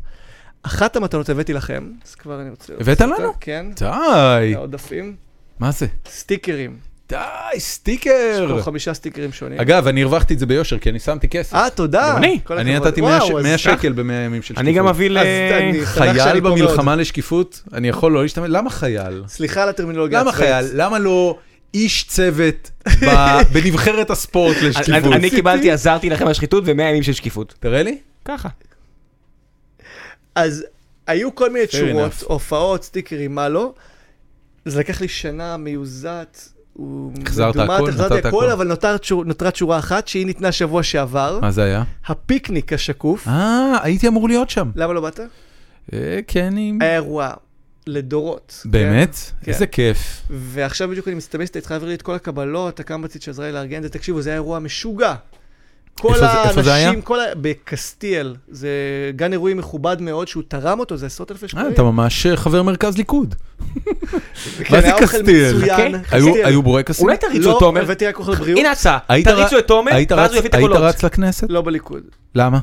אחת המתנות הבאתי לכם, אז כבר אני רוצה...
הבאת
לראות אותה,
לנו?
כן,
די,
העודפים.
מה זה?
סטיקרים,
די,
יש
סטיקר.
פה חמישה סטיקרים שונים.
אה, אגב, אני הרווחתי את זה ביושר, כי אני שמתי כסף.
אה, תודה.
גם אני.
כל
אני
הכבוד.
נתתי 100 ש-
וואו, אז
100
ככה.
שקל במאה ימים של שקיפות.
אני גם אביא ל...
אז אני שמח שאני
חייל
פה מאוד.
במלחמה לשקיפות, אני יכול לא להשתמש? למה חייל?
סליחה על הטרמינולוגיה
למה
הצבאית.
חייל? למה לא איש צוות ב- בנבחרת הספורט לשקיפות?
אני- אני קיבלתי, עזרתי לכם על שחיתות ו-100 ימים של שקיפות.
תראה לי.
ככה.
אז היו כל מיני תשורות,
enough.
הופעות, סטיקרים, מה לא. זה לקח לי שנה מיוזעת. הוא
החזרת
מדומת,
הכל?
החזרתי
נתת
הכל,
הכל?
אבל נותר תשור- נותרה תשורה אחת שהיא ניתנה שבוע שעבר,
מה זה היה?
הפיקניק השקוף.
אה, הייתי אמור להיות שם.
למה לא באת?
אה, כן, אני...
היה אירוע לדורות. כן?
באמת?
כן.
איזה כיף.
ועכשיו בדיוק אני מסתמס, אתה התחייב לי את כל הקבלות, הקמב"צית שעזרה לי לארגן את זה, תקשיבו, זה היה אירוע משוגע. כל
איפה זה- איפה זה היה?
האנשים, כל ה... בקסטיאל, זה גן אירועים מכובד מאוד, שהוא תרם אותו, זה עשרות אלפי
אה,
שקלים.
אתה ממש אה, חבר מרכז ליכוד.
כן,
זה
היה אוכל
קסטיאל?
מצוין,
אוקיי.
היו-
קסטיאל.
היו בורקסים?
אולי תריצו
לא,
את תומר.
הבאתי רק אוכל בריאות,
הנה הצעה,
היית
תריצו
ר-
את תומר,
היית
ואז
רץ-
הוא יביא את
היית
הקולות.
רץ לכנסת?
לא בליכוד,
למה?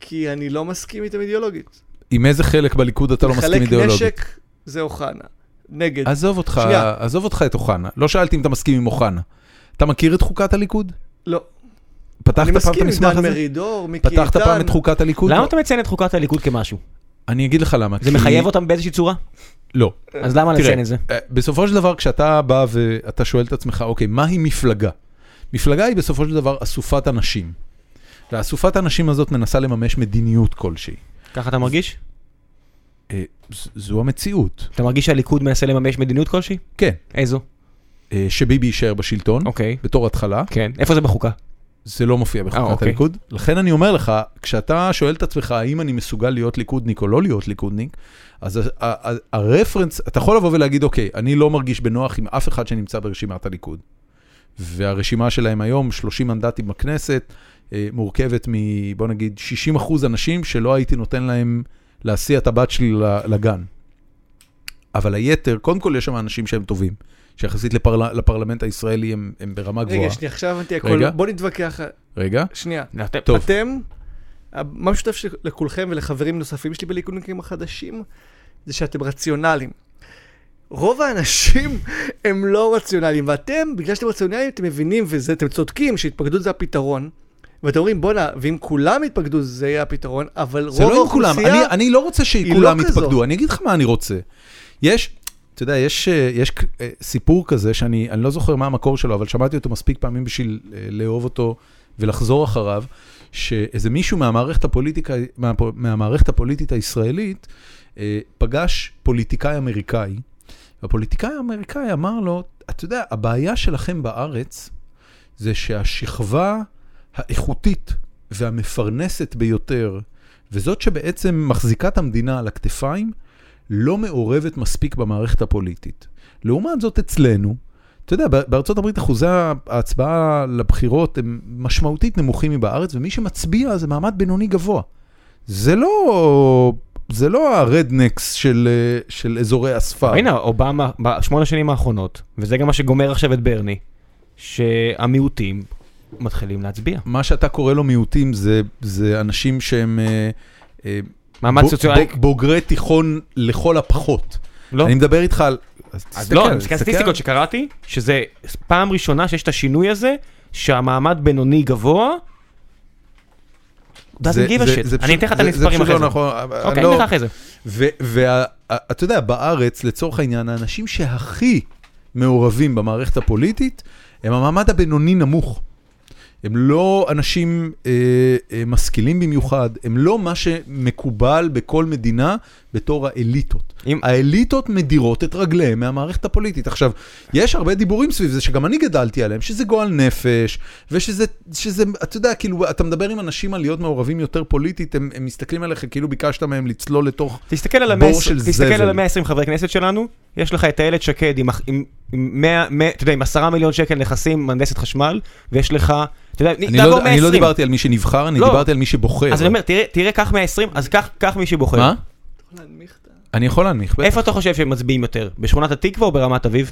כי אני לא מסכים איתם אידיאולוגית.
עם איזה חלק בליכוד אתה לא מסכים אידיאולוגית?
לחלק נשק זה אוחנה, נגד.
עזוב אותך,
שנייה.
עזוב אותך את אוחנה. לא שאלתי אם אתה מסכים עם אוחנה. אתה מכיר את חוקת הליכוד?
לא,
פתחת
אני
פעם את
מסכים עם
המסמך
דן
הזה?
מרידור, מיקי איתן.
פתחת פעם את חוקת הליכוד? לא.
למה אתה מציין את חוקת הליכוד כמשהו?
אני אגיד לך למה.
זה
כי-
מחייב אותם באיזושהי צורה?
לא.
אז למה
תראה,
לציין את זה?
אה, בסופו של דבר, כשאתה בא ואתה שואל את עצמך, אוקיי, מהי מפלגה? מפלגה היא בסופו של דבר אסופת אנשים. ואסופת הנשים הזאת מנסה לממש מדיניות כלשהי.
ככה אתה מרגיש?
אה, ז- זו המציאות.
אתה מרגיש שהליכוד מנסה לממש מדיניות כלשהי?
כן,
איזו?
אה, שביבי יישאר בשלטון,
אוקיי.
בתור התחלה.
כן. איפה זה בחוקה?
זה לא מופיע בחוקת
אה, אוקיי.
הליכוד. לכן אני אומר לך, כשאתה שואל את עצמך האם אני מסוגל להיות ליכודניק או לא להיות ליכודניק, אז ה- ה- ה- הרפרנס, אתה יכול לבוא ולהגיד, אוקיי, אני לא מרגיש בנוח עם אף אחד שנמצא ברשימת הליכוד. והרשימה שלהם היום, 30 מנדטים בכנסת, אה, מורכבת מ... בוא נגיד 60 אחוז אנשים שלא הייתי נותן להם להסיע את הבת שלי ל- לגן. אבל היתר, קודם כל יש שם אנשים שהם טובים, שיחסית לפרל... לפרלמנט הישראלי הם, הם ברמה גבוהה.
רגע, שנייה, עכשיו הבנתי
רגע.
הכל, בוא נתווכח,
רגע.
שנייה.
טוב.
אתם, מה משותף של- לכולכם ולחברים נוספים שלי בליכודניקים החדשים, זה שאתם רציונליים. רוב האנשים הם לא רציונליים, ואתם, בגלל שאתם רציונליים, אתם מבינים וזה, אתם צודקים שהתפקדות זה הפתרון. ואתם אומרים, בואנה, ואם כולם יתפקדו, זה יהיה הפתרון, אבל רוב
זה לא עם
האוכלוסייה...
כולם, אני, אני לא רוצה
היא
שכולם
לא כזאת.
יתפקדו, אני אגיד לך מה אני רוצה. יש, אתה יודע, יש, אה, יש אה, סיפור כזה שאני אני לא זוכר מה המקור שלו, אבל שמעתי אותו מספיק פעמים בשביל אה, לאהוב אותו ולחזור אחריו, שאיזה מישהו מהמערכת, הפוליטיקה, מה, מהמערכת הפוליטית הישראלית אה, פגש פוליטיקאי אמריקאי, והפוליטיקאי האמריקאי אמר לו, אתה יודע, הבעיה שלכם בארץ זה שהשכבה האיכותית והמפרנסת ביותר, וזאת שבעצם מחזיקה את המדינה על הכתפיים, לא מעורבת מספיק במערכת הפוליטית. לעומת זאת אצלנו, אתה יודע, ב- בארצות הברית אחוזי ההצבעה לבחירות הם משמעותית נמוכים מבארץ, ומי שמצביע זה מעמד בינוני גבוה. זה לא, זה לא הרדנקס של, אה, של אזורי הספר.
הנה, אובמה, בשמונה שנים האחרונות, וזה גם מה שגומר עכשיו את ברני, שהמיעוטים מתחילים להצביע.
מה שאתה קורא לו מיעוטים זה, זה אנשים שהם אה, אה,
מעמד
בו-
סוציאלי...
בו- בוגרי תיכון לכל הפחות.
לא.
אני מדבר איתך על...
אז לא, אני מסתכל
תסתכל.
על הסטטיסטיקות שקראתי, שזה פעם ראשונה שיש את השינוי הזה, שהמעמד בינוני גבוה, doesn't
זה-
give a
זה-
shit.
זה
אני
פשוט-
אתן לך את
זה- זה
המספרים
פשוט
אחרי
לא
זה.
נכון.
אוקיי,
לא-
אני אתן לך אחרי זה.
ואתה יודע, בארץ, לצורך העניין, האנשים שהכי מעורבים במערכת הפוליטית, הם המעמד הבינוני נמוך. הם לא אנשים אה, אה, משכילים במיוחד, הם לא מה שמקובל בכל מדינה בתור האליטות.
אם-
האליטות מדירות את רגליהם מהמערכת הפוליטית. עכשיו, יש הרבה דיבורים סביב זה, שגם אני גדלתי עליהם, שזה גועל נפש, ושזה, שזה, אתה יודע, כאילו, אתה מדבר עם אנשים על להיות מעורבים יותר פוליטית, הם, הם מסתכלים עליך כאילו ביקשת מהם לצלול לתוך...
תסתכל על
בור
המאה-
של
תסתכל
זבל.
על 120 חברי כנסת שלנו, יש לך את איילת שקד עם, אח- עם, עם, 100, 100, אתה יודע, עם 10 מיליון שקל נכסים, מהנדסת חשמל, ויש לך, אתה יודע,
אני
תעבור
לא, אני לא
120.
דיברתי על מי שנבחר, אני
לא.
דיברתי על מי שבוחר.
אז אני אומר, תראה, תראה, קח 120, אז קח, קח מי שבוחר.
מה?
להנמיך נכון, את ה-
אני יכול להנמיך, בטח.
איפה אתה חושב שהם מצביעים יותר? בשכונת התקווה או ברמת אביב?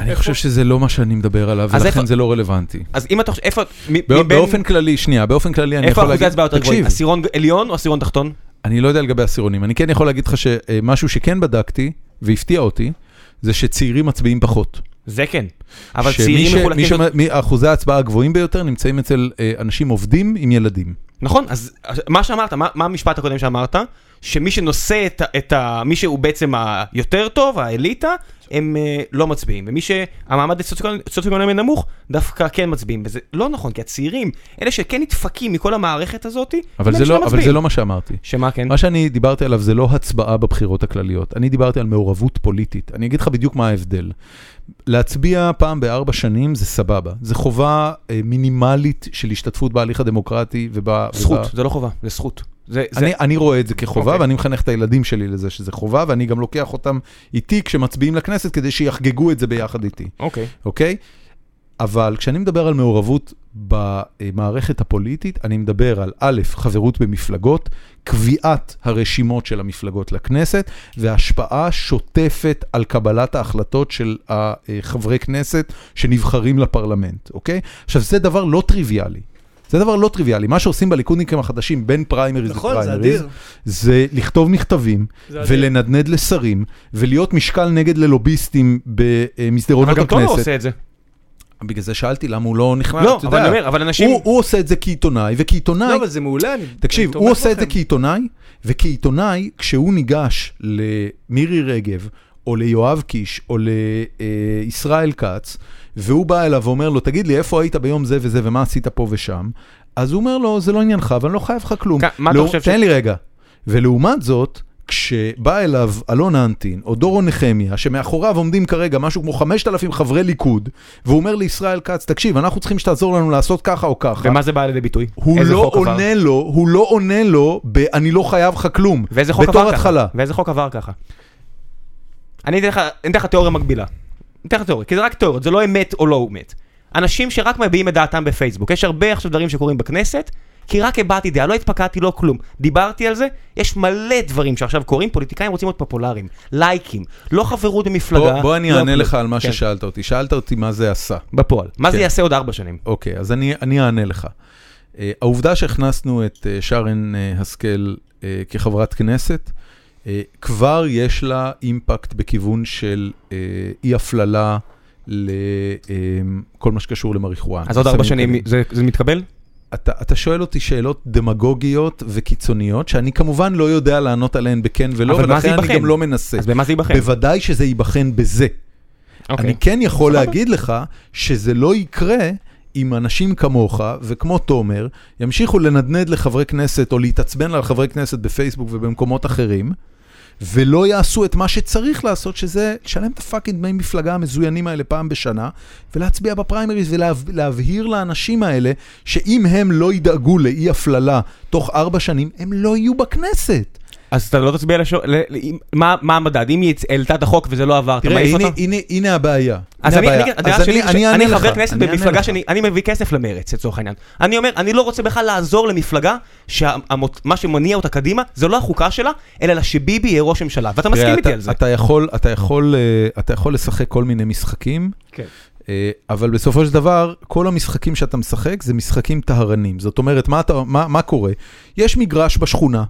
אני חושב שזה לא מה שאני מדבר עליו,
אז
ולכן
איפה-
זה לא רלוונטי.
אז אם אתה חושב, איפה, מ-
בא-
מבין-
באופן כללי, שנייה, באופן כללי אני
איפה
יכול
אחוזי
להגיד,
הצבעה יותר גבוהים?
תקשיב,
עשירון עליון או עשירון תחתון?
אני לא יודע לגבי עשירונים, אני כן יכול להגיד לך שמשהו שכן בדקתי, והפתיע אותי, זה שצעירים מצביעים פחות.
זה כן. אבל
שמי
צעירים
ש-
מחולקים...
מי
יותר-
שמ- מי- אחוזי ההצבעה הגבוהים ביותר נמצאים אצל אה, אנשים עובדים עם ילדים.
נכון, אז אז מה שאמרת, מה, מה המשפט הקודם שאמרת? שמי שנושא את, ה- את ה... מי שהוא בעצם היותר טוב, האליטה, הם אה, לא מצביעים. ומי שהמעמד הסוציו- הסוציו-אקונומי נמוך, דווקא כן מצביעים. וזה לא נכון, כי הצעירים, אלה שכן נדפקים מכל המערכת הזאת,
אבל
הם
זה
שלא
לא- אבל
מצביעים.
זה לא מה שאמרתי.
שמה כן?
מה שאני דיברתי עליו זה לא הצבעה בבחירות הכלליות, אני דיברתי על מעורבות פוליטית. אני אגיד לך בדיוק מה ההבדל. להצביע פעם בארבע שנים זה סבבה, זה חובה אה, מינימלית של השתתפות בהליך הדמוקרטי וב...
זכות,
וב-
זה לא חובה, זה זכות. זה, זה...
אני, אני רואה את זה כחובה, okay.
אוקיי.
ואני מחנך את הילדים שלי לזה שזה חובה, ואני גם לוקח אותם איתי כשמצביעים לכנסת כדי שיחגגו את זה ביחד איתי,
אוקיי.
אוקיי? אבל כשאני מדבר על מעורבות במערכת הפוליטית, אני מדבר על א', חברות במפלגות, קביעת הרשימות של המפלגות לכנסת, והשפעה שוטפת על קבלת ההחלטות של החברי כנסת שנבחרים לפרלמנט, אוקיי? עכשיו, זה דבר לא טריוויאלי. זה דבר לא טריוויאלי. מה שעושים בליכודניקים החדשים בין פריימריז
נכון, זה
לפריימריז,
אדיר.
זה לכתוב מכתבים,
זה אדיר.
ולנדנד לשרים, ולהיות משקל נגד ללוביסטים במסדרונות
אבל
הכנסת.
גם תומר עושה את זה.
בגלל זה שאלתי למה הוא לא נכנס,
לא,
אתה
אבל
יודע.
אני אומר, אבל אנשים...
הוא, הוא עושה את זה כעיתונאי, וכעיתונאי,
לא, אבל זה מעולה. אני- אני
אה, תקשיב,
תומך
הוא עושה את זה
בכם.
כעיתונאי, וכעיתונאי, כשהוא ניגש למירי רגב, או ליואב קיש, או לישראל כץ, והוא בא אליו ואומר לו, תגיד לי, איפה היית ביום זה וזה, ומה עשית פה ושם? אז הוא אומר לו, זה לא עניינך, ואני לא חייב לך כלום.
כ- מה אתה
לא,
חושב ש-
תן לי רגע. ולעומת זאת, כשבא אליו אלון אנטין או דורון נחמיה, שמאחוריו עומדים כרגע משהו כמו 5,000 חברי ליכוד, והוא אומר לישראל כץ, תקשיב, אנחנו צריכים שתעזור לנו לעשות ככה או ככה.
ומה זה בא לידי ביטוי?
הוא
איזה
לא
חוק עבר?
עונה לו, הוא לא עונה לו ב- אני לא חייב לך כלום.
ואיזה חוק עבר
בתור
ככה?
התחלה.
ואיזה חוק עבר ככה? אני אתן לך, אני אתן לך תיאוריה מקבילה. אני אתן לך תיאוריה, כי זה רק תיאוריות, זה לא אמת או לא אמת. אנשים שרק מביעים את דעתם בפייסבוק, יש הרבה עכשיו דברים שקורים בכנסת, כי רק הבעתי דעה, לא התפקעתי, לא כלום. דיברתי על זה, יש מלא דברים שעכשיו קורים, פוליטיקאים רוצים להיות פופולריים, לייקים, לא חברות במפלגה.
בוא, בוא אני
לא
אענה
כלום.
לך על מה
כן,
ששאלת אותי. שאלת אותי מה זה עשה.
בפועל. מה זה
כן.
יעשה עוד ארבע שנים?
אוקיי, אז אני, אני אענה לך. Uh, העובדה שהכנסנו את uh, שרן uh, השכל uh, כחברת כנסת, uh, כבר יש לה אימפקט בכיוון של uh, אי-הפללה לכל מה שקשור למריחואנה.
אז עוד ארבע
סמים
שנים
קלים.
זה, זה מתקבל?
אתה, אתה שואל אותי שאלות דמגוגיות וקיצוניות, שאני כמובן לא יודע לענות עליהן בכן ולא,
אבל מה זה
ולכן אני
ייבחן?
גם לא מנסה.
אז במה זה ייבחן?
בוודאי שזה ייבחן בזה.
אוקיי.
אני כן יכול
סבבה.
להגיד לך שזה לא יקרה אם אנשים כמוך וכמו תומר ימשיכו לנדנד לחברי כנסת או להתעצבן על חברי כנסת בפייסבוק ובמקומות אחרים. ולא יעשו את מה שצריך לעשות, שזה לשלם את הפאקינג דמי מפלגה המזוינים האלה פעם בשנה, ולהצביע בפריימריז ולהבהיר לאנשים האלה, שאם הם לא ידאגו לאי הפללה תוך ארבע שנים, הם לא יהיו בכנסת.
אז אתה לא תצביע לשור... ל... ל... אם- מה, מה המדד? אם היא העלתה את החוק וזה לא עבר, אתה
תראה,
מעיף אותה?
הנה, הנה, הנה הבעיה.
אז
הנה
אני,
הבעיה.
אני, הדעה
אז
שלי, זה
אני
שאני
אענה
חבר
לך,
כנסת
אני אענה
במפלגה
לך.
שאני, אני מביא כסף למרץ לצורך העניין. אני אומר, אני לא רוצה בכלל לעזור למפלגה שמה שמניע אותה קדימה זה לא החוקה שלה, אלא לה שביבי יהיה ראש ממשלה. ואתה
תראה,
מסכים
אתה-
איתי על זה.
אתה יכול, אתה יכול, אה, אתה יכול לשחק כל מיני משחקים,
כן.
אה, אבל בסופו של דבר, כל המשחקים שאתה משחק זה משחקים טהרנים. זאת אומרת, מה, אתה, מה, מה קורה? יש מגרש בשכונה.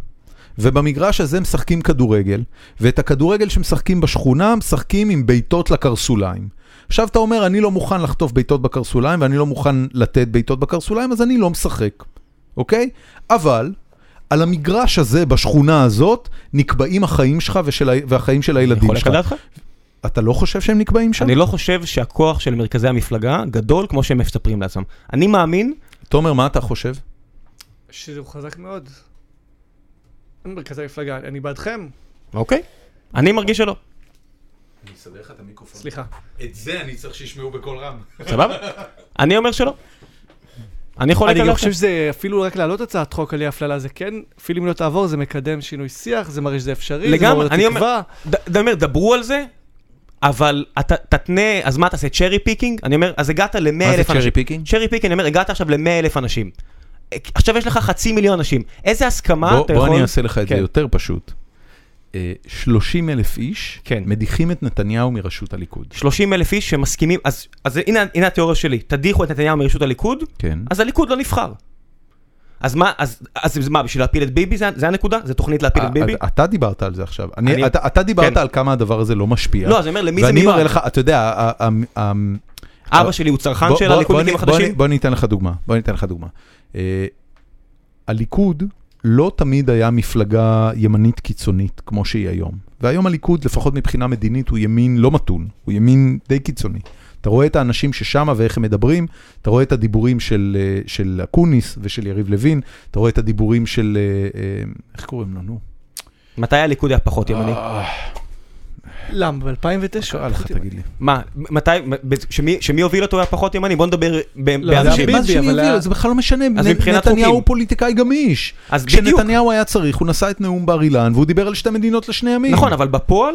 ובמגרש הזה משחקים כדורגל, ואת הכדורגל שמשחקים בשכונה, משחקים עם בעיטות לקרסוליים. עכשיו אתה אומר, אני לא מוכן לחטוף בעיטות בקרסוליים, ואני לא מוכן לתת בעיטות בקרסוליים, אז אני לא משחק, אוקיי? אבל, על המגרש הזה, בשכונה הזאת, נקבעים החיים שלך ושל, ה- והחיים של הילדים
חולק
שלך.
על דעתך?
אתה לא חושב שהם נקבעים שם?
אני לא חושב שהכוח של מרכזי המפלגה גדול כמו שהם מספרים לעצמם. אני מאמין,
תומר, מה אתה חושב?
שזה חזק מאוד. מרכזי מפלגה, אני בעדכם.
אוקיי. אני מרגיש שלא.
אני אסדר לך את המיקרופון.
סליחה.
את זה אני צריך שישמעו בקול רם.
סבבה? אני אומר שלא. אני חולק
אני
עליך.
גם חושב שזה אפילו רק להעלות הצעת חוק על אי הפללה, זה כן, אפילו אם לא תעבור, זה מקדם שינוי שיח, זה מראה שזה אפשרי, זה
לגמרי,
מעורר
אני
תקווה.
ד- ד- אומר, דברו על זה, אבל אתה תתנה, אז מה תעשה, צ'רי פיקינג? אני אומר, אז הגעת ל-100 אלף
מה
אנשים.
זה צ'רי פיקינג?
צ'רי פיקינג, אני אומר, הגעת עכשיו ל-100 אלף אנשים. אה, עכשיו יש לך חצי מיליון אנשים. איזה הסכמה
בוא,
אתה
בוא
יכול...
אני אעשה לך את זה
כן.
יותר פשוט. 30 אלף איש
כן.
מדיחים את נתניהו מראשות הליכוד.
30 אלף איש שמסכימים, אז, אז הנה, הנה התיאוריה שלי, תדיחו את נתניהו מרשות הליכוד,
כן.
אז הליכוד לא נבחר. אז מה, אז, אז מה, בשביל להפיל את ביבי זה, זה הנקודה? זה תוכנית להפיל את
אה,
ביבי?
אז אתה דיברת על זה עכשיו. אני-
אני-
אתה- אתה דיברת
כן.
על כמה הדבר הזה לא משפיע.
לא, אז אני אומר, למי זה
ואני מראה
מיועד?
לך, אתה יודע, ה- ה- ה-
אבא שלי הוא צרכן
בוא-
של
בוא-
הליכודניקים
בוא- בוא-
החדשים?
בוא ניתן לך דוגמה, בוא ניתן לך דוגמה. אה, הליכוד לא תמיד היה מפלגה ימנית קיצונית כמו שהיא היום. והיום הליכוד, לפחות מבחינה מדינית, הוא ימין לא מתון, הוא ימין די קיצוני. אתה רואה את האנשים ששמה ואיך הם מדברים, אתה רואה את הדיבורים של, אה, של אקוניס ושל יריב לוין, אתה רואה את הדיבורים של, אה, אה, איך קוראים לו, נו?
מתי הליכוד היה פחות
אה,
ימני?
למה? ב-2009?
קרא לך, תגיד לי.
מה, מתי, ב- שמי- שמי הוביל אותו היה פחות ימני? בוא נדבר ב-
לא, זה
באנשים.
ביבי,
מה זה
אבל
שמי
ה-
הוביל? זה בכלל לא משנה, נ-
מבחינת
נתניהו
חוקים.
הוא פוליטיקאי גמיש.
אז
כשנתניהו היה צריך, הוא נשא את נאום בר אילן, והוא דיבר על שתי מדינות לשני ימים.
נכון, אבל בפועל,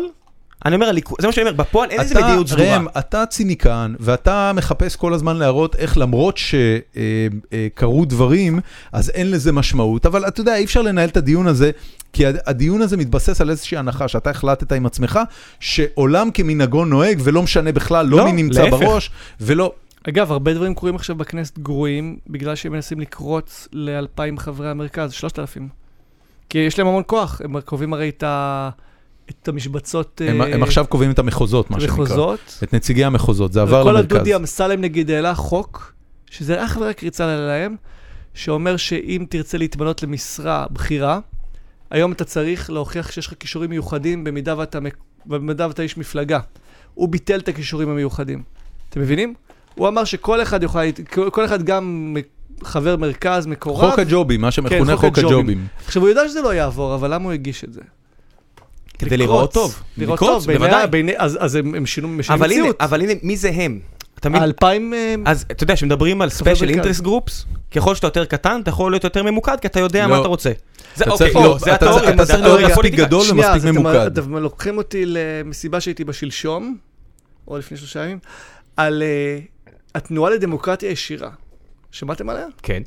אני אומר, הליכוד- זה מה שאני אומר, בפועל אין איזה
אתה,
מדיניות סדורה.
ראם, אתה ציניקן, ואתה מחפש כל הזמן להראות איך למרות שקרו דברים, אז אין לזה משמעות. אבל אתה יודע, אי אפשר לנהל את הדיון הזה, כי הד- הדיון הזה מתבסס על איזושהי הנחה שאתה החלטת עם עצמך, שעולם כמנהגו נוהג, ולא משנה בכלל, לא
לא,
מי נמצא
להפך.
בראש, ולא...
אגב, הרבה דברים קורים עכשיו בכנסת גרועים, בגלל שהם מנסים לקרוץ ל-2,000 חברי המרכז, 3,000. כי יש להם המון כוח, הם קובעים הרי את ה- את המשבצות,
הם
אה,
הם עכשיו קובעים את המחוזות, מה שנקרא.
המחוזות.
את נציגי המחוזות, זה עבר
כל
למרכז.
הדודי אמסלם נגיד העלה חוק, שזה אך ורק ריצה להם, שאומר שאם תרצה להתמנות למשרה בכירה, היום אתה צריך להוכיח שיש לך כישורים מיוחדים במידה ואתה, מק- במידה ואתה איש מפלגה. הוא ביטל את הכישורים המיוחדים. אתם מבינים? הוא אמר שכל אחד יוכל, להת- כל כל אחד גם מ- חבר מרכז, מקורב.
חוק הג'ובים, מה שמכונה
כן, חוק
חוק
הג'ובים.
הג'ובים.
עכשיו, הוא יודע שזה לא יעבור, אבל למה הוא הגיש את זה?
כדי
לקרוץ.
להיראות טוב.
לראות
לקרוץ,
טוב, בעיני-
בוודאי.
בעיני- אז אז הם הם שינו משנים
אבל הנה,
מציאות.
אבל הנה, מי זה הם? אתה מבין?
האלפיים... אה,
אז אתה יודע, כשמדברים על
חברי
ספיישל
מרכז.
אינטרס גרופס, ככל שאתה יותר קטן, אתה יכול להיות יותר ממוקד, כי אתה יודע
לא.
מה אתה רוצה. זה
אתה
אוקיי,
צריך-
או,
לא, אתה-
זה התיאוריה,
אתה
זה
צריך
התיאוריה
להיות מספיק
הפוליטיקה.
גדול
שנייה,
ומספיק
אז אתם-
ממוקד.
אתם לוקחים אותי למסיבה שהייתי בה שלשום, או לפני שלושה ימים, על אה, התנועה לדמוקרטיה ישירה. שמעתם עליה?
כן.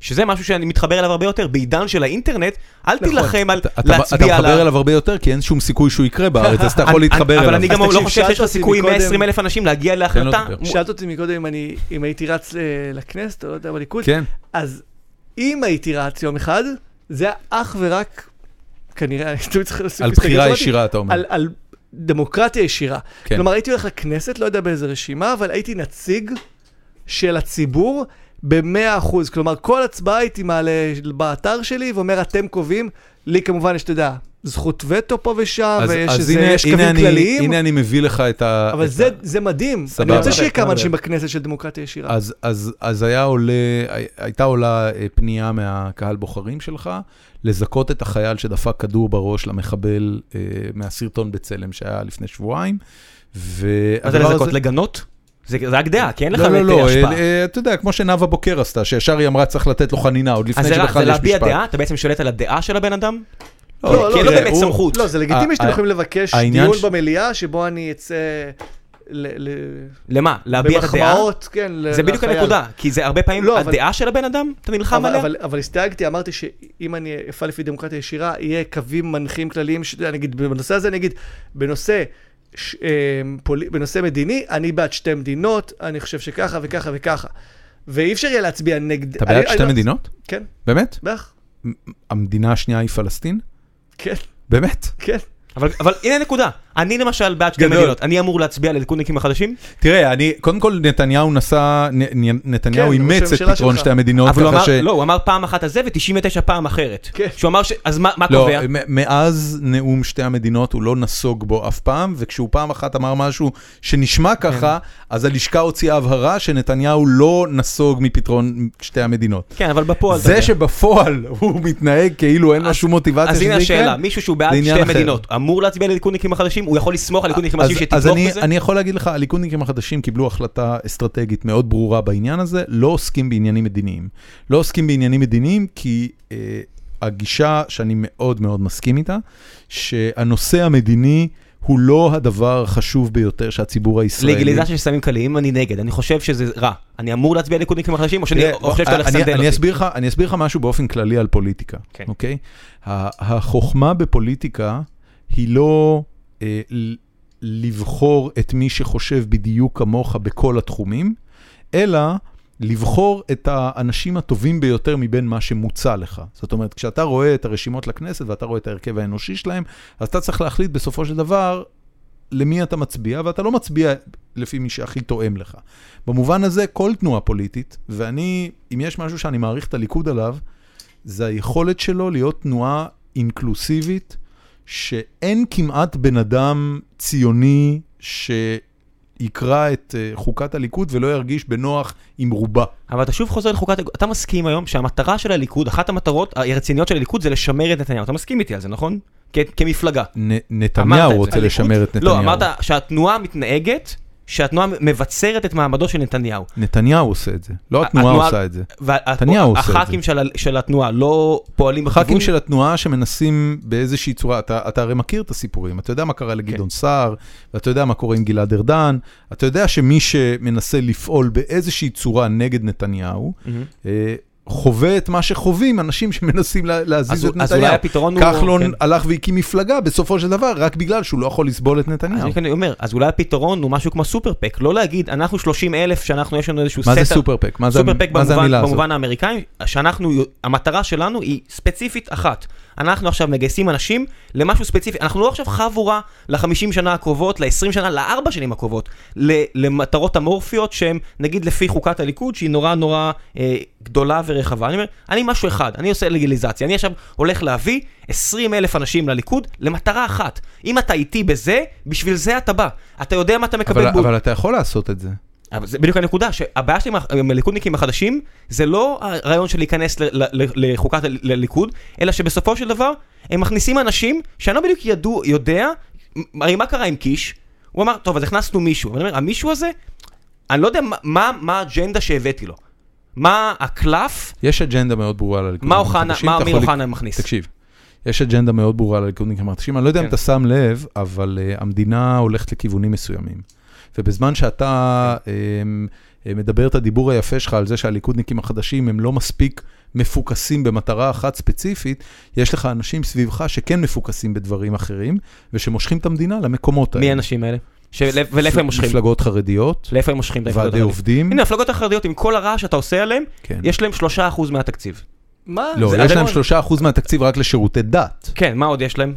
שזה משהו שאני מתחבר אליו הרבה יותר, בעידן של האינטרנט, אל תילחם על
נכון. אתה- אתה
להצביע
אתה
על
מחבר
ה...
אליו הרבה יותר, כי אין שום סיכוי שהוא יקרה בארץ, אז אתה יכול
אני-
להתחבר אליו.
אבל אני גם
אז
לא
תקשיב,
חושב שיש לך
שאלת אותי
סיכוי עם
מקודם-
120 אלף אנשים להגיע להחלטה.
לדבר.
מ-
שאלת אותי מקודם אם אני- אם הייתי רץ אה, לכנסת, או לא יודע, בליכוד.
כן.
אז אם הייתי רץ יום אחד, זה היה אך ורק, כנראה, אני תמיד צריך להוסיף
על
הסתייגות
בחירה
שאמרתי,
ישירה, אתה אומר.
על- על דמוקרטיה ישירה.
כן.
כלומר, הייתי הולך לכנסת, לא יודע באיזה רשימה, אבל הייתי נציג של הציבור ב-100%. כלומר, כל הצבעה הייתי מעלה באתר שלי ואומר, אתם קובעים, לי כמובן יש, אתה יודע, זכות וטו פה ושם,
אז-
ויש
אז
איזה-
הנה-
יש
הנה
קווים
אני-
כלליים,
הנה אני מביא לך את ה...
אבל
את
זה-
ה-
זה מדהים. אני
סבבה.
רוצה שיהיה כמה
מדהים.
אנשים בכנסת של דמוקרטיה ישירה.
אז, אז, אז היה עולה, הי- הייתה עולה אה, פנייה מהקהל בוחרים שלך לזכות את החייל שדפק כדור בראש למחבל אה, מהסרטון בצלם שהיה לפני שבועיים.
מה זה
והדבר
לזכות? לגנות? זה זה רק דעה, כי אין לך
לא, לא,
באמת
לא,
השפעה.
אה, אה, אתה יודע, כמו שנאוה בוקר עשתה, שישר היא אמרה צריך לתת לו חנינה עוד לפני
אז זה
שבכלל
לה-
יש משפט.
זה להביע דעה? אתה בעצם שולט על הדעה של הבן אדם?
לא,
כי- כי אין לו
תראה,
באמת
הוא-
סמכות.
לא, זה
ה-
לגיטימי שאתם
ה-
יכולים לבקש
העניין
דיון
ש-
במליאה שבו אני אצא ל- ל-
למה? להביע את הדעה?
במחמאות, כן, ל-
זה בדיוק
לחייל.
הנקודה, כי זה הרבה פעמים
לא, אבל-
הדעה של הבן אדם, אתה נלחם
אבל,
עליה?
אבל, אבל הסתייגתי, אמרתי שאם אני אפעל לפי דמוקרטיה ישירה, יהיה קווים מנחים כלליים, ש... נגיד, בנושא הזה, אני אגיד, בנושא, ש... אה, פול... בנושא מדיני, אני בעד שתי מדינות, אני חושב שככה וככה וככה. ואי אפשר יהיה להצביע נגד...
אתה בעד
אני-
שתי
אני לא-
מדינות?
כן,
באמת?
בטח.
המדינה השנייה היא פלסטין?
כן,
באמת?
כן.
אבל, אבל הנה הנקודה, אני למשל בעד שתי
גדול.
מדינות, אני אמור להצביע לליכודניקים החדשים,
תראה, אני, קודם כל נתניהו נסע, נ- נ- נתניהו
כן,
אימץ
ראש
את
הממשלה
פתרון
שלך.
שתי המדינות,
אבל הוא אמר,
ככה ש...
לא, הוא אמר פעם אחת על זה ו-99 פעם אחרת.
כן.
שהוא אמר ש... אז מה מה
לא,
קובע?
מ- מאז נאום שתי המדינות הוא לא נסוג בו אף פעם, וכשהוא פעם אחת אמר משהו שנשמע
כן.
ככה, אז הלשכה הוציאה הבהרה שנתניהו לא נסוג מפתרון שתי המדינות.
כן, אבל בפועל... אתה
זה
יודע.
שבפועל הוא מתנהג כאילו אין לו
אז-
שום מוטיבציה
אז
שזה
הנה
יקרה.
השאלה, מישהו שהוא בעד
זה עניין
שתי
אחר.
מדינות, אמור להצביע לליכודניקים החדשים? הוא יכול לסמוך על ליכודניקים
אז-
החדשים
אז
שתתמוך
אני-
בזה?
אני יכול להגיד לך, הליכודניקים החדשים קיבלו החלטה אסטרטגית מאוד ברורה בעניין הזה, לא עוסקים בעניינים מדיניים. לא עוסקים בעניינים מדיניים כי אה, הגישה שאני מאוד מאוד מסכים איתה, שהנושא המדיני הוא לא הדבר החשוב ביותר שהציבור הישראלי...
לגליזציה של סמים קלים, אני נגד, אני חושב שזה רע. אני אמור להצביע לליכודניקים החדשים, או שאני
תראה,
או חושב שאתה הולך
אני-
לסנדל
אני
אותי?
אסביר לך, אני אסביר לך משהו באופן כללי על פוליטיקה,
כן.
אוקיי? ה- החוכמה בפוליטיקה היא לא אה, ל- לבחור את מי שחושב בדיוק כמוך בכל התחומים, אלא לבחור את האנשים הטובים ביותר מבין מה שמוצע לך. זאת אומרת, כשאתה רואה את הרשימות לכנסת ואתה רואה את ההרכב האנושי שלהם, אז אתה צריך להחליט בסופו של דבר למי אתה מצביע, ואתה לא מצביע לפי מי שהכי תואם לך. במובן הזה, כל תנועה פוליטית, ואני, אם יש משהו שאני מעריך את הליכוד עליו, זה היכולת שלו להיות תנועה אינקלוסיבית, שאין כמעט בן אדם ציוני שיקרא את אה, חוקת הליכוד ולא ירגיש בנוח עם רובה.
אבל אתה שוב חוזר לחוקת... אתה מסכים היום שהמטרה של הליכוד, אחת המטרות הרציניות של הליכוד זה לשמר את נתניהו. אתה מסכים איתי על זה, נכון? כ- כמפלגה.
נ-
אמרת
נתניהו
את זה.
רוצה
הליכוד?
לשמר את נתניהו.
לא, אמרת שהתנועה מתנהגת, שהתנועה מבצרת את מעמדו של נתניהו.
נתניהו עושה את זה, לא התנועה
התנועה-
עושה את זה. נתניהו עושה את זה.
והח"כים של, ה- של התנועה לא פועלים
ח"כים של התנועה שמנסים באיזושהי צורה, אתה, אתה הרי מכיר את הסיפורים, אתה יודע מה קרה לגדעון
כן.
סער, ואתה יודע מה קורה עם גלעד ארדן, אתה יודע שמי שמנסה לפעול באיזושהי צורה נגד נתניהו, אה, חווה את מה שחווים אנשים שמנסים לה, להזיז
אז
את
הוא- אז
נתניהו.
אולי הפתרון הוא-
כחלון
כן.
הלך והקים מפלגה בסופו של דבר, רק בגלל שהוא לא יכול לסבול את
אז
נתניהו.
אני כן אומר, אז אולי הפתרון הוא משהו כמו סופרפק, לא להגיד, אנחנו 30 אלף, שאנחנו יש לנו איזשהו
מה זה
סט-
סופרפק? מה זה-
סופרפק
מה זה
במובן-
המילה הזאת?
במובן האמריקאי, שאנחנו, המטרה שלנו היא ספציפית אחת. אנחנו עכשיו מגייסים אנשים למשהו ספציפי, אנחנו לא עכשיו חבורה ל-50 שנה הקרובות, ל-20 שנה, ל-4 שנים הקרובות, ל- למטרות אמורפיות שהן נגיד לפי חוקת הליכוד שהיא נורא נורא אה, גדולה ורחבה. אני אומר, אני משהו אחד, אני עושה לגליזציה, אני עכשיו הולך להביא 20 אלף אנשים לליכוד למטרה אחת. אם אתה איתי בזה, בשביל זה אתה בא. אתה יודע מה אתה מקבל
אבל,
בול.
אבל אתה יכול לעשות את זה.
אבל זה בדיוק הנקודה, שהבעיה שלי עם ה- עם הליכודניקים החדשים, זה לא הרעיון של להיכנס ל- ל- ל- לחוקת ה- לליכוד, אלא שבסופו של דבר, הם מכניסים אנשים שאני לא בדיוק ידעו, יודע, מ- הרי מה קרה עם קיש? הוא אמר, טוב, אז הכנסנו מישהו. ואני אומר, המישהו הזה, אני לא יודע מה- מה מה האג'נדה שהבאתי לו. מה הקלף?
יש אג'נדה מאוד ברורה לליכודניקים
מה אוחנה-
החדשים,
מה
אתה
אמיר
יכול לק-
אוחנה מכניס?
תקשיב, יש אג'נדה מאוד ברורה לליכודניקים החדשים, אני לא יודע אם
כן.
אתה שם לב, אבל אה, המדינה הולכת לכיוונים מסוימים. ובזמן שאתה
כן.
אמ, אה, מדבר את הדיבור היפה שלך על זה שהליכודניקים החדשים הם לא מספיק מפוקסים במטרה אחת ספציפית, יש לך אנשים סביבך שכן מפוקסים בדברים אחרים, ושמושכים את המדינה למקומות האלה.
מי האנשים האלה? של- ולאיפה הם מושכים?
מפלגות חרדיות,
לאיפה הם מושכים? את המפלגות
ועדי
החרדיות?
עובדים.
הנה, המפלגות החרדיות, עם כל הרעש שאתה עושה עליהם,
כן.
יש להם 3% מהתקציב.
מה?
לא,
זה
יש להם
המון.
3% מהתקציב רק לשירותי דת.
כן, מה עוד יש להם?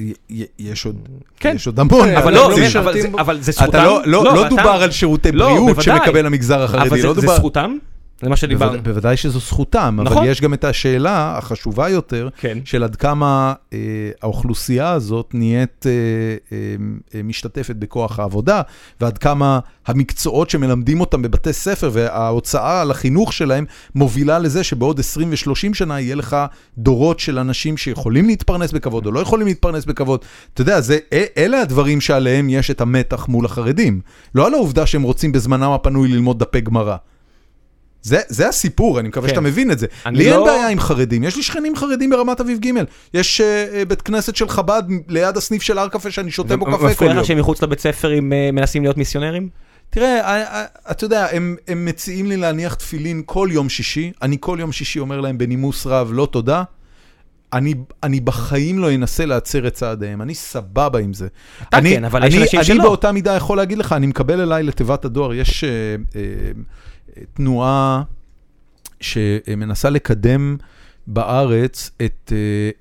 י- י- יש עוד,
כן.
יש עוד המון.
אבל
אנחנו
לא,
לא
באמת,
משרתים
אבל זה-
בו.
אבל זה זכותם.
אתה לא, לא,
אבל
לא
אתה-
דובר על שירותי
לא,
בריאות
בוודאי.
שמקבל המגזר
אבל
החרדי,
זה
לא
זה
דובר...
זכותם? זה מה שדיברנו.
בוודאי- בוודאי שזו זכותם,
נכון.
אבל יש גם את השאלה החשובה יותר,
כן.
של עד כמה אה, האוכלוסייה הזאת נהיית אה, אה, אה, משתתפת בכוח העבודה, ועד כמה המקצועות שמלמדים אותם בבתי ספר וההוצאה על החינוך שלהם מובילה לזה שבעוד 20 ו-30 שנה יהיה לך דורות של אנשים שיכולים להתפרנס בכבוד או לא יכולים להתפרנס בכבוד. אתה יודע, זה, אה, אלה הדברים שעליהם יש את המתח מול החרדים, לא על העובדה שהם רוצים בזמנם הפנוי ללמוד דפי גמרא. זה, זה הסיפור, אני מקווה
כן.
שאתה מבין את זה.
אני
לי
לא-
אין בעיה עם חרדים, יש לי שכנים חרדים ברמת אביב ג', יש אה, אה, בית כנסת של חב"ד ליד הסניף של הר קפה שאני שותה בו קפה כל
מפריע
יום.
לך שהם מחוץ לבית ספר הם אה, מנסים להיות מיסיונרים?
תראה, אה, אה, אתה יודע, הם, הם מציעים לי להניח תפילין כל יום שישי, אני כל יום שישי אומר להם בנימוס רב לא תודה. אני, אני בחיים לא אנסה להצר את צעדיהם, אני סבבה עם זה.
אתה
אני,
כן, אבל יש
אני-
אנשים
אני
שלא.
באותה מידה יכול להגיד לך, אני מקבל אליי לתיבת הדואר, יש אה, אה, תנועה שמנסה לקדם בארץ את, אה,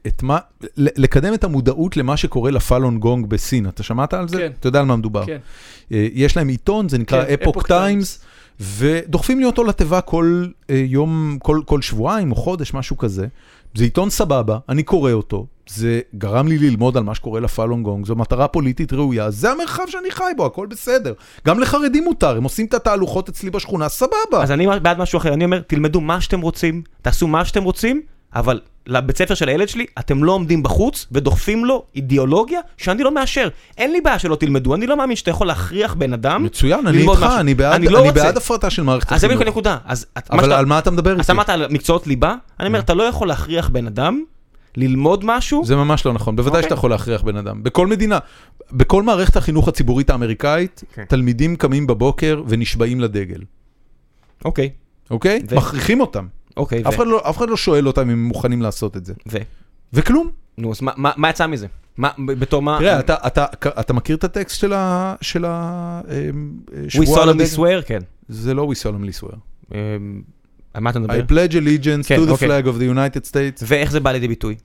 את מה, ל- לקדם את המודעות למה שקורה לפאלון גונג בסין. אתה שמעת על זה?
כן.
אתה יודע על מה מדובר.
כן.
אה, יש להם עיתון, זה נקרא
כן,
אפוק
Epoch
טיימס, ודוחפים לי אותו לתיבה כל אה, יום, כל, כל שבועיים או חודש, משהו כזה. זה עיתון סבבה, אני קורא אותו. זה גרם לי ללמוד על מה שקורה לפאלון גונג, זו מטרה פוליטית ראויה, זה המרחב שאני חי בו, הכל בסדר. גם לחרדים מותר, הם עושים את התהלוכות אצלי בשכונה, סבבה.
אז אני בעד משהו אחר, אני אומר, תלמדו מה שאתם רוצים, תעשו מה שאתם רוצים, אבל לבית ספר של הילד שלי, אתם לא עומדים בחוץ ודוחפים לו אידיאולוגיה שאני לא מאשר. אין לי בעיה שלא תלמדו, אני לא מאמין שאתה יכול להכריח בן אדם
מצוין, אני
ללמוד
איתך,
משהו.
אני בעד, אני
לא רוצה.
בעד הפרטה של מערכת
אז זה בדיוק
החינוך.
הנקודה. אז את- מה
אבל
שאתה-
על מה אתה מדבר
אז
איתי?
אמרת על מקצועות ליבה, אני אומר, אתה לא יכול להכריח בן אדם ללמוד משהו,
זה ממש לא נכון, בוודאי
אוקיי.
שאתה יכול להכריח בן אדם. בכל מדינה, בכל מערכת החינוך הציבורית האמריקאית,
כן.
תלמידים קמים בבוקר ונשבעים לדגל,
אוקיי,
אוקיי?
ו-
מכריחים אותם.
אוקיי, ו-
אף אחד לא- אף אחד לא שואל אותם אם הם מוכנים לעשות את זה.
ו...
וכלום.
נו, אז מה- מה מה יצא מזה? מה, בתור מה...
תראה, אתה- אתה- אתה מכיר את הטקסט של ה- של ה- אמ, אה,
We
שבועה על
solemnly
הדגל?
swear, כן.
זה לא We solemnly swear.
אמ, על מה אתה מדבר?
I pledge allegiance
כן,
to the
אוקיי.
flag of the United States.
ואיך זה בא לידי ביטוי?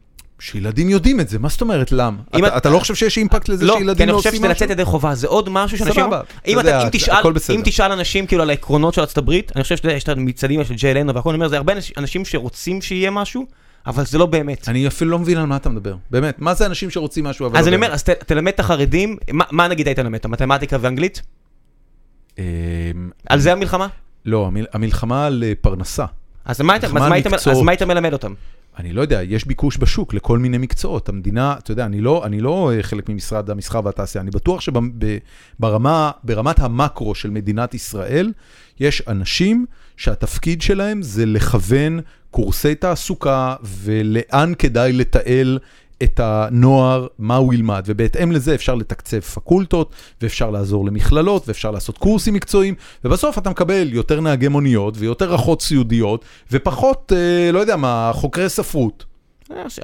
שילדים יודעים את זה, מה זאת אומרת למה?
אם
אתה,
את-
אתה לא חושב שיש אימפקט לזה
לא,
שילדים
כי אני
לא
חושב
עושים
שזה
משהו?
לצאת ידי חובה, זה עוד משהו שאנשים...
סבבה,
אם
אתה
אתה,
יודע,
אם
הכל
תשאל,
בסדר.
אם תשאל אנשים כאילו על העקרונות של ארצות הברית, אני חושב שאתה יודע, יש את המצעדים של ג'יי לנו והכל, אני אומר, זה הרבה אנש- אנשים שרוצים שיהיה משהו, אבל זה לא באמת.
אני אפילו לא מבין על מה אתה מדבר, באמת. מה זה אנשים שרוצים משהו אבל...
אז
לא
אני
באמת?
אומר, אז ת- תלמד את החרדים, מה- מה נגיד היית לומד? את המתמטיקה ואנגלית?
אמ,
על זה המלחמה?
לא, המיל- המלחמה על אה, פרנסה.
אז מה היית- אז
מלחמה
מה היית מ-
מקצועות.
אז מה היית מלמד אותם?
אני לא יודע, יש ביקוש בשוק לכל מיני מקצועות. המדינה, אתה יודע, אני לא, אני לא אה, חלק ממשרד המסחר והתעשייה, אני בטוח שברמת המקרו של מדינת ישראל, יש אנשים שהתפקיד שלהם זה לכוון קורסי תעסוקה ולאן כדאי לתעל. את הנוער, מה הוא ילמד, ובהתאם לזה אפשר לתקצב פקולטות, ואפשר לעזור למכללות, ואפשר לעשות קורסים מקצועיים, ובסוף אתה מקבל יותר נהגי מוניות, ויותר אחות סיעודיות, ופחות, אה, לא יודע מה, חוקרי ספרות.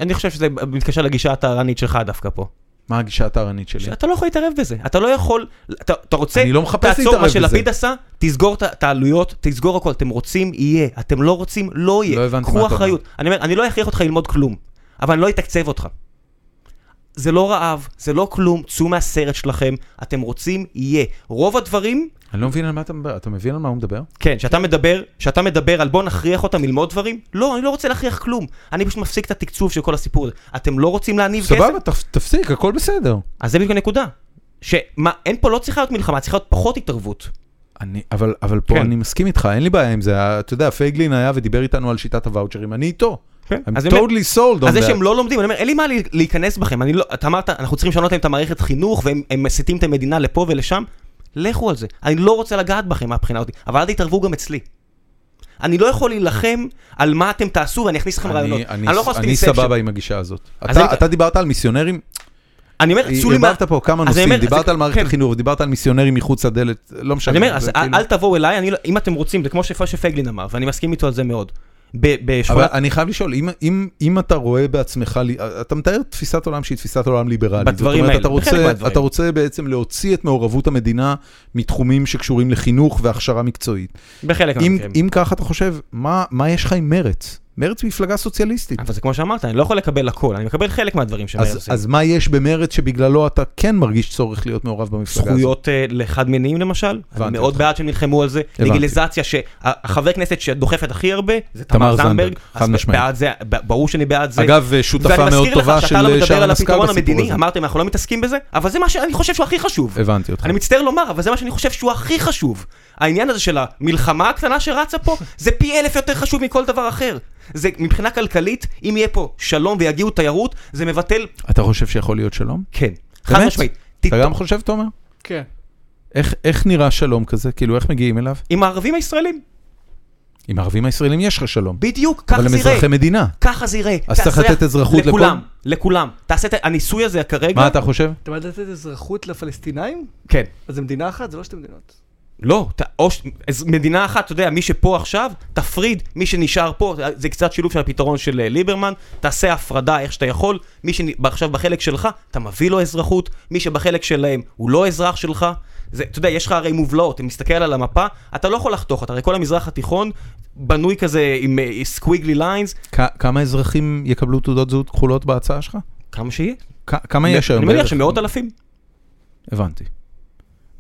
אני חושב שזה מתקשר לגישה הטהרנית שלך דווקא פה.
מה הגישה הטהרנית שלי?
אתה לא יכול להתערב בזה, אתה לא יכול, אתה, אתה רוצה,
כן. אני לא מחפש
תעצור מה
להתערב בזה.
שלפיד עשה, תסגור את ה- את העלויות, תסגור הכל, אתם רוצים, יהיה, אתם לא רוצים, לא יהיה,
לא הבנתי מה
קחו
אתה
אחריות. אני אומר, אני לא אכריח אותך ללמוד כלום, אבל אני לא אתקצב אותך. זה לא רעב, זה לא כלום, צאו מהסרט שלכם, אתם רוצים, יהיה. רוב הדברים,
אני לא מבין על מה אתה מדבר, אתה מבין על מה הוא מדבר?
כן, שאתה מדבר, שאתה מדבר על בוא נכריח אותם ללמוד דברים, לא, אני לא רוצה להכריח כלום, אני פשוט מפסיק את התקצוב של כל הסיפור הזה. אתם לא רוצים להניב כסף?
סבבה, תפ- תפסיק, הכל בסדר.
אז זה בדיוק הנקודה. שמה, אין פה, לא צריכה להיות מלחמה, צריכה להיות פחות התערבות.
אני, אבל, אבל פה
כן.
אני מסכים איתך, אין לי בעיה עם זה. אה, אתה יודע, פייגלין היה ודיבר איתנו על שיטת הוואוצ'רים, אני איתו.
כן.
I'm
אז באמת-
totally sold on
אז זה
that.
שהם לא לומדים, אני אומר, אין לי מה לי- להיכנס בכם, אני לא, אתה אמרת, אנחנו צריכים לשנות להם את המערכת חינוך, והם הם מסיתים את המדינה לפה ולשם, לכו על זה. אני לא רוצה לגעת בכם מהבחינה הזאת, אבל אל תתערבו גם אצלי. אני לא יכול להילחם על מה אתם תעשו ואני אכניס לכם
אני-
רעיונות.
אני-
אני לא יכול לעשות
אני
inception.
סבבה עם הגישה הזאת.
אז
אתה-
אני-
אתה דיברת על מיסיונרים,
אני אומר, צאו לי מה...
דיברת אה, פה כמה
אז אני
נושאים,
אומר,
דיברת
זה-
על מערכת
כן.
החינוך, דיברת על מיסיונרים מחוץ לדלת, לא משנה.
אני אומר, אז
זה
אל
כאילו-
אל תבואו אליי, אני לא- אם אתם רוצים, זה כמו שפה שפייגלין אמר, ואני מסכים איתו על זה מאוד. ב-
אבל
בשכונת...
אני חייב לשאול, אם, אם, אם אתה רואה בעצמך, לי- אתה מתאר תפיסת עולם שהיא תפיסת עולם ליברלית.
בדברים
זאת אומרת,
האלה,
אתה
בחלק
רוצה,
מהדברים.
אתה רוצה בעצם להוציא את מעורבות המדינה מתחומים שקשורים לחינוך והכשרה מקצועית.
בחלק
אם,
מהמקרים.
אם ככה אתה חושב, מה, מה יש לך עם מרץ? מרץ היא מפלגה סוציאליסטית.
אבל זה כמו שאמרת, אני לא יכול לקבל הכל, אני מקבל חלק מהדברים שמאיר
אז,
עושה.
אז מה יש במרץ שבגללו אתה כן מרגיש צורך להיות מעורב במפלגה הזאת?
זכויות אה, לחד מיניים למשל, אני
הבנתי
מאוד
אותך.
בעד שהם נלחמו על זה,
הבנתי.
לגליזציה שהחבר כנסת שדוחפת הכי הרבה זה
תמר
תמר
זנדברג,
זנדברג,
חד
אז
משמעית.
בעד זה, ב- ברור שאני בעד זה.
אגב, אה, שותפה מאוד טובה של
ואני מזכיר לך שאתה לא
אה, שרן
מדבר על
השכל
הפתרון
בסיפור
המדיני,
הזה. אה.
אמרתם אנחנו לא מתעסקים בזה, אבל זה מה שאני חושב שהוא הכי חשוב.
הבנתי אותך.
אני מצטער לומר, אבל זה מה שאני חושב שהוא הכי חשוב. העניין הזה של המלחמה הקטנה שרצה פה, זה פי אלף יותר חשוב מכל דבר אחר. זה מבחינה כלכלית, אם יהיה פה שלום ויגיעו תיירות, זה מבטל,
אתה חושב שיכול להיות שלום?
כן, חד
באמת?
משמעית.
אתה גם חושב, תומר?
כן.
איך, איך נראה שלום כזה? כאילו, איך מגיעים אליו?
עם הערבים הישראלים,
עם הערבים הישראלים יש לך שלום.
בדיוק,
אבל
ככה
הם
זה
אזרחי
יראה.
מדינה.
ככה זה יראה.
אז צריך
תעשה-
לתת אזרחות לכל-
לכולם, לכולם. תעשה את הניסוי הזה כרגע.
מה אתה חושב?
אתה בעד לתת אזרחות לפלסטינאים?
כן.
אז זה מדינה אחת? זה לא שתי מדינות.
לא, ת, או, ש- אז מדינה אחת, אתה יודע, מי שפה עכשיו, תפריד, מי שנשאר פה, זה קצת שילוב של הפתרון של אה, ליברמן, תעשה הפרדה איך שאתה יכול, מי שעכשיו בחלק שלך, אתה מביא לו אזרחות, מי שבחלק שלהם הוא לא אזרח שלך, זה, אתה יודע, יש לך הרי מובלעות, אתה מסתכל על המפה, אתה לא יכול לחתוך, אתה הרי כל המזרח התיכון בנוי כזה עם אה, סקוויגלי ליינס,
כ- כמה אזרחים יקבלו תעודות זהות כחולות בהצעה שלך?
כמה שיהיה.
כ- כמה יש היום?
אני מניח
בערך?
שמאות אלפים.
הבנתי.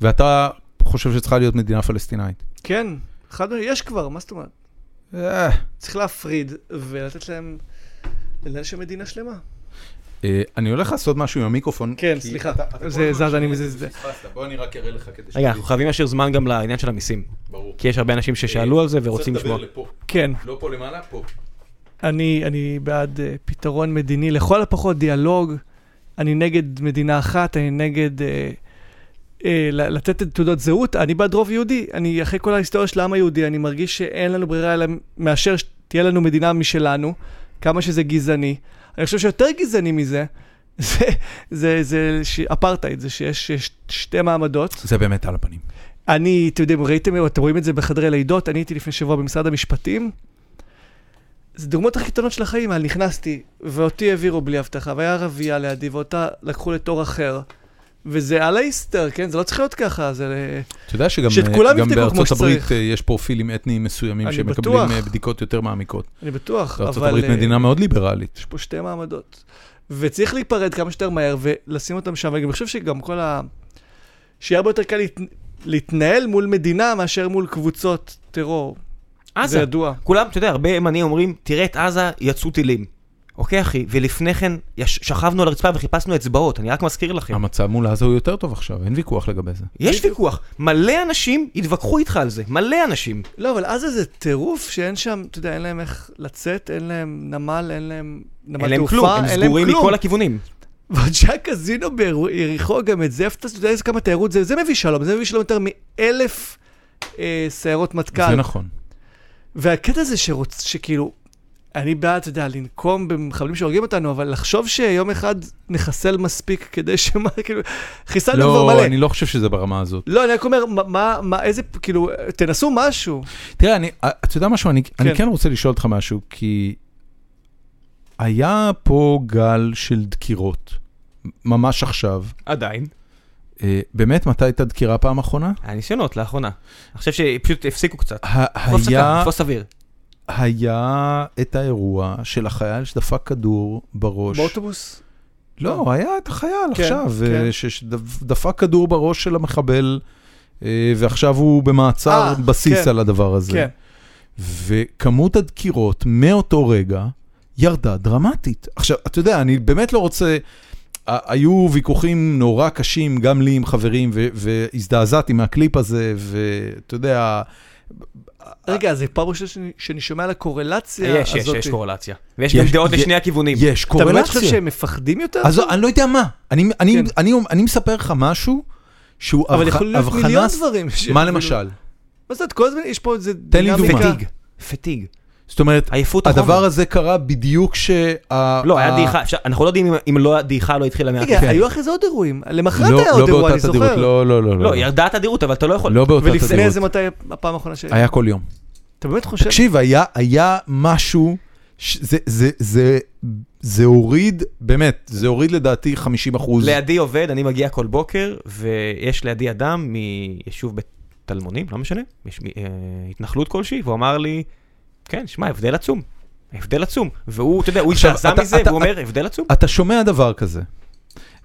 ואתה חושב שצריכה להיות מדינה פלסטינאית.
כן, חד יש כבר, מה זאת אומרת?
אה,
צריך להפריד ולתת להם, לנהל שם מדינה שלמה.
אה, אני הולך לעשות משהו עם המיקרופון.
כן,
כי
סליחה.
אתה- אתה
זה-
כל הזמן
זה- זה- אני
שואל
מזיז
את
את זה.
פספסת. בוא אני רק אראה לך כדי
רגע,
שתדע.
אנחנו חייבים להשאיר זמן גם לעניין של המיסים,
ברור.
כי יש הרבה אנשים ששאלו על זה ורוצים
צריך
לשמוע.
לדבר לפה.
כן,
לא פה למעלה, פה.
אני, אני בעד uh, פתרון מדיני, לכל הפחות דיאלוג. אני נגד מדינה אחת, אני נגד uh, uh, לתת את תעודות זהות. אני בעד רוב יהודי. אני, אחרי כל ההיסטוריה של העם היהודי, אני מרגיש שאין לנו ברירה אלא מאשר שתהיה לנו מדינה משלנו, כמה שזה גזעני. אני חושב שיותר גזעני מזה, זה, זה, זה ש... אפרטהייד, זה שיש ש... שתי מעמדות.
זה באמת על הפנים.
אני, אתם יודעים, ראיתם, אתם רואים את זה בחדרי לידות, אני הייתי לפני שבוע במשרד המשפטים. זה דוגמאות הכי קטנות של החיים, אבל נכנסתי, ואותי העבירו בלי אבטחה, והיה ערבייה לידי, ואותה לקחו לתור אחר. וזה על האיסטר, כן? זה לא צריך להיות ככה, זה... ל-
אתה יודע שגם
שאת כולם
גם
יבדקו כמו
בארצות הברית
שצריך.
אה, יש פרופילים אתניים מסוימים
אני
שמקבלים
בטוח.
אה, בדיקות יותר מעמיקות.
אני בטוח, אבל...
ארצות הברית
אה,
מדינה מאוד ליברלית.
יש פה שתי מעמדות. וצריך להיפרד כמה שיותר מהר ולשים אותם שם, ואני חושב שגם כל ה... שיהיה הרבה יותר קל להת... להתנהל מול מדינה מאשר מול קבוצות טרור. זה
עזה,
ידוע.
כולם, אתה יודע, הרבה ימנים אומרים, תראה את עזה, יצאו טילים. אוקיי, אחי, ולפני כן יש, שכבנו על הרצפה וחיפשנו אצבעות, אני רק מזכיר
כן.
לכם.
המצב מול עזה הוא יותר טוב עכשיו, אין ויכוח לגבי זה.
יש ויכוח, מלא אנשים התווכחו איתך על זה, מלא אנשים.
לא, אבל עזה זה טירוף שאין שם, אתה יודע, אין להם איך לצאת, אין להם נמל, אין להם נמל
אין להם
תעופה,
כלום, הם
אין להם
סגורים
כלום.
מכל הכיוונים.
ועוד שהיה קזינו ביריחו גם את זה, אתה יודע איזה כמה תיירות זה, זה מביא שלום, זה מביא שלום יותר מאלף אה, סיירות מטכ"ל.
זה נכון.
והקטע זה שרוצ... שכאילו, אני בעד, אתה יודע, לנקום במחבלים שהורגים אותנו, אבל לחשוב שיום אחד נחסל מספיק כדי שמה, כאילו, חיסלנו כבר מלא.
לא, אני לא חושב שזה ברמה הזאת.
לא, אני רק אומר, מה, מה, מה, איזה, כאילו, תנסו משהו.
תראה, אני, אתה יודע משהו? אני, כן. אני
כן.
כן רוצה לשאול אותך משהו, כי היה פה גל של דקירות, ממש עכשיו.
עדיין.
אה, באמת, מתי הייתה דקירה פעם אחרונה?
היה ניסיונות לאחרונה. אני חושב שפשוט הפסיקו קצת.
ה-
תפוס
היה,
אותם, תפוס אוויר.
היה את האירוע של החייל שדפק כדור בראש.
באוטובוס?
לא, היה את החייל
אה. כן,
עכשיו,
כן.
אה, ש- שדפק כדור בראש של המחבל, אה, ועכשיו הוא במעצר
אה,
בסיס
כן.
על הדבר הזה.
כן.
וכמות הדקירות מאותו רגע ירדה דרמטית. עכשיו, אתה יודע, אני באמת לא רוצה... ה- היו ויכוחים נורא קשים, גם לי עם חברים, ו- והזדעזעתי מהקליפ הזה, ואתה יודע,
רגע, אז זה פעם ראשונה שאני- שאני שומע על הקורלציה
יש,
הזאת.
יש, יש קורלציה. ויש
אה, יש-
גם דעות
יש-
לשני הכיוונים.
יש
אתה באמת חושב
קורלציה.
שהם מפחדים יותר?
אז אני לא יודע מה, אני, אני,
כן.
אני, אני מספר לך משהו שהוא
אבל
הבח-
יכולים להיות
הבחנה
מיליון
ס-
דברים. ש- כאילו-
מה למשל?
מה זאת אומרת, כל הזמן יש פה איזה
תן לי דוגמה.
פתיג. פתיג.
זאת אומרת,
עייפות
הדבר
החומר.
הזה קרה בדיוק שה...
לא, היה
ה-
דעיכה, אפשר- אנחנו לא יודעים אם- אם לא הדעיכה לא התחילה מה...
רגע,
כן.
היו אחרי זה עוד אירועים. למחרת
לא,
היה
לא
עוד אירוע,
באותה
אני
תדירות,
זוכר.
לא, לא, לא, לא.
לא, ירדה התדירות, אבל אתה לא יכול.
לא באותה תדירות.
ולפני זה מתי הפעם האחרונה ש...
היה כל יום.
אתה באמת חושב?
תקשיב, היה, היה משהו, ש... זה, זה, זה, זה הוריד, באמת, זה הוריד לדעתי 50 אחוז.
לידי עובד, אני מגיע כל בוקר, ויש לידי אדם מיישוב בית טלמונים, לא משנה, יש מ- אה, התנחלות כלשהי, והוא אמר לי, כן, שמע, הבדל עצום. הבדל עצום. והוא, אתה יודע, הוא
עכשיו,
התעזע
אתה-
מזה,
אתה-
והוא אומר, הבדל עצום.
אתה שומע דבר כזה.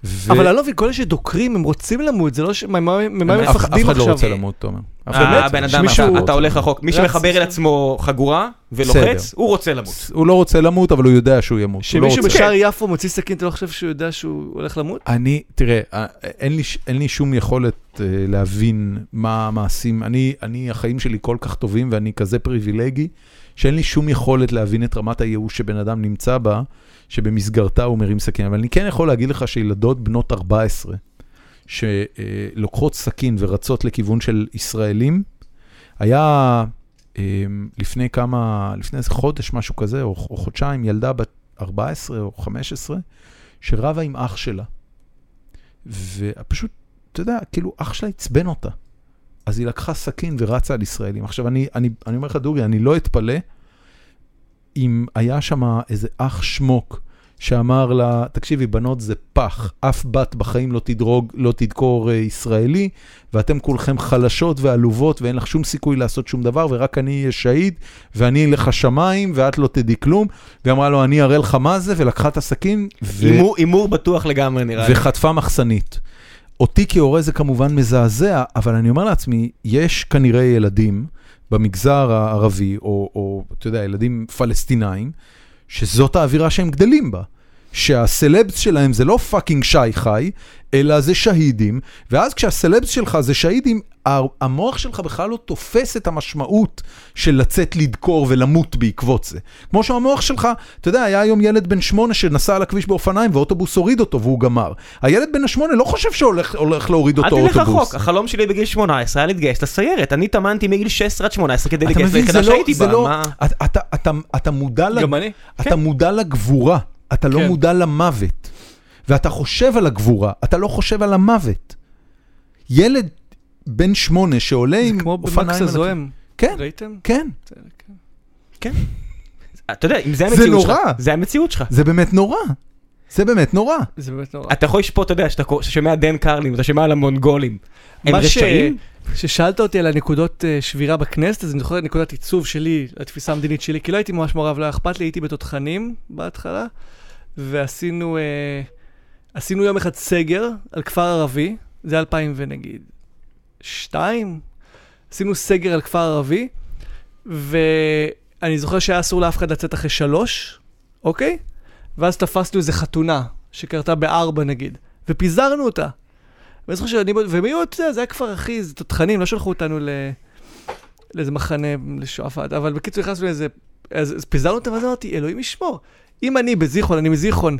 ו...
אבל אני לא מבין, כל אלה שדוקרים, הם רוצים למות, זה לא ש... מה- מה- ממה הם
אף- אף
מפחדים
אחד לא
עכשיו?
רוצה למות, תומר. אף אחד לא רוצה.
הבן אה, אדם,
שמישהו-
אתה- אתה הולך רחוק. מי
רץ-
שמחבר אל עצמו חגורה ולוחץ,
בסדר.
הוא רוצה למות.
הוא לא רוצה למות, אבל הוא יודע שהוא ימות. הוא לא
שמישהו
רוצה.
בשער יפו מוציא סכין, אתה לא חושב שהוא יודע שהוא הולך למות?
אני, תראה, אה, אין לי, ש- אין לי שום יכולת אה, להבין מה המעשים. אני, אני, החיים שלי כל כך טובים ואני כזה פריבילגי, שאין לי שום יכולת להבין את רמת הייאוש שבן אדם נמצא בה, שבמסגרתה הוא מרים סכין. אבל אני כן יכול להגיד לך שילדות בנות 14, שלוקחות אה, סכין ורצות לכיוון של ישראלים, היה אה, לפני כמה, לפני איזה חודש, משהו כזה, או, או חודשיים, ילדה בת 14 או 15, שרבה עם אח שלה. ופשוט, אתה יודע, כאילו אח שלה עצבן אותה. אז היא לקחה סכין ורצה על ישראלים. עכשיו, אני, אני, אני אומר לך, דורי, אני לא אתפלא אם היה שם איזה אח שמוק שאמר לה, תקשיבי, בנות זה פח, אף בת בחיים לא תדרוג, לא תדקור אה, ישראלי, ואתם כולכם חלשות ועלובות, ואין לך שום סיכוי לעשות שום דבר, ורק אני אהיה שהיד, ואני אלך השמיים, ואת לא תדעי כלום. והיא אמרה לו, אני אראה לך מה זה, ולקחה את הסכין, ו...
הימור- הימור בטוח לגמרי נראה לי.
וחטפה מחסנית. אותי כהורה זה כמובן מזעזע, אבל אני אומר לעצמי, יש כנראה ילדים במגזר הערבי, או, או אתה יודע, ילדים פלסטינאים, שזאת האווירה שהם גדלים בה. שהסלבס שלהם זה לא פאקינג שי חי, אלא זה שהידים, ואז כשהסלבס שלך זה שהידים, ה- המוח שלך בכלל לא תופס את המשמעות של לצאת לדקור ולמות בעקבות זה. כמו שהמוח שלך, אתה יודע, היה היום ילד בן שמונה שנסע על הכביש באופניים ואוטובוס הוריד אותו והוא גמר. הילד בן השמונה לא חושב שהולך הולך להוריד
אל
אותו
תלך
אוטובוס.
רחוק, החלום שלי בגיל 18 היה להתגייס לסיירת, אני טמנתי מגיל 16 עד 18 כדי
אתה
להתגייס
מבין, זה
ליחידה
לא,
שהייתי
זה
בה,
לא,
מה?
אתה- אתה- אתה- אתה מודע ל-
גם אני.
אתה מודע לגבורה, אתה לא
כן.
מודע למוות. ואתה חושב על הגבורה, אתה לא חושב על המוות. ילד בן שמונה שעולה עם
כמו במקס
על-
הזוהם.
כן,
ראיתם?
כן.
זה- כן.
אתה יודע, אם זה
זה
המציאות שלך,
נורא.
זה המציאות שלך.
זה באמת נורא. זה באמת נורא.
זה באמת נורא.
אתה יכול לשפוט, אתה יודע, שאתה קורא- שאתה שומע דן קרלין, אתה שומע על המונגולים. הם
מה ש-
רשעים?
כששאלת אותי על הנקודות אה, שבירה בכנסת, אז אני זוכר את נקודת עיצוב שלי, התפיסה המדינית שלי, כי לא הייתי ממש מעורב, לא היה אכפת לי, הייתי בתותחנים בהתחלה, ועשינו אה, עשינו יום אחד סגר על כפר ערבי, זה 2000 ונגיד שתיים, עשינו סגר על כפר ערבי, ואני זוכר שהיה אסור לאף אחד לצאת אחרי שלוש, אוקיי? ואז תפסנו איזה חתונה שקרתה בארבע נגיד, ופיזרנו אותה. ואני זוכר שאני, והם היו, אתה יודע, זה היה כבר הכי, זה תותחנים, לא שלחו אותנו ל... לאיזה מחנה לשועפאט, אבל בקיצור נכנסנו לאיזה, אז, אז פיזרנו אותם, ואז אמרתי, אלוהים ישמור. אם אני בזיכרון, אני מזיכרון,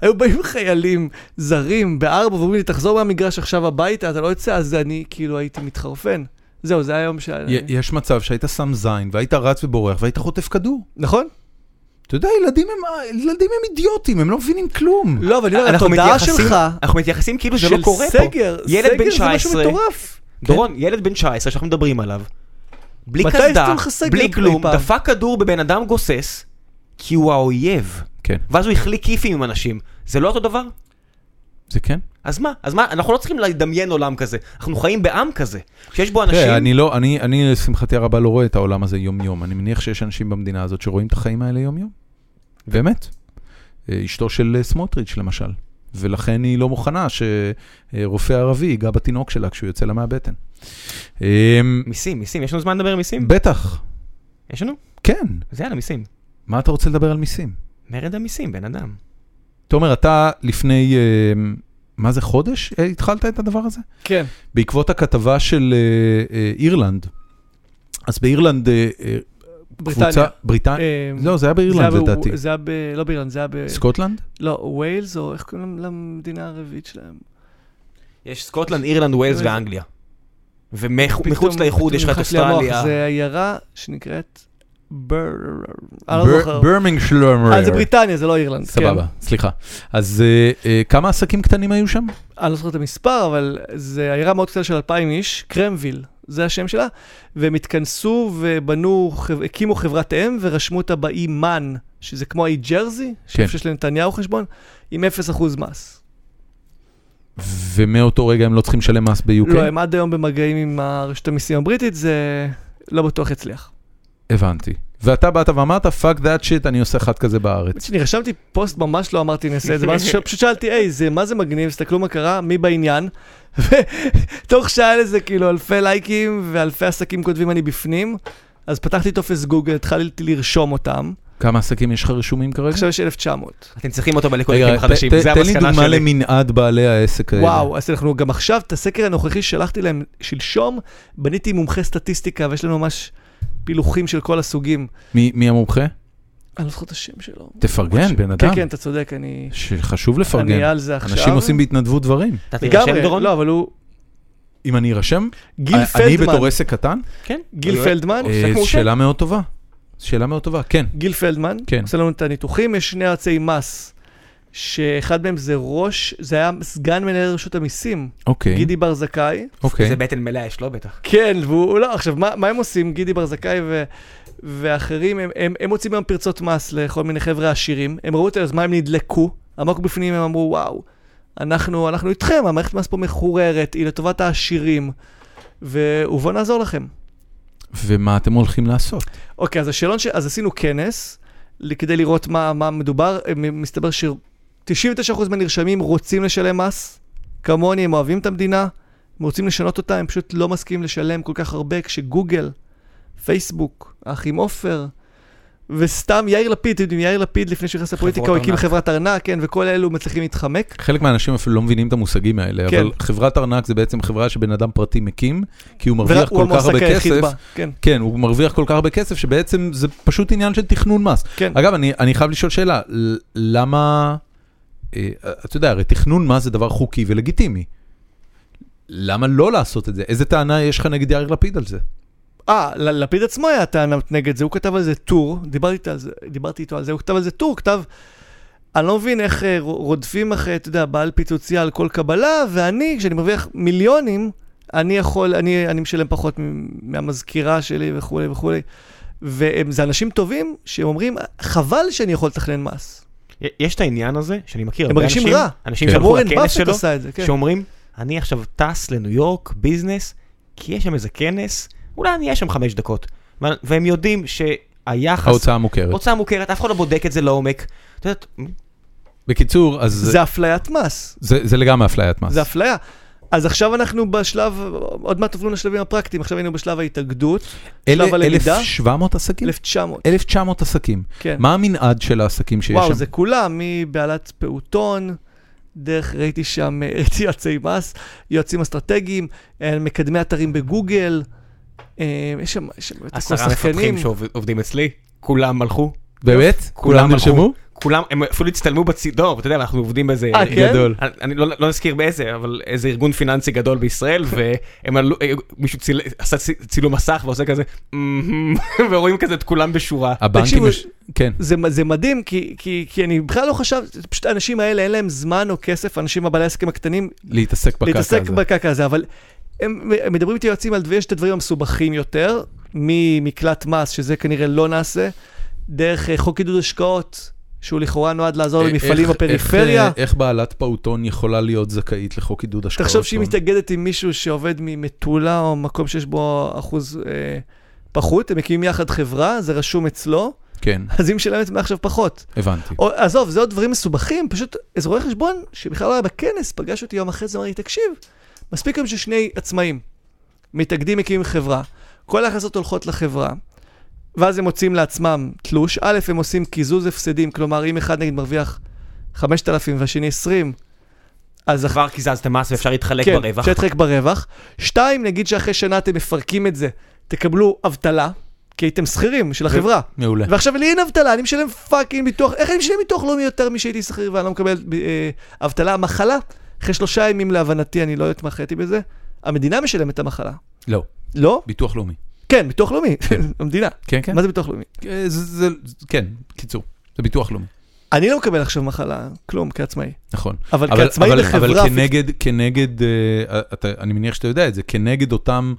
היו באים חיילים זרים בארבע ואומרים לי, תחזור מהמגרש עכשיו הביתה, אתה לא יוצא, אז אני כאילו הייתי מתחרפן. זהו, זה היה היום ש...
י- יש מצב שהיית שם זין, והיית רץ ובורח, והיית חוטף כדור.
נכון?
אתה יודע, ילדים הם, ילדים הם אידיוטים, הם לא מבינים כלום.
לא, אבל אני אומר,
אנחנו
התודעה
מתייחסים-
שלך,
אנחנו מתייחסים כאילו זה
של
לא קורה פה.
סגר,
ילד בן
סגר זה משהו
19.
מטורף.
דורון, ילד בן 19 שאנחנו מדברים עליו, בלי
מתי
קסדה,
עשו לך סגר
בלי
אי
כלום,
פעם?
דפק כדור בבן אדם גוסס, כי הוא האויב.
כן,
ואז הוא החליק כיפים עם אנשים. זה לא אותו דבר?
זה כן.
אז מה? אז מה? אנחנו לא צריכים לדמיין עולם כזה. אנחנו חיים בעם כזה, שיש בו אנשים...
תראה, אני לא, אני, אני לשמחתי הרבה לא רואה את העולם הזה יום-יום. אני מניח שיש אנשים במדינה הזאת שרואים את החיים האלה יום-יום. באמת. אה, אשתו של אה, סמוטריץ', למשל. ולכן היא לא מוכנה שרופא ערבי ייגע בתינוק שלה כשהוא יוצא לה מהבטן. אה,
מיסים, מיסים, יש לנו זמן לדבר על מיסים?
בטח,
יש לנו?
כן.
אז יאללה, מיסים.
מה אתה רוצה לדבר על מיסים?
מרד המיסים, בן אדם.
תומר, אתה לפני, אה, מה זה, חודש אה, התחלת את הדבר הזה?
כן.
בעקבות הכתבה של אה, אה, אירלנד. אז באירלנד, אה, אה,
בריטניה.
קבוצה- בריטניה.
אה,
לא, זה היה באירלנד
זה היה ב-
לדעתי.
זה היה ב... לא באירלנד, זה היה ב...
סקוטלנד?
לא, ווילס, או איך קוראים למדינה הרביעית שלהם?
יש סקוטלנד, אירלנד, ווילס
איזה-
ואנגליה. ומחוץ
פתאום-
לאיחוד
פתאום
יש לך את
נמחק לי המוח.
אוסטרליה.
זה עיירה שנקראת בר... אני לא זוכר.
ברמינגשלמר.
אה, זה בריטניה, זה לא אירלנד.
סבבה, סליחה. אז אה, אה, כמה עסקים קטנים היו שם?
כן. אני לא זוכר את המספר, אבל זה עיירה מאוד קטנה של 2,000 איש, קרמוויל, זה השם שלה, והם התכנסו ובנו, חב- הקימו חברת אם ורשמו אותה באי מן, שזה כמו האי ג'רזי,
כן.
שאיפה שיש לנתניהו חשבון, עם 0% מס.
ומאותו רגע הם לא צריכים לשלם מס ב-UK?
לא, הם עד היום במגעים עם רשות המיסים הבריטית, זה לא בטוח יצליח.
הבנתי. ואתה באת ואמרת, fuck that shit, אני עושה אחד כזה בארץ.
האמת שאני רשמתי פוסט, ממש לא אמרתי נעשה את זה, ואז ש- פשוט שאלתי, היי, זה מה זה מגניב, הסתכלו מה קרה, מי בעניין? ותוך שעה לזה כאילו אלפי לייקים ואלפי עסקים כותבים אני בפנים, אז פתחתי טופס גוגל, התחלתי לרשום אותם,
כמה עסקים יש לך רשומים כרגע?
עכשיו יש 1900.
אתם צריכים אותו בליכודניקים
רגע,
חדשים,
ת-
זה
ת- תן לי
המסקנה
דוגמה
שלי.
למנעד בעלי העסק האלה.
וואו, אז אנחנו גם עכשיו, את הסקר הנוכחי שלחתי להם שלשום, בניתי מומחה סטטיסטיקה ויש לנו ממש פילוחים של כל הסוגים.
מי מי המומחה?
אני לא זוכר את השם שלו.
תפרגן, בן
כן,
אדם.
כן, אתה צודק, אני...
שחשוב
אני
לפרגן.
על זה עכשיו.
אנשים עושים בהתנדבות דברים.
אתה תירשם,
לגמרי,
דורון?
לא, אבל הוא...
אם אני ארשם,
גיל
אה, אני
פלדמן.
בתור עסק קטן?
כן.
גיל פלדמן.
אה, שאלה מאוד טובה. שאלה מאוד טובה, כן.
גיל פלדמן,
כן.
עושה לנו את הניתוחים, יש שני יועצי מס שאחד מהם זה ראש, זה היה סגן מנהל רשות המיסים,
אוקיי,
גידי בר זכאי.
אוקיי.
זה בטן מלאה יש לו בטח.
כן, והוא לא, עכשיו, מה, מה הם עושים? גידי בר זכאי ו... ואחרים, הם, הם, הם מוצאים היום פרצות מס לכל מיני חבר'ה עשירים, הם ראו את היוזמה, הם נדלקו, עמוק בפנים הם אמרו, וואו, אנחנו, אנחנו איתכם, המערכת מס פה מחוררת, היא לטובת העשירים, ו- ובואו נעזור לכם.
ומה אתם הולכים לעשות?
אוקיי, אז השאלון ש... אז עשינו כנס, ל- כדי לראות מה, מה מדובר, אה, מ- מסתבר ש-99% מהנרשמים רוצים לשלם מס, כמוני, הם אוהבים את המדינה, הם רוצים לשנות אותה, הם פשוט לא מסכימים לשלם כל כך הרבה, כשגוגל, פייסבוק, האחים עופר, וסתם יאיר לפיד, אתם יודעים, יאיר לפיד לפני שהוא נכנס לפוליטיקה, הוא הקים
ארנק.
חברת ארנק, כן, וכל אלו מצליחים להתחמק.
חלק מהאנשים אפילו לא מבינים את המושגים האלה,
כן.
אבל חברת ארנק זה בעצם חברה שבן אדם פרטי מקים, כי הוא
והוא
מרוויח כל כך
המועסק
הרבה
היחיד
כסף.
בה, כן.
כן, הוא מרוויח כל כך הרבה כסף, שבעצם זה פשוט עניין של תכנון מס.
כן.
אגב, אני, אני חייב לשאול שאלה, ל- למה, אה, אתה יודע, הרי תכנון מס זה דבר חוקי ולגיטימי. למה לא לעשות את זה? איזה טענה יש לך נגד יאיר לפיד על זה?
אה, ל- לפיד עצמו היה טענות נגד זה, הוא כתב על זה טור, דיברתי, על זה, דיברתי איתו על זה, הוא כתב על זה טור, הוא כתב, אני לא מבין איך אה, ר- רודפים אחרי, אתה יודע, בעל פיצוצייה על כל קבלה, ואני, כשאני מרוויח מיליונים, אני יכול, אני, אני משלם פחות מ- מהמזכירה שלי וכולי וכולי. וזה אנשים טובים שאומרים, חבל שאני יכול לתכנן מס.
יש את העניין הזה, שאני מכיר
הם
הרבה
מרגישים
אנשים,
רע.
אנשים
כן.
גם
שהלכו
אורן
לכנס
באפט
שלו,
עשה את זה, כן.
שאומרים, אני עכשיו טס לניו יורק, ביזנס, כי יש שם איזה כנס, אולי אני אהיה שם חמש דקות. ו- והם יודעים שהיחס...
ההוצאה מוכרת.
הוצאה מוכרת, אף אחד לא בודק את זה לעומק. את יודעת,
בקיצור, אז זה,
זה אפליית מס.
זה, זה לגמרי אפליית מס.
זה אפליה. אז עכשיו אנחנו בשלב, עוד מעט עוברים לשלבים הפרקטיים, עכשיו היינו בשלב ההתאגדות,
אלה-
שלב הלמידה,
1,700 עסקים?
1900.
1,900 עסקים.
כן.
מה המנעד של העסקים שיש
וואו,
שם?
זה כולם, מבעלת פעוטון, דרך, ראיתי שם, אה, ראיתי יועצי מס, יועצים אסטרטגיים, אה, מקדמי אתרים בגוגל, אה, יש שם, יש שם את כל
עשרה
השחקנים.
מפתחים שעובדים אצלי, כולם הלכו.
באמת? כולם
הלכו.
נרשמו?
כולם, הם אפילו הצטלמו בצינור, אתה יודע, אנחנו עובדים באיזה...
אה, כן?
גדול.
אני- אני לא, לא נזכיר באיזה, אבל איזה ארגון פיננסי גדול בישראל,
כן.
והם עלו, אה, מישהו ציל, עשה צי- צילום מסך ועושה כזה, "אמ-הם", ורואים כזה את כולם בשורה.
הבנקים...
תקשיבו,
יש- כן.
זה, זה מדהים, כי, כי, כי אני בכלל לא חשב, זה פשוט האנשים האלה אין להם זמן או כסף, האנשים הבעלי העסקים הקטנים,
להתעסק בקרקע
להתעסק
הזה.
בקקה הזה, אבל הם הם מדברים איתי יועצים על, ויש את הדברים המסובכים יותר, ממקלט מס, שזה כנראה לא נעשה, דרך אה, חוק עידוד השקעות, שהוא לכאורה נועד לעזור
אה,
למפעלים
איך-
בפריפריה.
איך, אה, איך בעלת פעוטון יכולה להיות זכאית לחוק עידוד השקעות?
תחשוב שהיא
הון?
מתאגדת עם מישהו שעובד ממטולה, או מקום שיש בו אחוז אה, פחות, הם מקימים יחד חברה, זה רשום אצלו,
כן,
אז היא משלמת מעכשיו פחות.
הבנתי.
או, עזוב, זה עוד דברים מסובכים, פשוט איזה רואה חשבון שבכלל לא היה בכנס, פגש אותי יום אחרי זה, אמר לי, תקשיב, מספיק היום ששני עצמאים מתאגדים, מקימים חברה, כל ההכנסות הולכות לחברה, ואז הם מוצאים לעצמם תלוש, א', הם עושים קיזוז הפסדים, כלומר, אם אחד נגיד מרוויח 5,000 והשני 20, אז אחרי...
כבר קיזזתם מס ואפשר להתחלק ברווח.
כן, שתחלק ברווח. שתיים, נגיד שאחרי שנה אתם מפרקים את זה, תקבלו אבטלה, כי הייתם שכירים של החברה.
מעולה.
ועכשיו לי אין אבטלה, אני משלם פאקינג ביטוח, איך אני משלם ביטוח לאומי יותר משהייתי שכיר ואני לא מקבל אה, אבטלה? מחלה, אחרי שלושה ימים להבנתי, אני לא התמחיתי בזה, המדינה משלמת את המחלה.
לא,
לא?
ביטוח לאומי.
כן, ביטוח לאומי, המדינה.
כן, כן.
מה זה ביטוח לאומי?
אה, זה, זה, זה, כן, קיצור, זה ביטוח לאומי.
אני לא מקבל עכשיו מחלה, כלום, כעצמאי.
נכון.
אבל כעצמאי
אבל,
בחברה
אבל
פיקטיבית-
כנגד, כנגד אה, אתה, אני מניח שאתה יודע את זה, כנגד אותם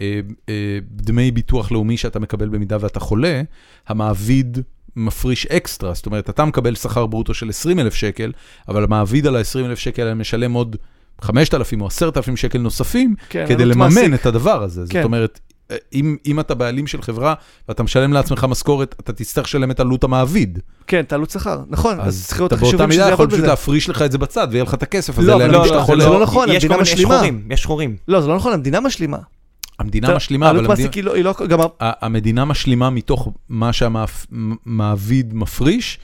אה, אה, דמי ביטוח לאומי שאתה מקבל במידה ואתה חולה, המעביד מפריש אקסטרה, זאת אומרת, אתה מקבל שכר ברוטו של 20 אלף שקל, אבל המעביד על ה-20 אלף שקל האלה משלם עוד 5,000 או 10,000 שקל נוספים,
כן,
כדי
עלות
לממן
מעסיק.
את הדבר הזה. זאת
כן.
אומרת, אה, אם, אם אתה בעלים של חברה ואתה משלם לעצמך משכורת, אתה תצטרך לשלם את עלות המעביד.
כן, תעלות שכר, נכון, אז
אז
שכירות
אתה באותה
החישובים
מידה
שזה
יכול
יעבוד
פשוט
בזה.
להפריש לך את זה בצד, ויהיה לך את הכסף הזה
לא, אבל
לימים
לא,
שאתה
לא,
חולה.
זה לא נכון,
יש
המדינה
כל מיני-
משלימה.
יש חורים, יש חורים.
לא, זה לא נכון, המדינה משלימה.
המדינה משלימה, אבל
עלות
המדינה-
מעסיק היא לא- היא לא... גם ה-
ה- המדינה משלימה מתוך מה שהמעביד מפריש.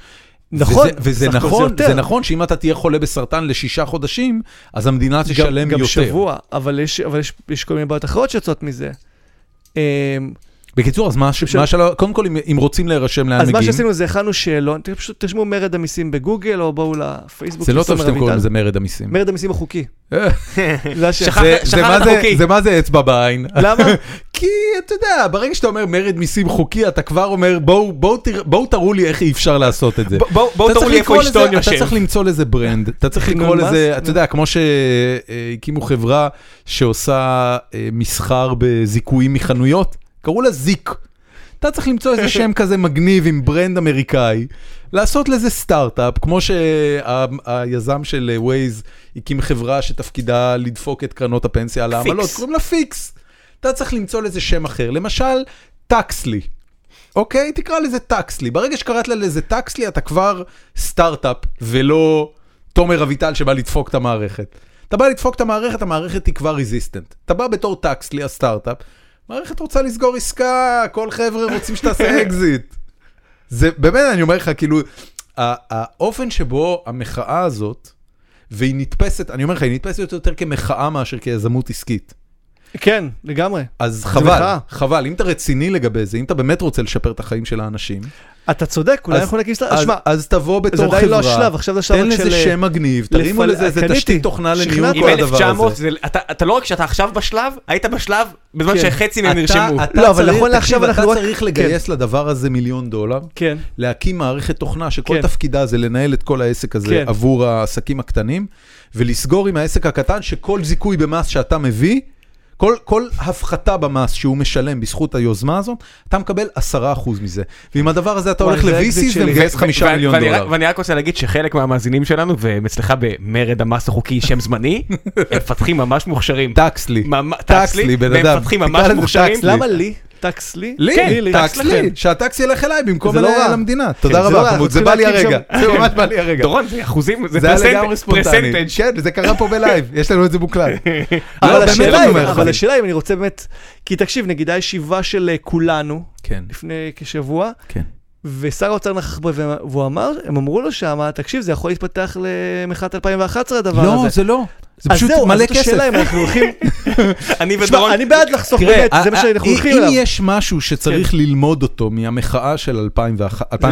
נכון,
וזה, וזה
בסך הכל זה
נכון,
יותר.
זה נכון שאם אתה תהיה חולה בסרטן לשישה חודשים, אז המדינה תשלם יותר.
גם שבוע, אבל יש, אבל יש, יש כל מיני בעיות אחרות שיוצאות מזה. אמ,
בקיצור, אז מה ש-
עכשיו-
מה שלא, קודם כל, אם- אם רוצים להירשם לאן
אז מה
מגיעים,
שעשינו זה הכנו שאלון, ת- פשוט תרשמו מרד המיסים בגוגל, או בואו לפייסבוק.
זה לא
של
טוב
סומר
שאתם קוראים
אביטל.
לזה מרד המיסים. אה.
מרד המיסים החוקי. זה השם.
שכח-
זה- זה מה
את
זה-
החוקי.
זה מה זה אצבע בעין.
למה?
כי אתה יודע, ברגע שאתה אומר מרד מיסים חוקי, אתה כבר אומר, "בואו- בואו תר- בואו תראו לי איך אי אפשר לעשות את זה.
בואו- בואו
אתה
תראו
צריך
לי איפה
לקרוא לזה-
אשתון יושב.
אתה צריך למצוא לזה ברנד, אתה צריך
נו,
לקרוא
מה
לזה,
זה?
אתה יודע, כמו שהקימו חברה שעושה אה, מסחר בזיכויים מחנויות, קראו לה זיק. אתה צריך למצוא איזה שם כזה מגניב עם ברנד אמריקאי, לעשות לזה סטארט-אפ, כמו שהיזם של אה, Waze הקים חברה שתפקידה לדפוק את קרנות הפנסיה על העמלות,
פיקס.
קוראים לה פיקס. אתה צריך למצוא לזה שם אחר, למשל, טקסלי. אוקיי? תקרא לזה טקסלי. ברגע שקראת לזה טקסלי, אתה כבר סטארט-אפ, ולא תומר אביטל שבא לדפוק את המערכת. אתה בא לדפוק את המערכת, המערכת היא כבר ריזיסטנט. אתה בא בתור טקסלי, הסטארט-אפ, המערכת רוצה לסגור עסקה, כל חבר'ה רוצים שתעשה אקזיט. זה באמת, אני אומר לך, כאילו, ה- האופן שבו המחאה הזאת, והיא נתפסת, אני אומר לך, היא נתפסת יותר כמחאה מאשר כיזמות עסקית.
כן, לגמרי.
אז
מחאה.
חבל, חבל, אם אתה רציני לגבי זה, אם אתה באמת רוצה לשפר את החיים של האנשים,
אתה צודק, אולי
אז-
אנחנו נקים... סטארט-
אז,
שמע,
אז תבוא בתור חברה,
עדיין לא השלב, עכשיו זה השלב
תן
רק
לזה
של- אה,
שם מגניב, תרימו
לפל-
לזה איזה
קניתי.
תשתית תוכנה לניהול
שכנעת
עם
כל הדבר
1900,
הזה.
זה- אתה- אתה לא רק שאתה עכשיו בשלב, היית בשלב בזמן
כן.
שחצי מהם נרשמו.
אתה, אתה
לא, אבל
צריך,
נכון לעכשיו
תקשיב,
אנחנו
אתה
רק-
צריך לגייס לדבר הזה מיליון דולר,
כן.
להקים מערכת תוכנה שכל
כן.
תפקידה זה לנהל את כל העסק הזה
כן.
עבור העסקים הקטנים, ולסגור עם העסק הקטן שכל זיכוי במס שאתה מביא, כל, כל הפחתה במס שהוא משלם בזכות היוזמה הזאת, אתה מקבל 10% מזה. ועם הדבר הזה אתה
וואי,
הולך
זה האקזיט
ל-VC
שלי.
ומגייס
ו-
5
ו-
מיליון
ואני רק-
דולר.
ואני רק רוצה להגיד שחלק מהמאזינים שלנו, ואצלך במרד המס החוקי שם זמני, הם מפתחים ממש מוכשרים.
טקס לי.
ממ-
טקס לי, בן
והם
אדם.
מפתחים
תקרא
ממש
לזה
מוכשרים.
טקס לי.
למה לי? טקס לי? כן,
לי, טקס לי, שהטקס ילך אליי במקום
זה לא
אל-
רע.
למדינה.
זה
תודה
לא רע,
רבה,
אנחנו
חמוד, זה
צריכים
בא לי
להתחיל
הרגע, זה ממש בא לי הרגע.
דורון, זה אחוזים, זה
זה היה
פרסנט-
לגמרי ספונטני.
פרסנטג'.
כן, וזה קרה פה בלייב, יש לנו את זה מוקלט.
אבל
לא, באמת
השאלה
אני
היא-
אומר לך.
אבל השאלה אם אני רוצה באמת... כי תקשיב, נגיד הישיבה של אה, כולנו,
כן,
לפני כשבוע,
כן.
ושר האוצר נכח בה, והם- והוא אמר, הם אמרו לו שמה, תקשיב, זה יכול להתפתח למחאת 2011 הדבר הזה.
לא, זה לא. זה
אז
פשוט
זהו, אז
מלא
זאת
כסף.
השאלה אם אנחנו הולכים...
אני ודורון,
תשמע, אני בעד לחסוך,
תראה,
באמת, כן, זה מה
ה-
שאנחנו
ה-
הולכים
אם
אליו. כן.
יש משהו שצריך ללמוד אותו מהמחאה של 2001,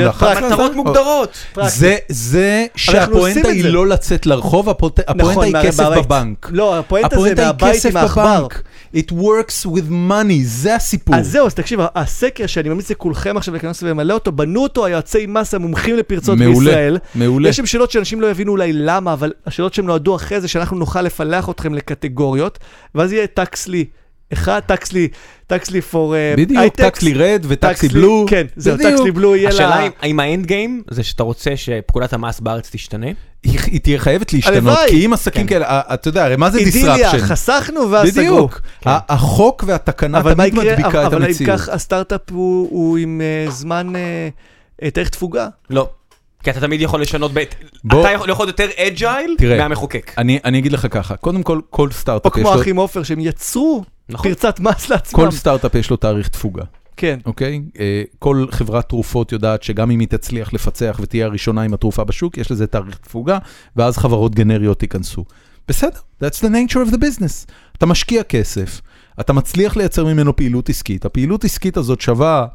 מטרות מוגדרות.
זה- זה
עושים
שהפואנטה
את
היא
זה.
לא לצאת לרחוב, הפואנטה הפואנטה
נכון,
היא
מהרי
כסף
בבית.
בבנק.
לא, הפואנטה זה
הפואנטה היא
מהבית,
כסף
מהעכבר.
בבנק. It works with money, זה הסיפור.
אז זהו, אז תקשיב, הסקר שאני ממליץ לכולכם עכשיו להיכנס ולמלא אותו, בנו אותו היועצי מס המומחים לפרצות
מעולה,
בישראל.
מעולה.
יש שם שאלות שאנשים לא יבינו אולי למה, אבל השאלות שהם נועדו אחרי זה, שאנחנו נוכל לפלח אתכם לקטגוריות, ואז יהיה טקסלי. אחד טקסלי, טקסלי פור
בדיוק, טקסלי רד וטקסלי
טקסלי-
בלו.
כן, זהו,
בדיוק.
טקסלי בלו יהיה
השאלה
לה...
היא, האם האנד גיים זה שאתה רוצה שפקודת המס בארץ תשתנה?
היא היא תהיה חייבת להשתנות,
הלוואי. כן.
כי אם עסקים כאלה, ה- אתה יודע, הרי מה זה
אידיליה,
disruption?
חסכנו ואז סגרו.
בדיוק. ה- החוק והתקנה
אבל מה
תמיד
יקרה,
מדביקה את
אה, אבל אם
המציאות.
כך הסטארט-אפ הוא הוא עם אה, זמן, אה, אה, תאריך תפוגה.
לא. כי אתה תמיד יכול לשנות, ב-
בוא-
אתה יכול יכול להיות יותר אג'ייל
תראה.
מהמחוקק.
אני אני אגיד לך ככה, קודם כל, כל סטארט-אפ
או
אוקיי, יש
כמו
לו-
האחים עופר, שהם יצרו
נכון.
פרצת מס לעצמם.
כל סטארט-אפ יש לו תאריך תפוגה.
כן.
אוקיי? אה, כל חברת תרופות יודעת שגם אם היא תצליח לפצח ותהיה הראשונה עם התרופה בשוק, יש לזה תאריך תפוגה, ואז חברות גנריות ייכנסו. בסדר, that's the nature of the business. אתה משקיע כסף, אתה מצליח לייצר ממנו פעילות עסקית, הפעילות עסקית הזאת שווה...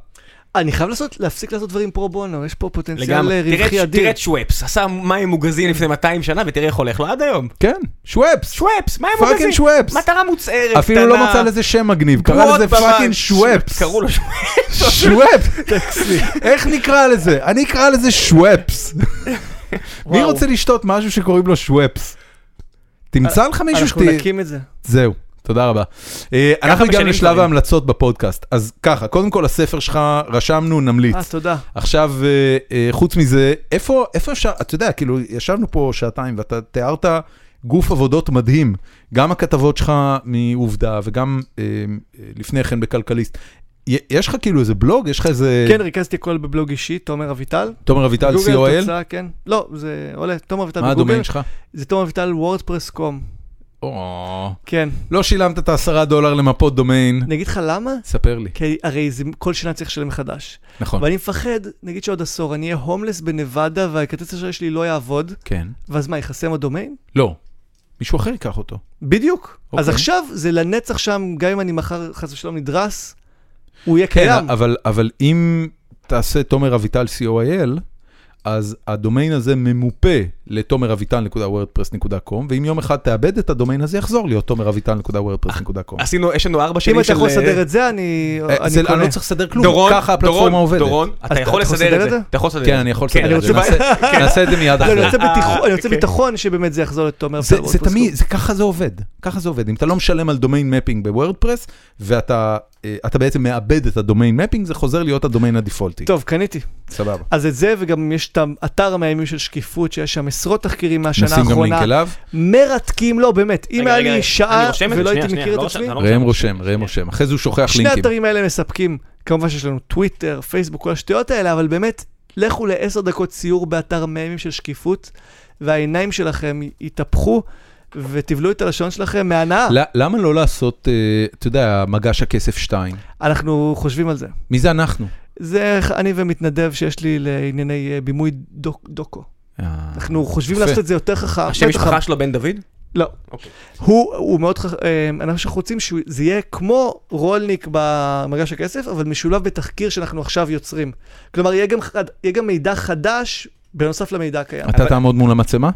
אני חייב לעשות, להפסיק לעשות דברים פרו בונו, יש פה פוטנציאל אה,
לגמרי. תראה את-
רווחי אדיר.
תראה את שוואפס, עשה מים מוגזים לפני 200 שנה ותראה איך הולך לו עד היום.
כן, שוואפס!
שוואפס, מים
Fucking
מוגזים.
שוואפס.
מטרה מוצהרת, קטנה.
אפילו לא מצא לזה שם מגניב, קרא
גרועות
לזה
בבנק.
פאקינג שוואפס.
קראו לו שוואפס.
שוואפס. איך נקרא לזה? אני אקרא לזה שוואפס. מי
וואו.
רוצה לשתות משהו שקוראים לו שוואפס? תמצא לך מישהו
אנחנו
שתהיה...
נקים את זה. אה,
זהו, תודה רבה. אה, אנחנו הגענו
משנים
לשלב
דברים.
ההמלצות בפודקאסט, אז ככה, קודם כל הספר שלך, רשמנו, נמליץ.
אה, תודה.
עכשיו, אה, אה, חוץ מזה, איפה איפה אפשר, אתה יודע, כאילו, ישבנו פה שעתיים ואתה תיארת גוף עבודות מדהים, גם הכתבות שלך מעובדה וגם אה, אה, לפני כן בכלכליסט. י- יש לך כאילו איזה בלוג, יש לך איזה...
כן, ריכזתי הכל בבלוג אישי, תומר אביטל.
תומר אביטל,
גוגל,
co.il?
תוצאה, כן. לא, זה עולה, תומר אביטל
מה
בגוגל.
הדומיין שלך?
זה תומר אביטל וורדפרס קום.
או,
כן.
לא שילמת את העשרה דולר למפות דומיין,
אני אגיד לך למה?
ספר לי.
כי הרי זה כל שנה צריך לשלם מחדש.
נכון,
ואני מפחד, נגיד שעוד עשור, אני אהיה הומלס בנבדה והכרטיס אשראי שלי לא יעבוד,
כן.
ואז מה, ייחסם הדומיין?
לא, מישהו אחר ייקח אותו.
בדיוק. אז
אוקיי.
עכשיו זה לנצח שם, גם אם אני מחר חס ושלום נדרס, הוא יהיה
כן,
קיים.
אבל, אבל אם תעשה תומר אביטל co.il, אז הדומיין הזה ממופה לתומר אביטל.wordpress.com, ואם יום אחד תאבד את הדומיין הזה, יחזור להיות תומר אביטל.wordpress.com.
עשינו, יש לנו ארבע
אם
שנים של...
אתה יכול לסדר
אה,
את זה, אני
אה,
אני
זה- אני
קונה.
לא צריך לסדר כלום, ככה הפלטפורמה
דורון,
עובדת.
דורון, אתה
אתה
יכול לסדר את זה. אתה יכול לסדר את זה.
כן, אני יכול
כן,
לסדר את זה,
אני רוצה-
נעשה- נעשה את זה מיד
לא, אני
אחרי.
רוצה ביטחון- אני רוצה
אוקיי.
ביטחון שבאמת זה יחזור לתומר.
זה, זה
וורדפרס.
תמיד, זה ככה זה עובד, ככה זה עובד. אם אתה לא משלם על דומיין מפינג בוורדפרס, ואתה אה, אתה בעצם מאבד את הדומיין מפינג, זה חוזר להיות הדומיין הדיפולטי.
טוב, קניתי.
סבבה.
אז את זה, וגם יש את האתר המאיימים של שקיפות, שיש שם עשרות תחקירים מהשנה
נשים גם לינק
האחרונה.
אליו.
מרתקים, לא, באמת. אם
רגע,
היה
רגע,
לי
רגע, אני
שעה
רושם את זה,
ולא
שנייה,
הייתי
שנייה,
מכיר
לא
את
רשם-
עצמי,
אתה לא
ראם
רושם.
רושם, ראם רושם. אחרי זה הוא שוכח
שני
לינקים.
האתרים האלה מספקים, כמובן שיש לנו טוויטר, פייסבוק, כל השטויות האלה, אבל באמת, לכו לעשר דקות סיור באתר מאיימים של שקיפות, והעיניים שלכם י- יתהפכו, ותבלעו את הלשון שלכם מהנאה.
ל- למה לא לעשות, אה, אתה יודע, מגש הכסף 2?
אנחנו חושבים על זה.
מי זה אנחנו?
זה אני ומתנדב שיש לי לענייני אה, בימוי דוק- דוקו.
אה,
אנחנו חושבים
יפה.
לעשות את זה יותר חכם.
השם
יותר חכם.
משפחה שלו בן דוד?
לא.
אוקיי.
הוא, הוא מאוד אה, חכם, אנחנו רוצים שזה יהיה כמו רולניק במגש הכסף, אבל משולב בתחקיר שאנחנו עכשיו יוצרים. כלומר, יהיה גם, חד- יהיה גם מידע חדש בנוסף למידע הקיים.
אתה
אבל-
תעמוד מול המצלמה?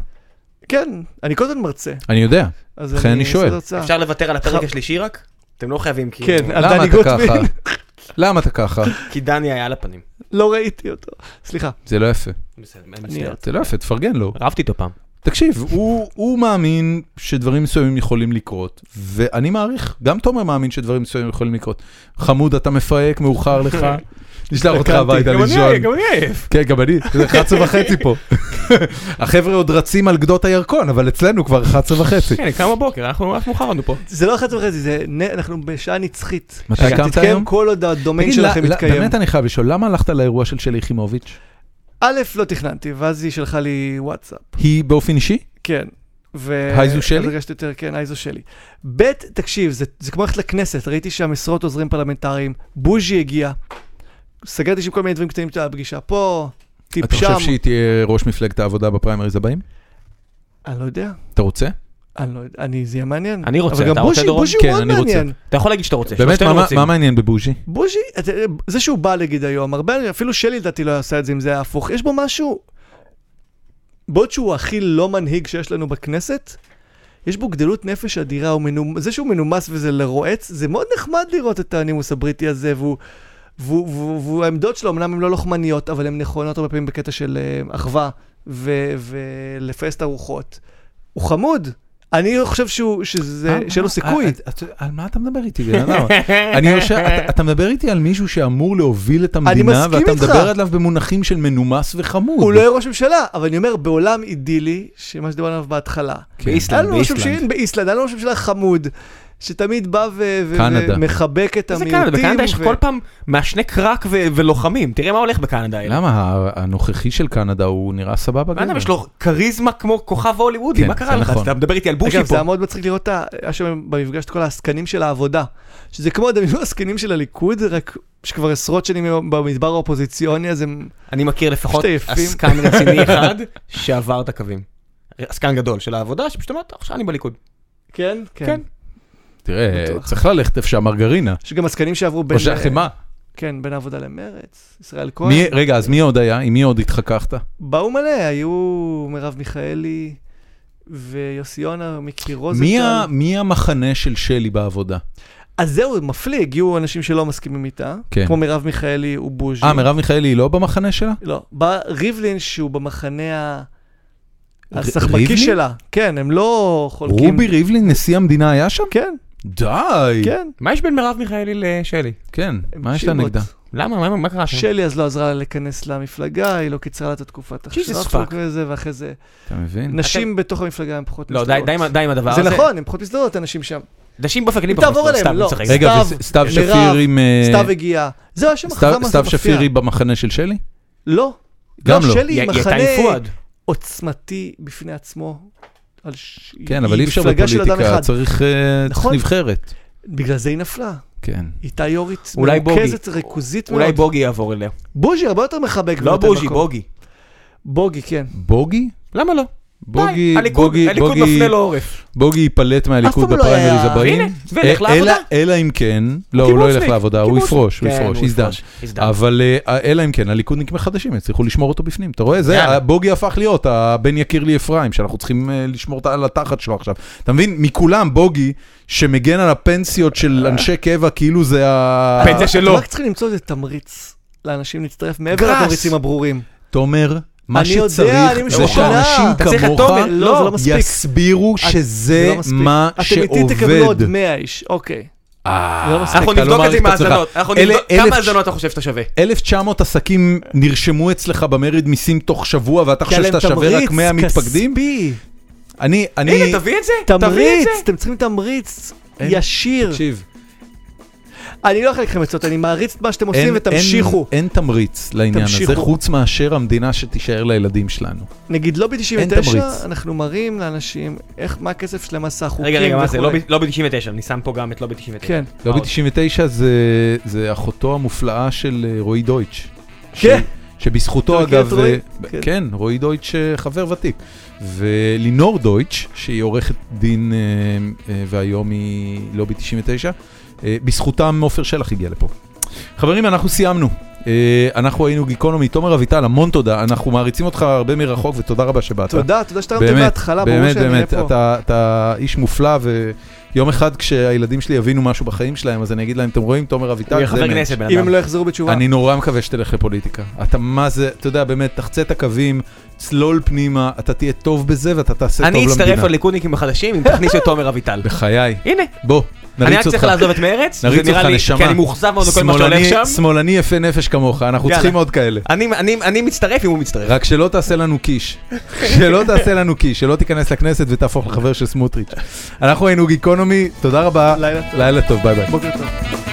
כן, אני כל הזמן מרצה.
אני יודע.
אז
לכן אני שואל.
אעשה הרצאה.
אפשר לוותר על הפרק
ח-
השלישי רק? אתם לא חייבים, כי-
כן, על
למה
דני
אתה
גוטמן.
ככה? למה אתה ככה?
כי דני היה על הפנים.
לא ראיתי אותו. סליחה.
זה לא יפה.
בסדר, אני
אני-
מצטער.
זה לא יפה, תפרגן לו.
רבתי איתו פעם.
תקשיב, הוא, הוא מאמין שדברים מסוימים יכולים לקרות, ואני מעריך, גם תומר מאמין שדברים מסוימים יכולים לקרות. חמוד, אתה מפהק, מאוחר לך, נשלח אותך
התקנתי.
הביתה
גם אני
לישון.
עייף, גם אני עייף.
כן, גם אני, זה 11 וחצי פה. החבר'ה עוד רצים על גדות הירקון, אבל אצלנו כבר 11 וחצי.
כן, קם בבוקר, אנחנו אף מאוחר לנו פה.
זה לא אחת וחצי, זה נ- אנחנו בשעה נצחית.
מתי
שתתקיים
קמת היום?
כל עוד הדומיין
תגיד,
שלכם
ל- ל-
מתקיים.
באמת אני חייב לשאול, למה הלכת לאירוע של שלי יחימוביץ'?
א', לא תכננתי, ואז היא שלחה לי וואטסאפ.
היא באופן אישי?
כן. ו...
הייזו שלי?
אז הרגשתי יותר, כן, הייזו שלי. ב', תקשיב, זה, זה כמו ללכת לכנסת, ראיתי שם עשרות עוזרים פרלמנטריים, בוז'י הגיע, סגרתי שם כל מיני דברים קטנים של הפגישה פה, טיפ
אתה
שם.
חושב שהיא תהיה ראש מפלגת העבודה בפריימריז הבאים?
אני לא יודע,
אתה רוצה?
אני לא יודע, אני, זה יהיה מעניין.
אני רוצה,
אבל גם
אתה רוצה,
בוז'י,
דורון?
בוז'י
כן,
הוא מאוד
אני רוצה.
מעניין.
אתה יכול להגיד שאתה רוצה.
באמת,
שלושתנו
מה-
רוצים.
מה מעניין בבוז'י?
בוז'י, אתה- זה שהוא בא נגיד היום, הרבה, אפילו שלי לדעתי לא יעשה את זה אם זה היה הפוך, יש בו משהו, בעוד שהוא הכי לא מנהיג שיש לנו בכנסת, יש בו גדלות נפש אדירה, הוא מנומ... זה שהוא מנומס וזה לרועץ, זה מאוד נחמד לראות את הנימוס הבריטי הזה, והוא... והוא- והוא- והעמדות שלו אמנם הן לא לוחמניות, אבל הן נכונות הרבה פעמים בקטע של אה, אחווה ו- ולפייס את הרוחות. הוא חמוד. אני חושב שהוא, שזה,
אה,
שאין לו
אה,
סיכוי.
אה, אה, על מה אתה מדבר איתי, בן אדם? אני יושב, אתה- אתה מדבר איתי על מישהו שאמור להוביל את המדינה,
מסכים
ואתה
איתך.
מדבר עליו במונחים של מנומס וחמוד.
הוא לא יהיה ראש ממשלה, אבל אני אומר, בעולם אידילי, שמה שדיברנו עליו בהתחלה.
כן.
היה
באיסלנד,
לנו ראש
באיסלנד.
ממשלה באיסלנד, היה לנו ראש ממשלה חמוד, שתמיד בא ו- ו-
קנדה.
ומחבק את
איזה
המיעוטים.
קנדה, בקנדה יש לך
ו-
כל פעם מעשני קרק ו- ולוחמים, תראה מה הולך בקנדה האלה.
למה ה- הנוכחי של קנדה הוא נראה סבבה?
בן אדם
גבר.
יש לו כריזמה כמו כוכב הוליוודי,
כן,
מה קרה
זה
לך?
נכון.
אתה מדבר איתי על בושי
אגב,
פה.
זה היה מאוד מצחיק לראות, את ה- היה שם במפגש את כל העסקנים של העבודה, שזה כמו דמיינו העסקנים של הליכוד, רק שכבר עשרות שנים במדבר האופוזיציוני, אז הם...
אני מכיר לפחות
פשוט עייפים.
עסקן רציני אחד שעבר את הקווים. עסקן גדול של העבודה, שפשוט אמרת, עכשיו אני בליכוד.
כן?
כן.
כן.
תראה,
בטוח.
צריך ללכת איפה שהמרגרינה.
יש גם עסקנים שעברו בין...
או שהחמאה.
כן, בין העבודה למרץ, ישראל כהן.
מי- רגע, אז מי עוד היה? עם מי עוד התחככת?
באו מלא, היו מרב מיכאלי ויוסי יונה, מיקי
מי ה-
רוזנטל.
מי המחנה של שלי בעבודה? אה,
אז זהו, מפליא, הגיעו אנשים שלא מסכימים איתה,
כן.
כמו מרב מיכאלי ובוז'י.
אה, מרב מיכאלי היא לא במחנה שלה?
לא, בא ריבלין שהוא במחנה ה-
ר-
הסחבקי
ריבלין?
שלה. כן, הם לא חולקים.
רובי ריבלין, נשיא המדינה, היה שם?
כן,
די.
כן.
מה יש בין מרב מיכאלי לשלי?
כן,
הם
מה יש לה
שיבות.
נגדה?
למה? מה- מה קרה שם?
שלי אז לא עזרה לה להיכנס למפלגה, היא לא קיצרה לה את התקופת
Jesus
החשבות
fuck.
וזה, ואחרי זה...
אתה מבין?
נשים בתוך המפלגה הן פחות
לא, די- די עם ה- די עם הדבר הזה.
זה נכון, הן פחות מסתדרות, הנשים שם.
נשים באופן כללי
אם תעבור
פחות,
אליהם,
סתם,
לא.
צוחק.
רגע,
סתיו,
וסתיו
מירב,
שפיר עם... אה,
סתיו הגיעה. זה השם החכם
סתיו
הזה
סתיו
מפתיע.
שפיר היא במחנה של שלי?
לא.
גם לא.
שלי
היא
היא
היא הייתה עם
מחנה
פואד.
עוצמתי בפני עצמו. על ש-
כן,
היא
אבל אי אפשר
מפלגה של אדם
בפוליטיקה,
אחד.
צריך אה, צריך
נכון.
נבחרת.
בגלל זה היא נפלה.
כן.
היא הייתה יורית
אולי בוגי.
מרוכזת, ריכוזית
אולי
מאוד.
בוגי יעבור אליה.
בוז'י הרבה יותר מחבק.
לא
ונותן
בוז'י,
מקום.
בוגי.
בוגי, כן.
בוגי?
למה לא?
בוגי,
הליכוד-
בוגי,
הליכוד
בוגי,
מפנה לו עורף.
בוגי ייפלט מהליכוד
אף פעם לא
בפריימריז
היה-
הבאים.
הנה, וילך
אה,
לעבודה.
אלא- אלא אם כן, לא, הוא לא
קיבוצניק,
ילך לעבודה, הוא
קיבוצניק.
יפרוש, הוא
כן,
יפרוש,
הוא
יזדן.
יפרוש, יזדן.
אבל אה, אלא אם כן, הליכודניקים החדשים יצליחו לשמור אותו בפנים, אתה רואה? זה,
כן.
ה- בוגי הפך להיות הבן יקיר לי אפרים, שאנחנו צריכים אה, לשמור אותה על התחת שלו עכשיו. אתה מבין? מכולם בוגי, שמגן על הפנסיות
אה.
של אנשי קבע, כאילו זה ה...
פנסיה שלו.
אתם רק צריכים למצוא איזה תמריץ לאנשים להצטרף מעבר
גראס.
לתמריצים הברורים.
תומר, מה
אני יודע,
שצריך
אני
זה
משוכנע.
אתה צריך
שאנשים
את
כמוך
תומר,
לא, זה לא מספיק.
יסבירו
זה
שזה
לא מספיק.
מה
אתם איתי תקבלו עוד
שעובד.
100 איש, אוקיי.
אה,
זה לא מספיק.
אנחנו
אתה לא
נבדוק את זה
מעריך
עם
את עצמך.
האזנות. אנחנו
אלה-
נבדוק
אלף-
כמה האזנות אתה חושב שאתה שווה.
1,900 עסקים נרשמו אצלך במרד מיסים תוך שבוע, ואתה
כי
חושב
עליהם
שאתה שווה רק
תמריץ
100 מתפקדים?
כספי.
אני, אני,
הנה, תביא את זה, תביא את
תמריץ,
זה.
אתם צריכים תמריץ
אין-
ישיר.
תקשיב,
אני לא יכול לכם עצות, אני מעריץ את מה שאתם
אין-
עושים ותמשיכו.
אין- אין תמריץ לעניין הזה,
תמשיכו.
חוץ מאשר המדינה שתישאר לילדים שלנו.
נגיד לובי
תמריץ.
99, אנחנו מראים לאנשים איך, מה הכסף שלהם עשה, חוקים
רגע, רגע, מה זה? לא
וכולי.
לובי- לובי 99, אני שם פה גם את לא לובי 99.
אוקיי. כן.
לובי 99 זה- זה אחותו המופלאה של אה, רועי דויטש.
כן.
ש- שבזכותו
אתה מכיר את
אגב,
רועי?
אה,
כן.
כן, רועי דויטש אה, חבר ותיק. ולינור דויטש, שהיא עורכת דין אה, אה, והיום היא לובי 99, אה, בזכותם עופר שלח הגיע לפה. חברים, אנחנו סיימנו. אה, אנחנו היינו גיקונומי, תומר אביטל, המון תודה, אנחנו מעריצים אותך הרבה מרחוק ותודה רבה שבאת.
תודה, תודה שתרמתם
באמת,
בהתחלה, ברור
באמת,
שאני אהיה
באמת,
פה.
אתה, אתה איש מופלא ויום אחד כשהילדים שלי יבינו משהו בחיים שלהם אז אני אגיד להם, אתם רואים, תומר
הוא
אביטל,
יהיה חבר כנסת, בן
אם
אדם.
הם לא יחזרו בתשובה.
אני נורא מקווה שתלך לפוליטיקה. אתה מה זה, אתה יודע, באמת, תחצה את הקווים, צלול פנימה, אתה תהיה טוב בזה ואתה תעשה טוב
אני
למדינה.
אצטרף לליכודניקים החדשים אם תכניסו את תומר אביטל.
בחיי.
הנה,
בוא,
אני רק
נריץ
צריך
אותך.
לעזוב את מרץ,
נריץ
זה נראה
אותך,
לי,
נשמה.
כי אני מאוכזב מאוד מכל מה שהולך
שמאלני-
שם.
שמאלני יפה נפש כמוך, אנחנו
יאללה.
צריכים עוד כאלה.
אני- אני- אני מצטרף אם הוא מצטרף.
רק שלא תעשה לנו קיש. שלא תעשה לנו קיש, שלא תיכנס לכנסת ותהפוך לחבר של סמוטריץ'. אנחנו היינו גיקונומי, תודה רבה.
לילה טוב.
לילה טוב, ביי ביי.
בוקר טוב.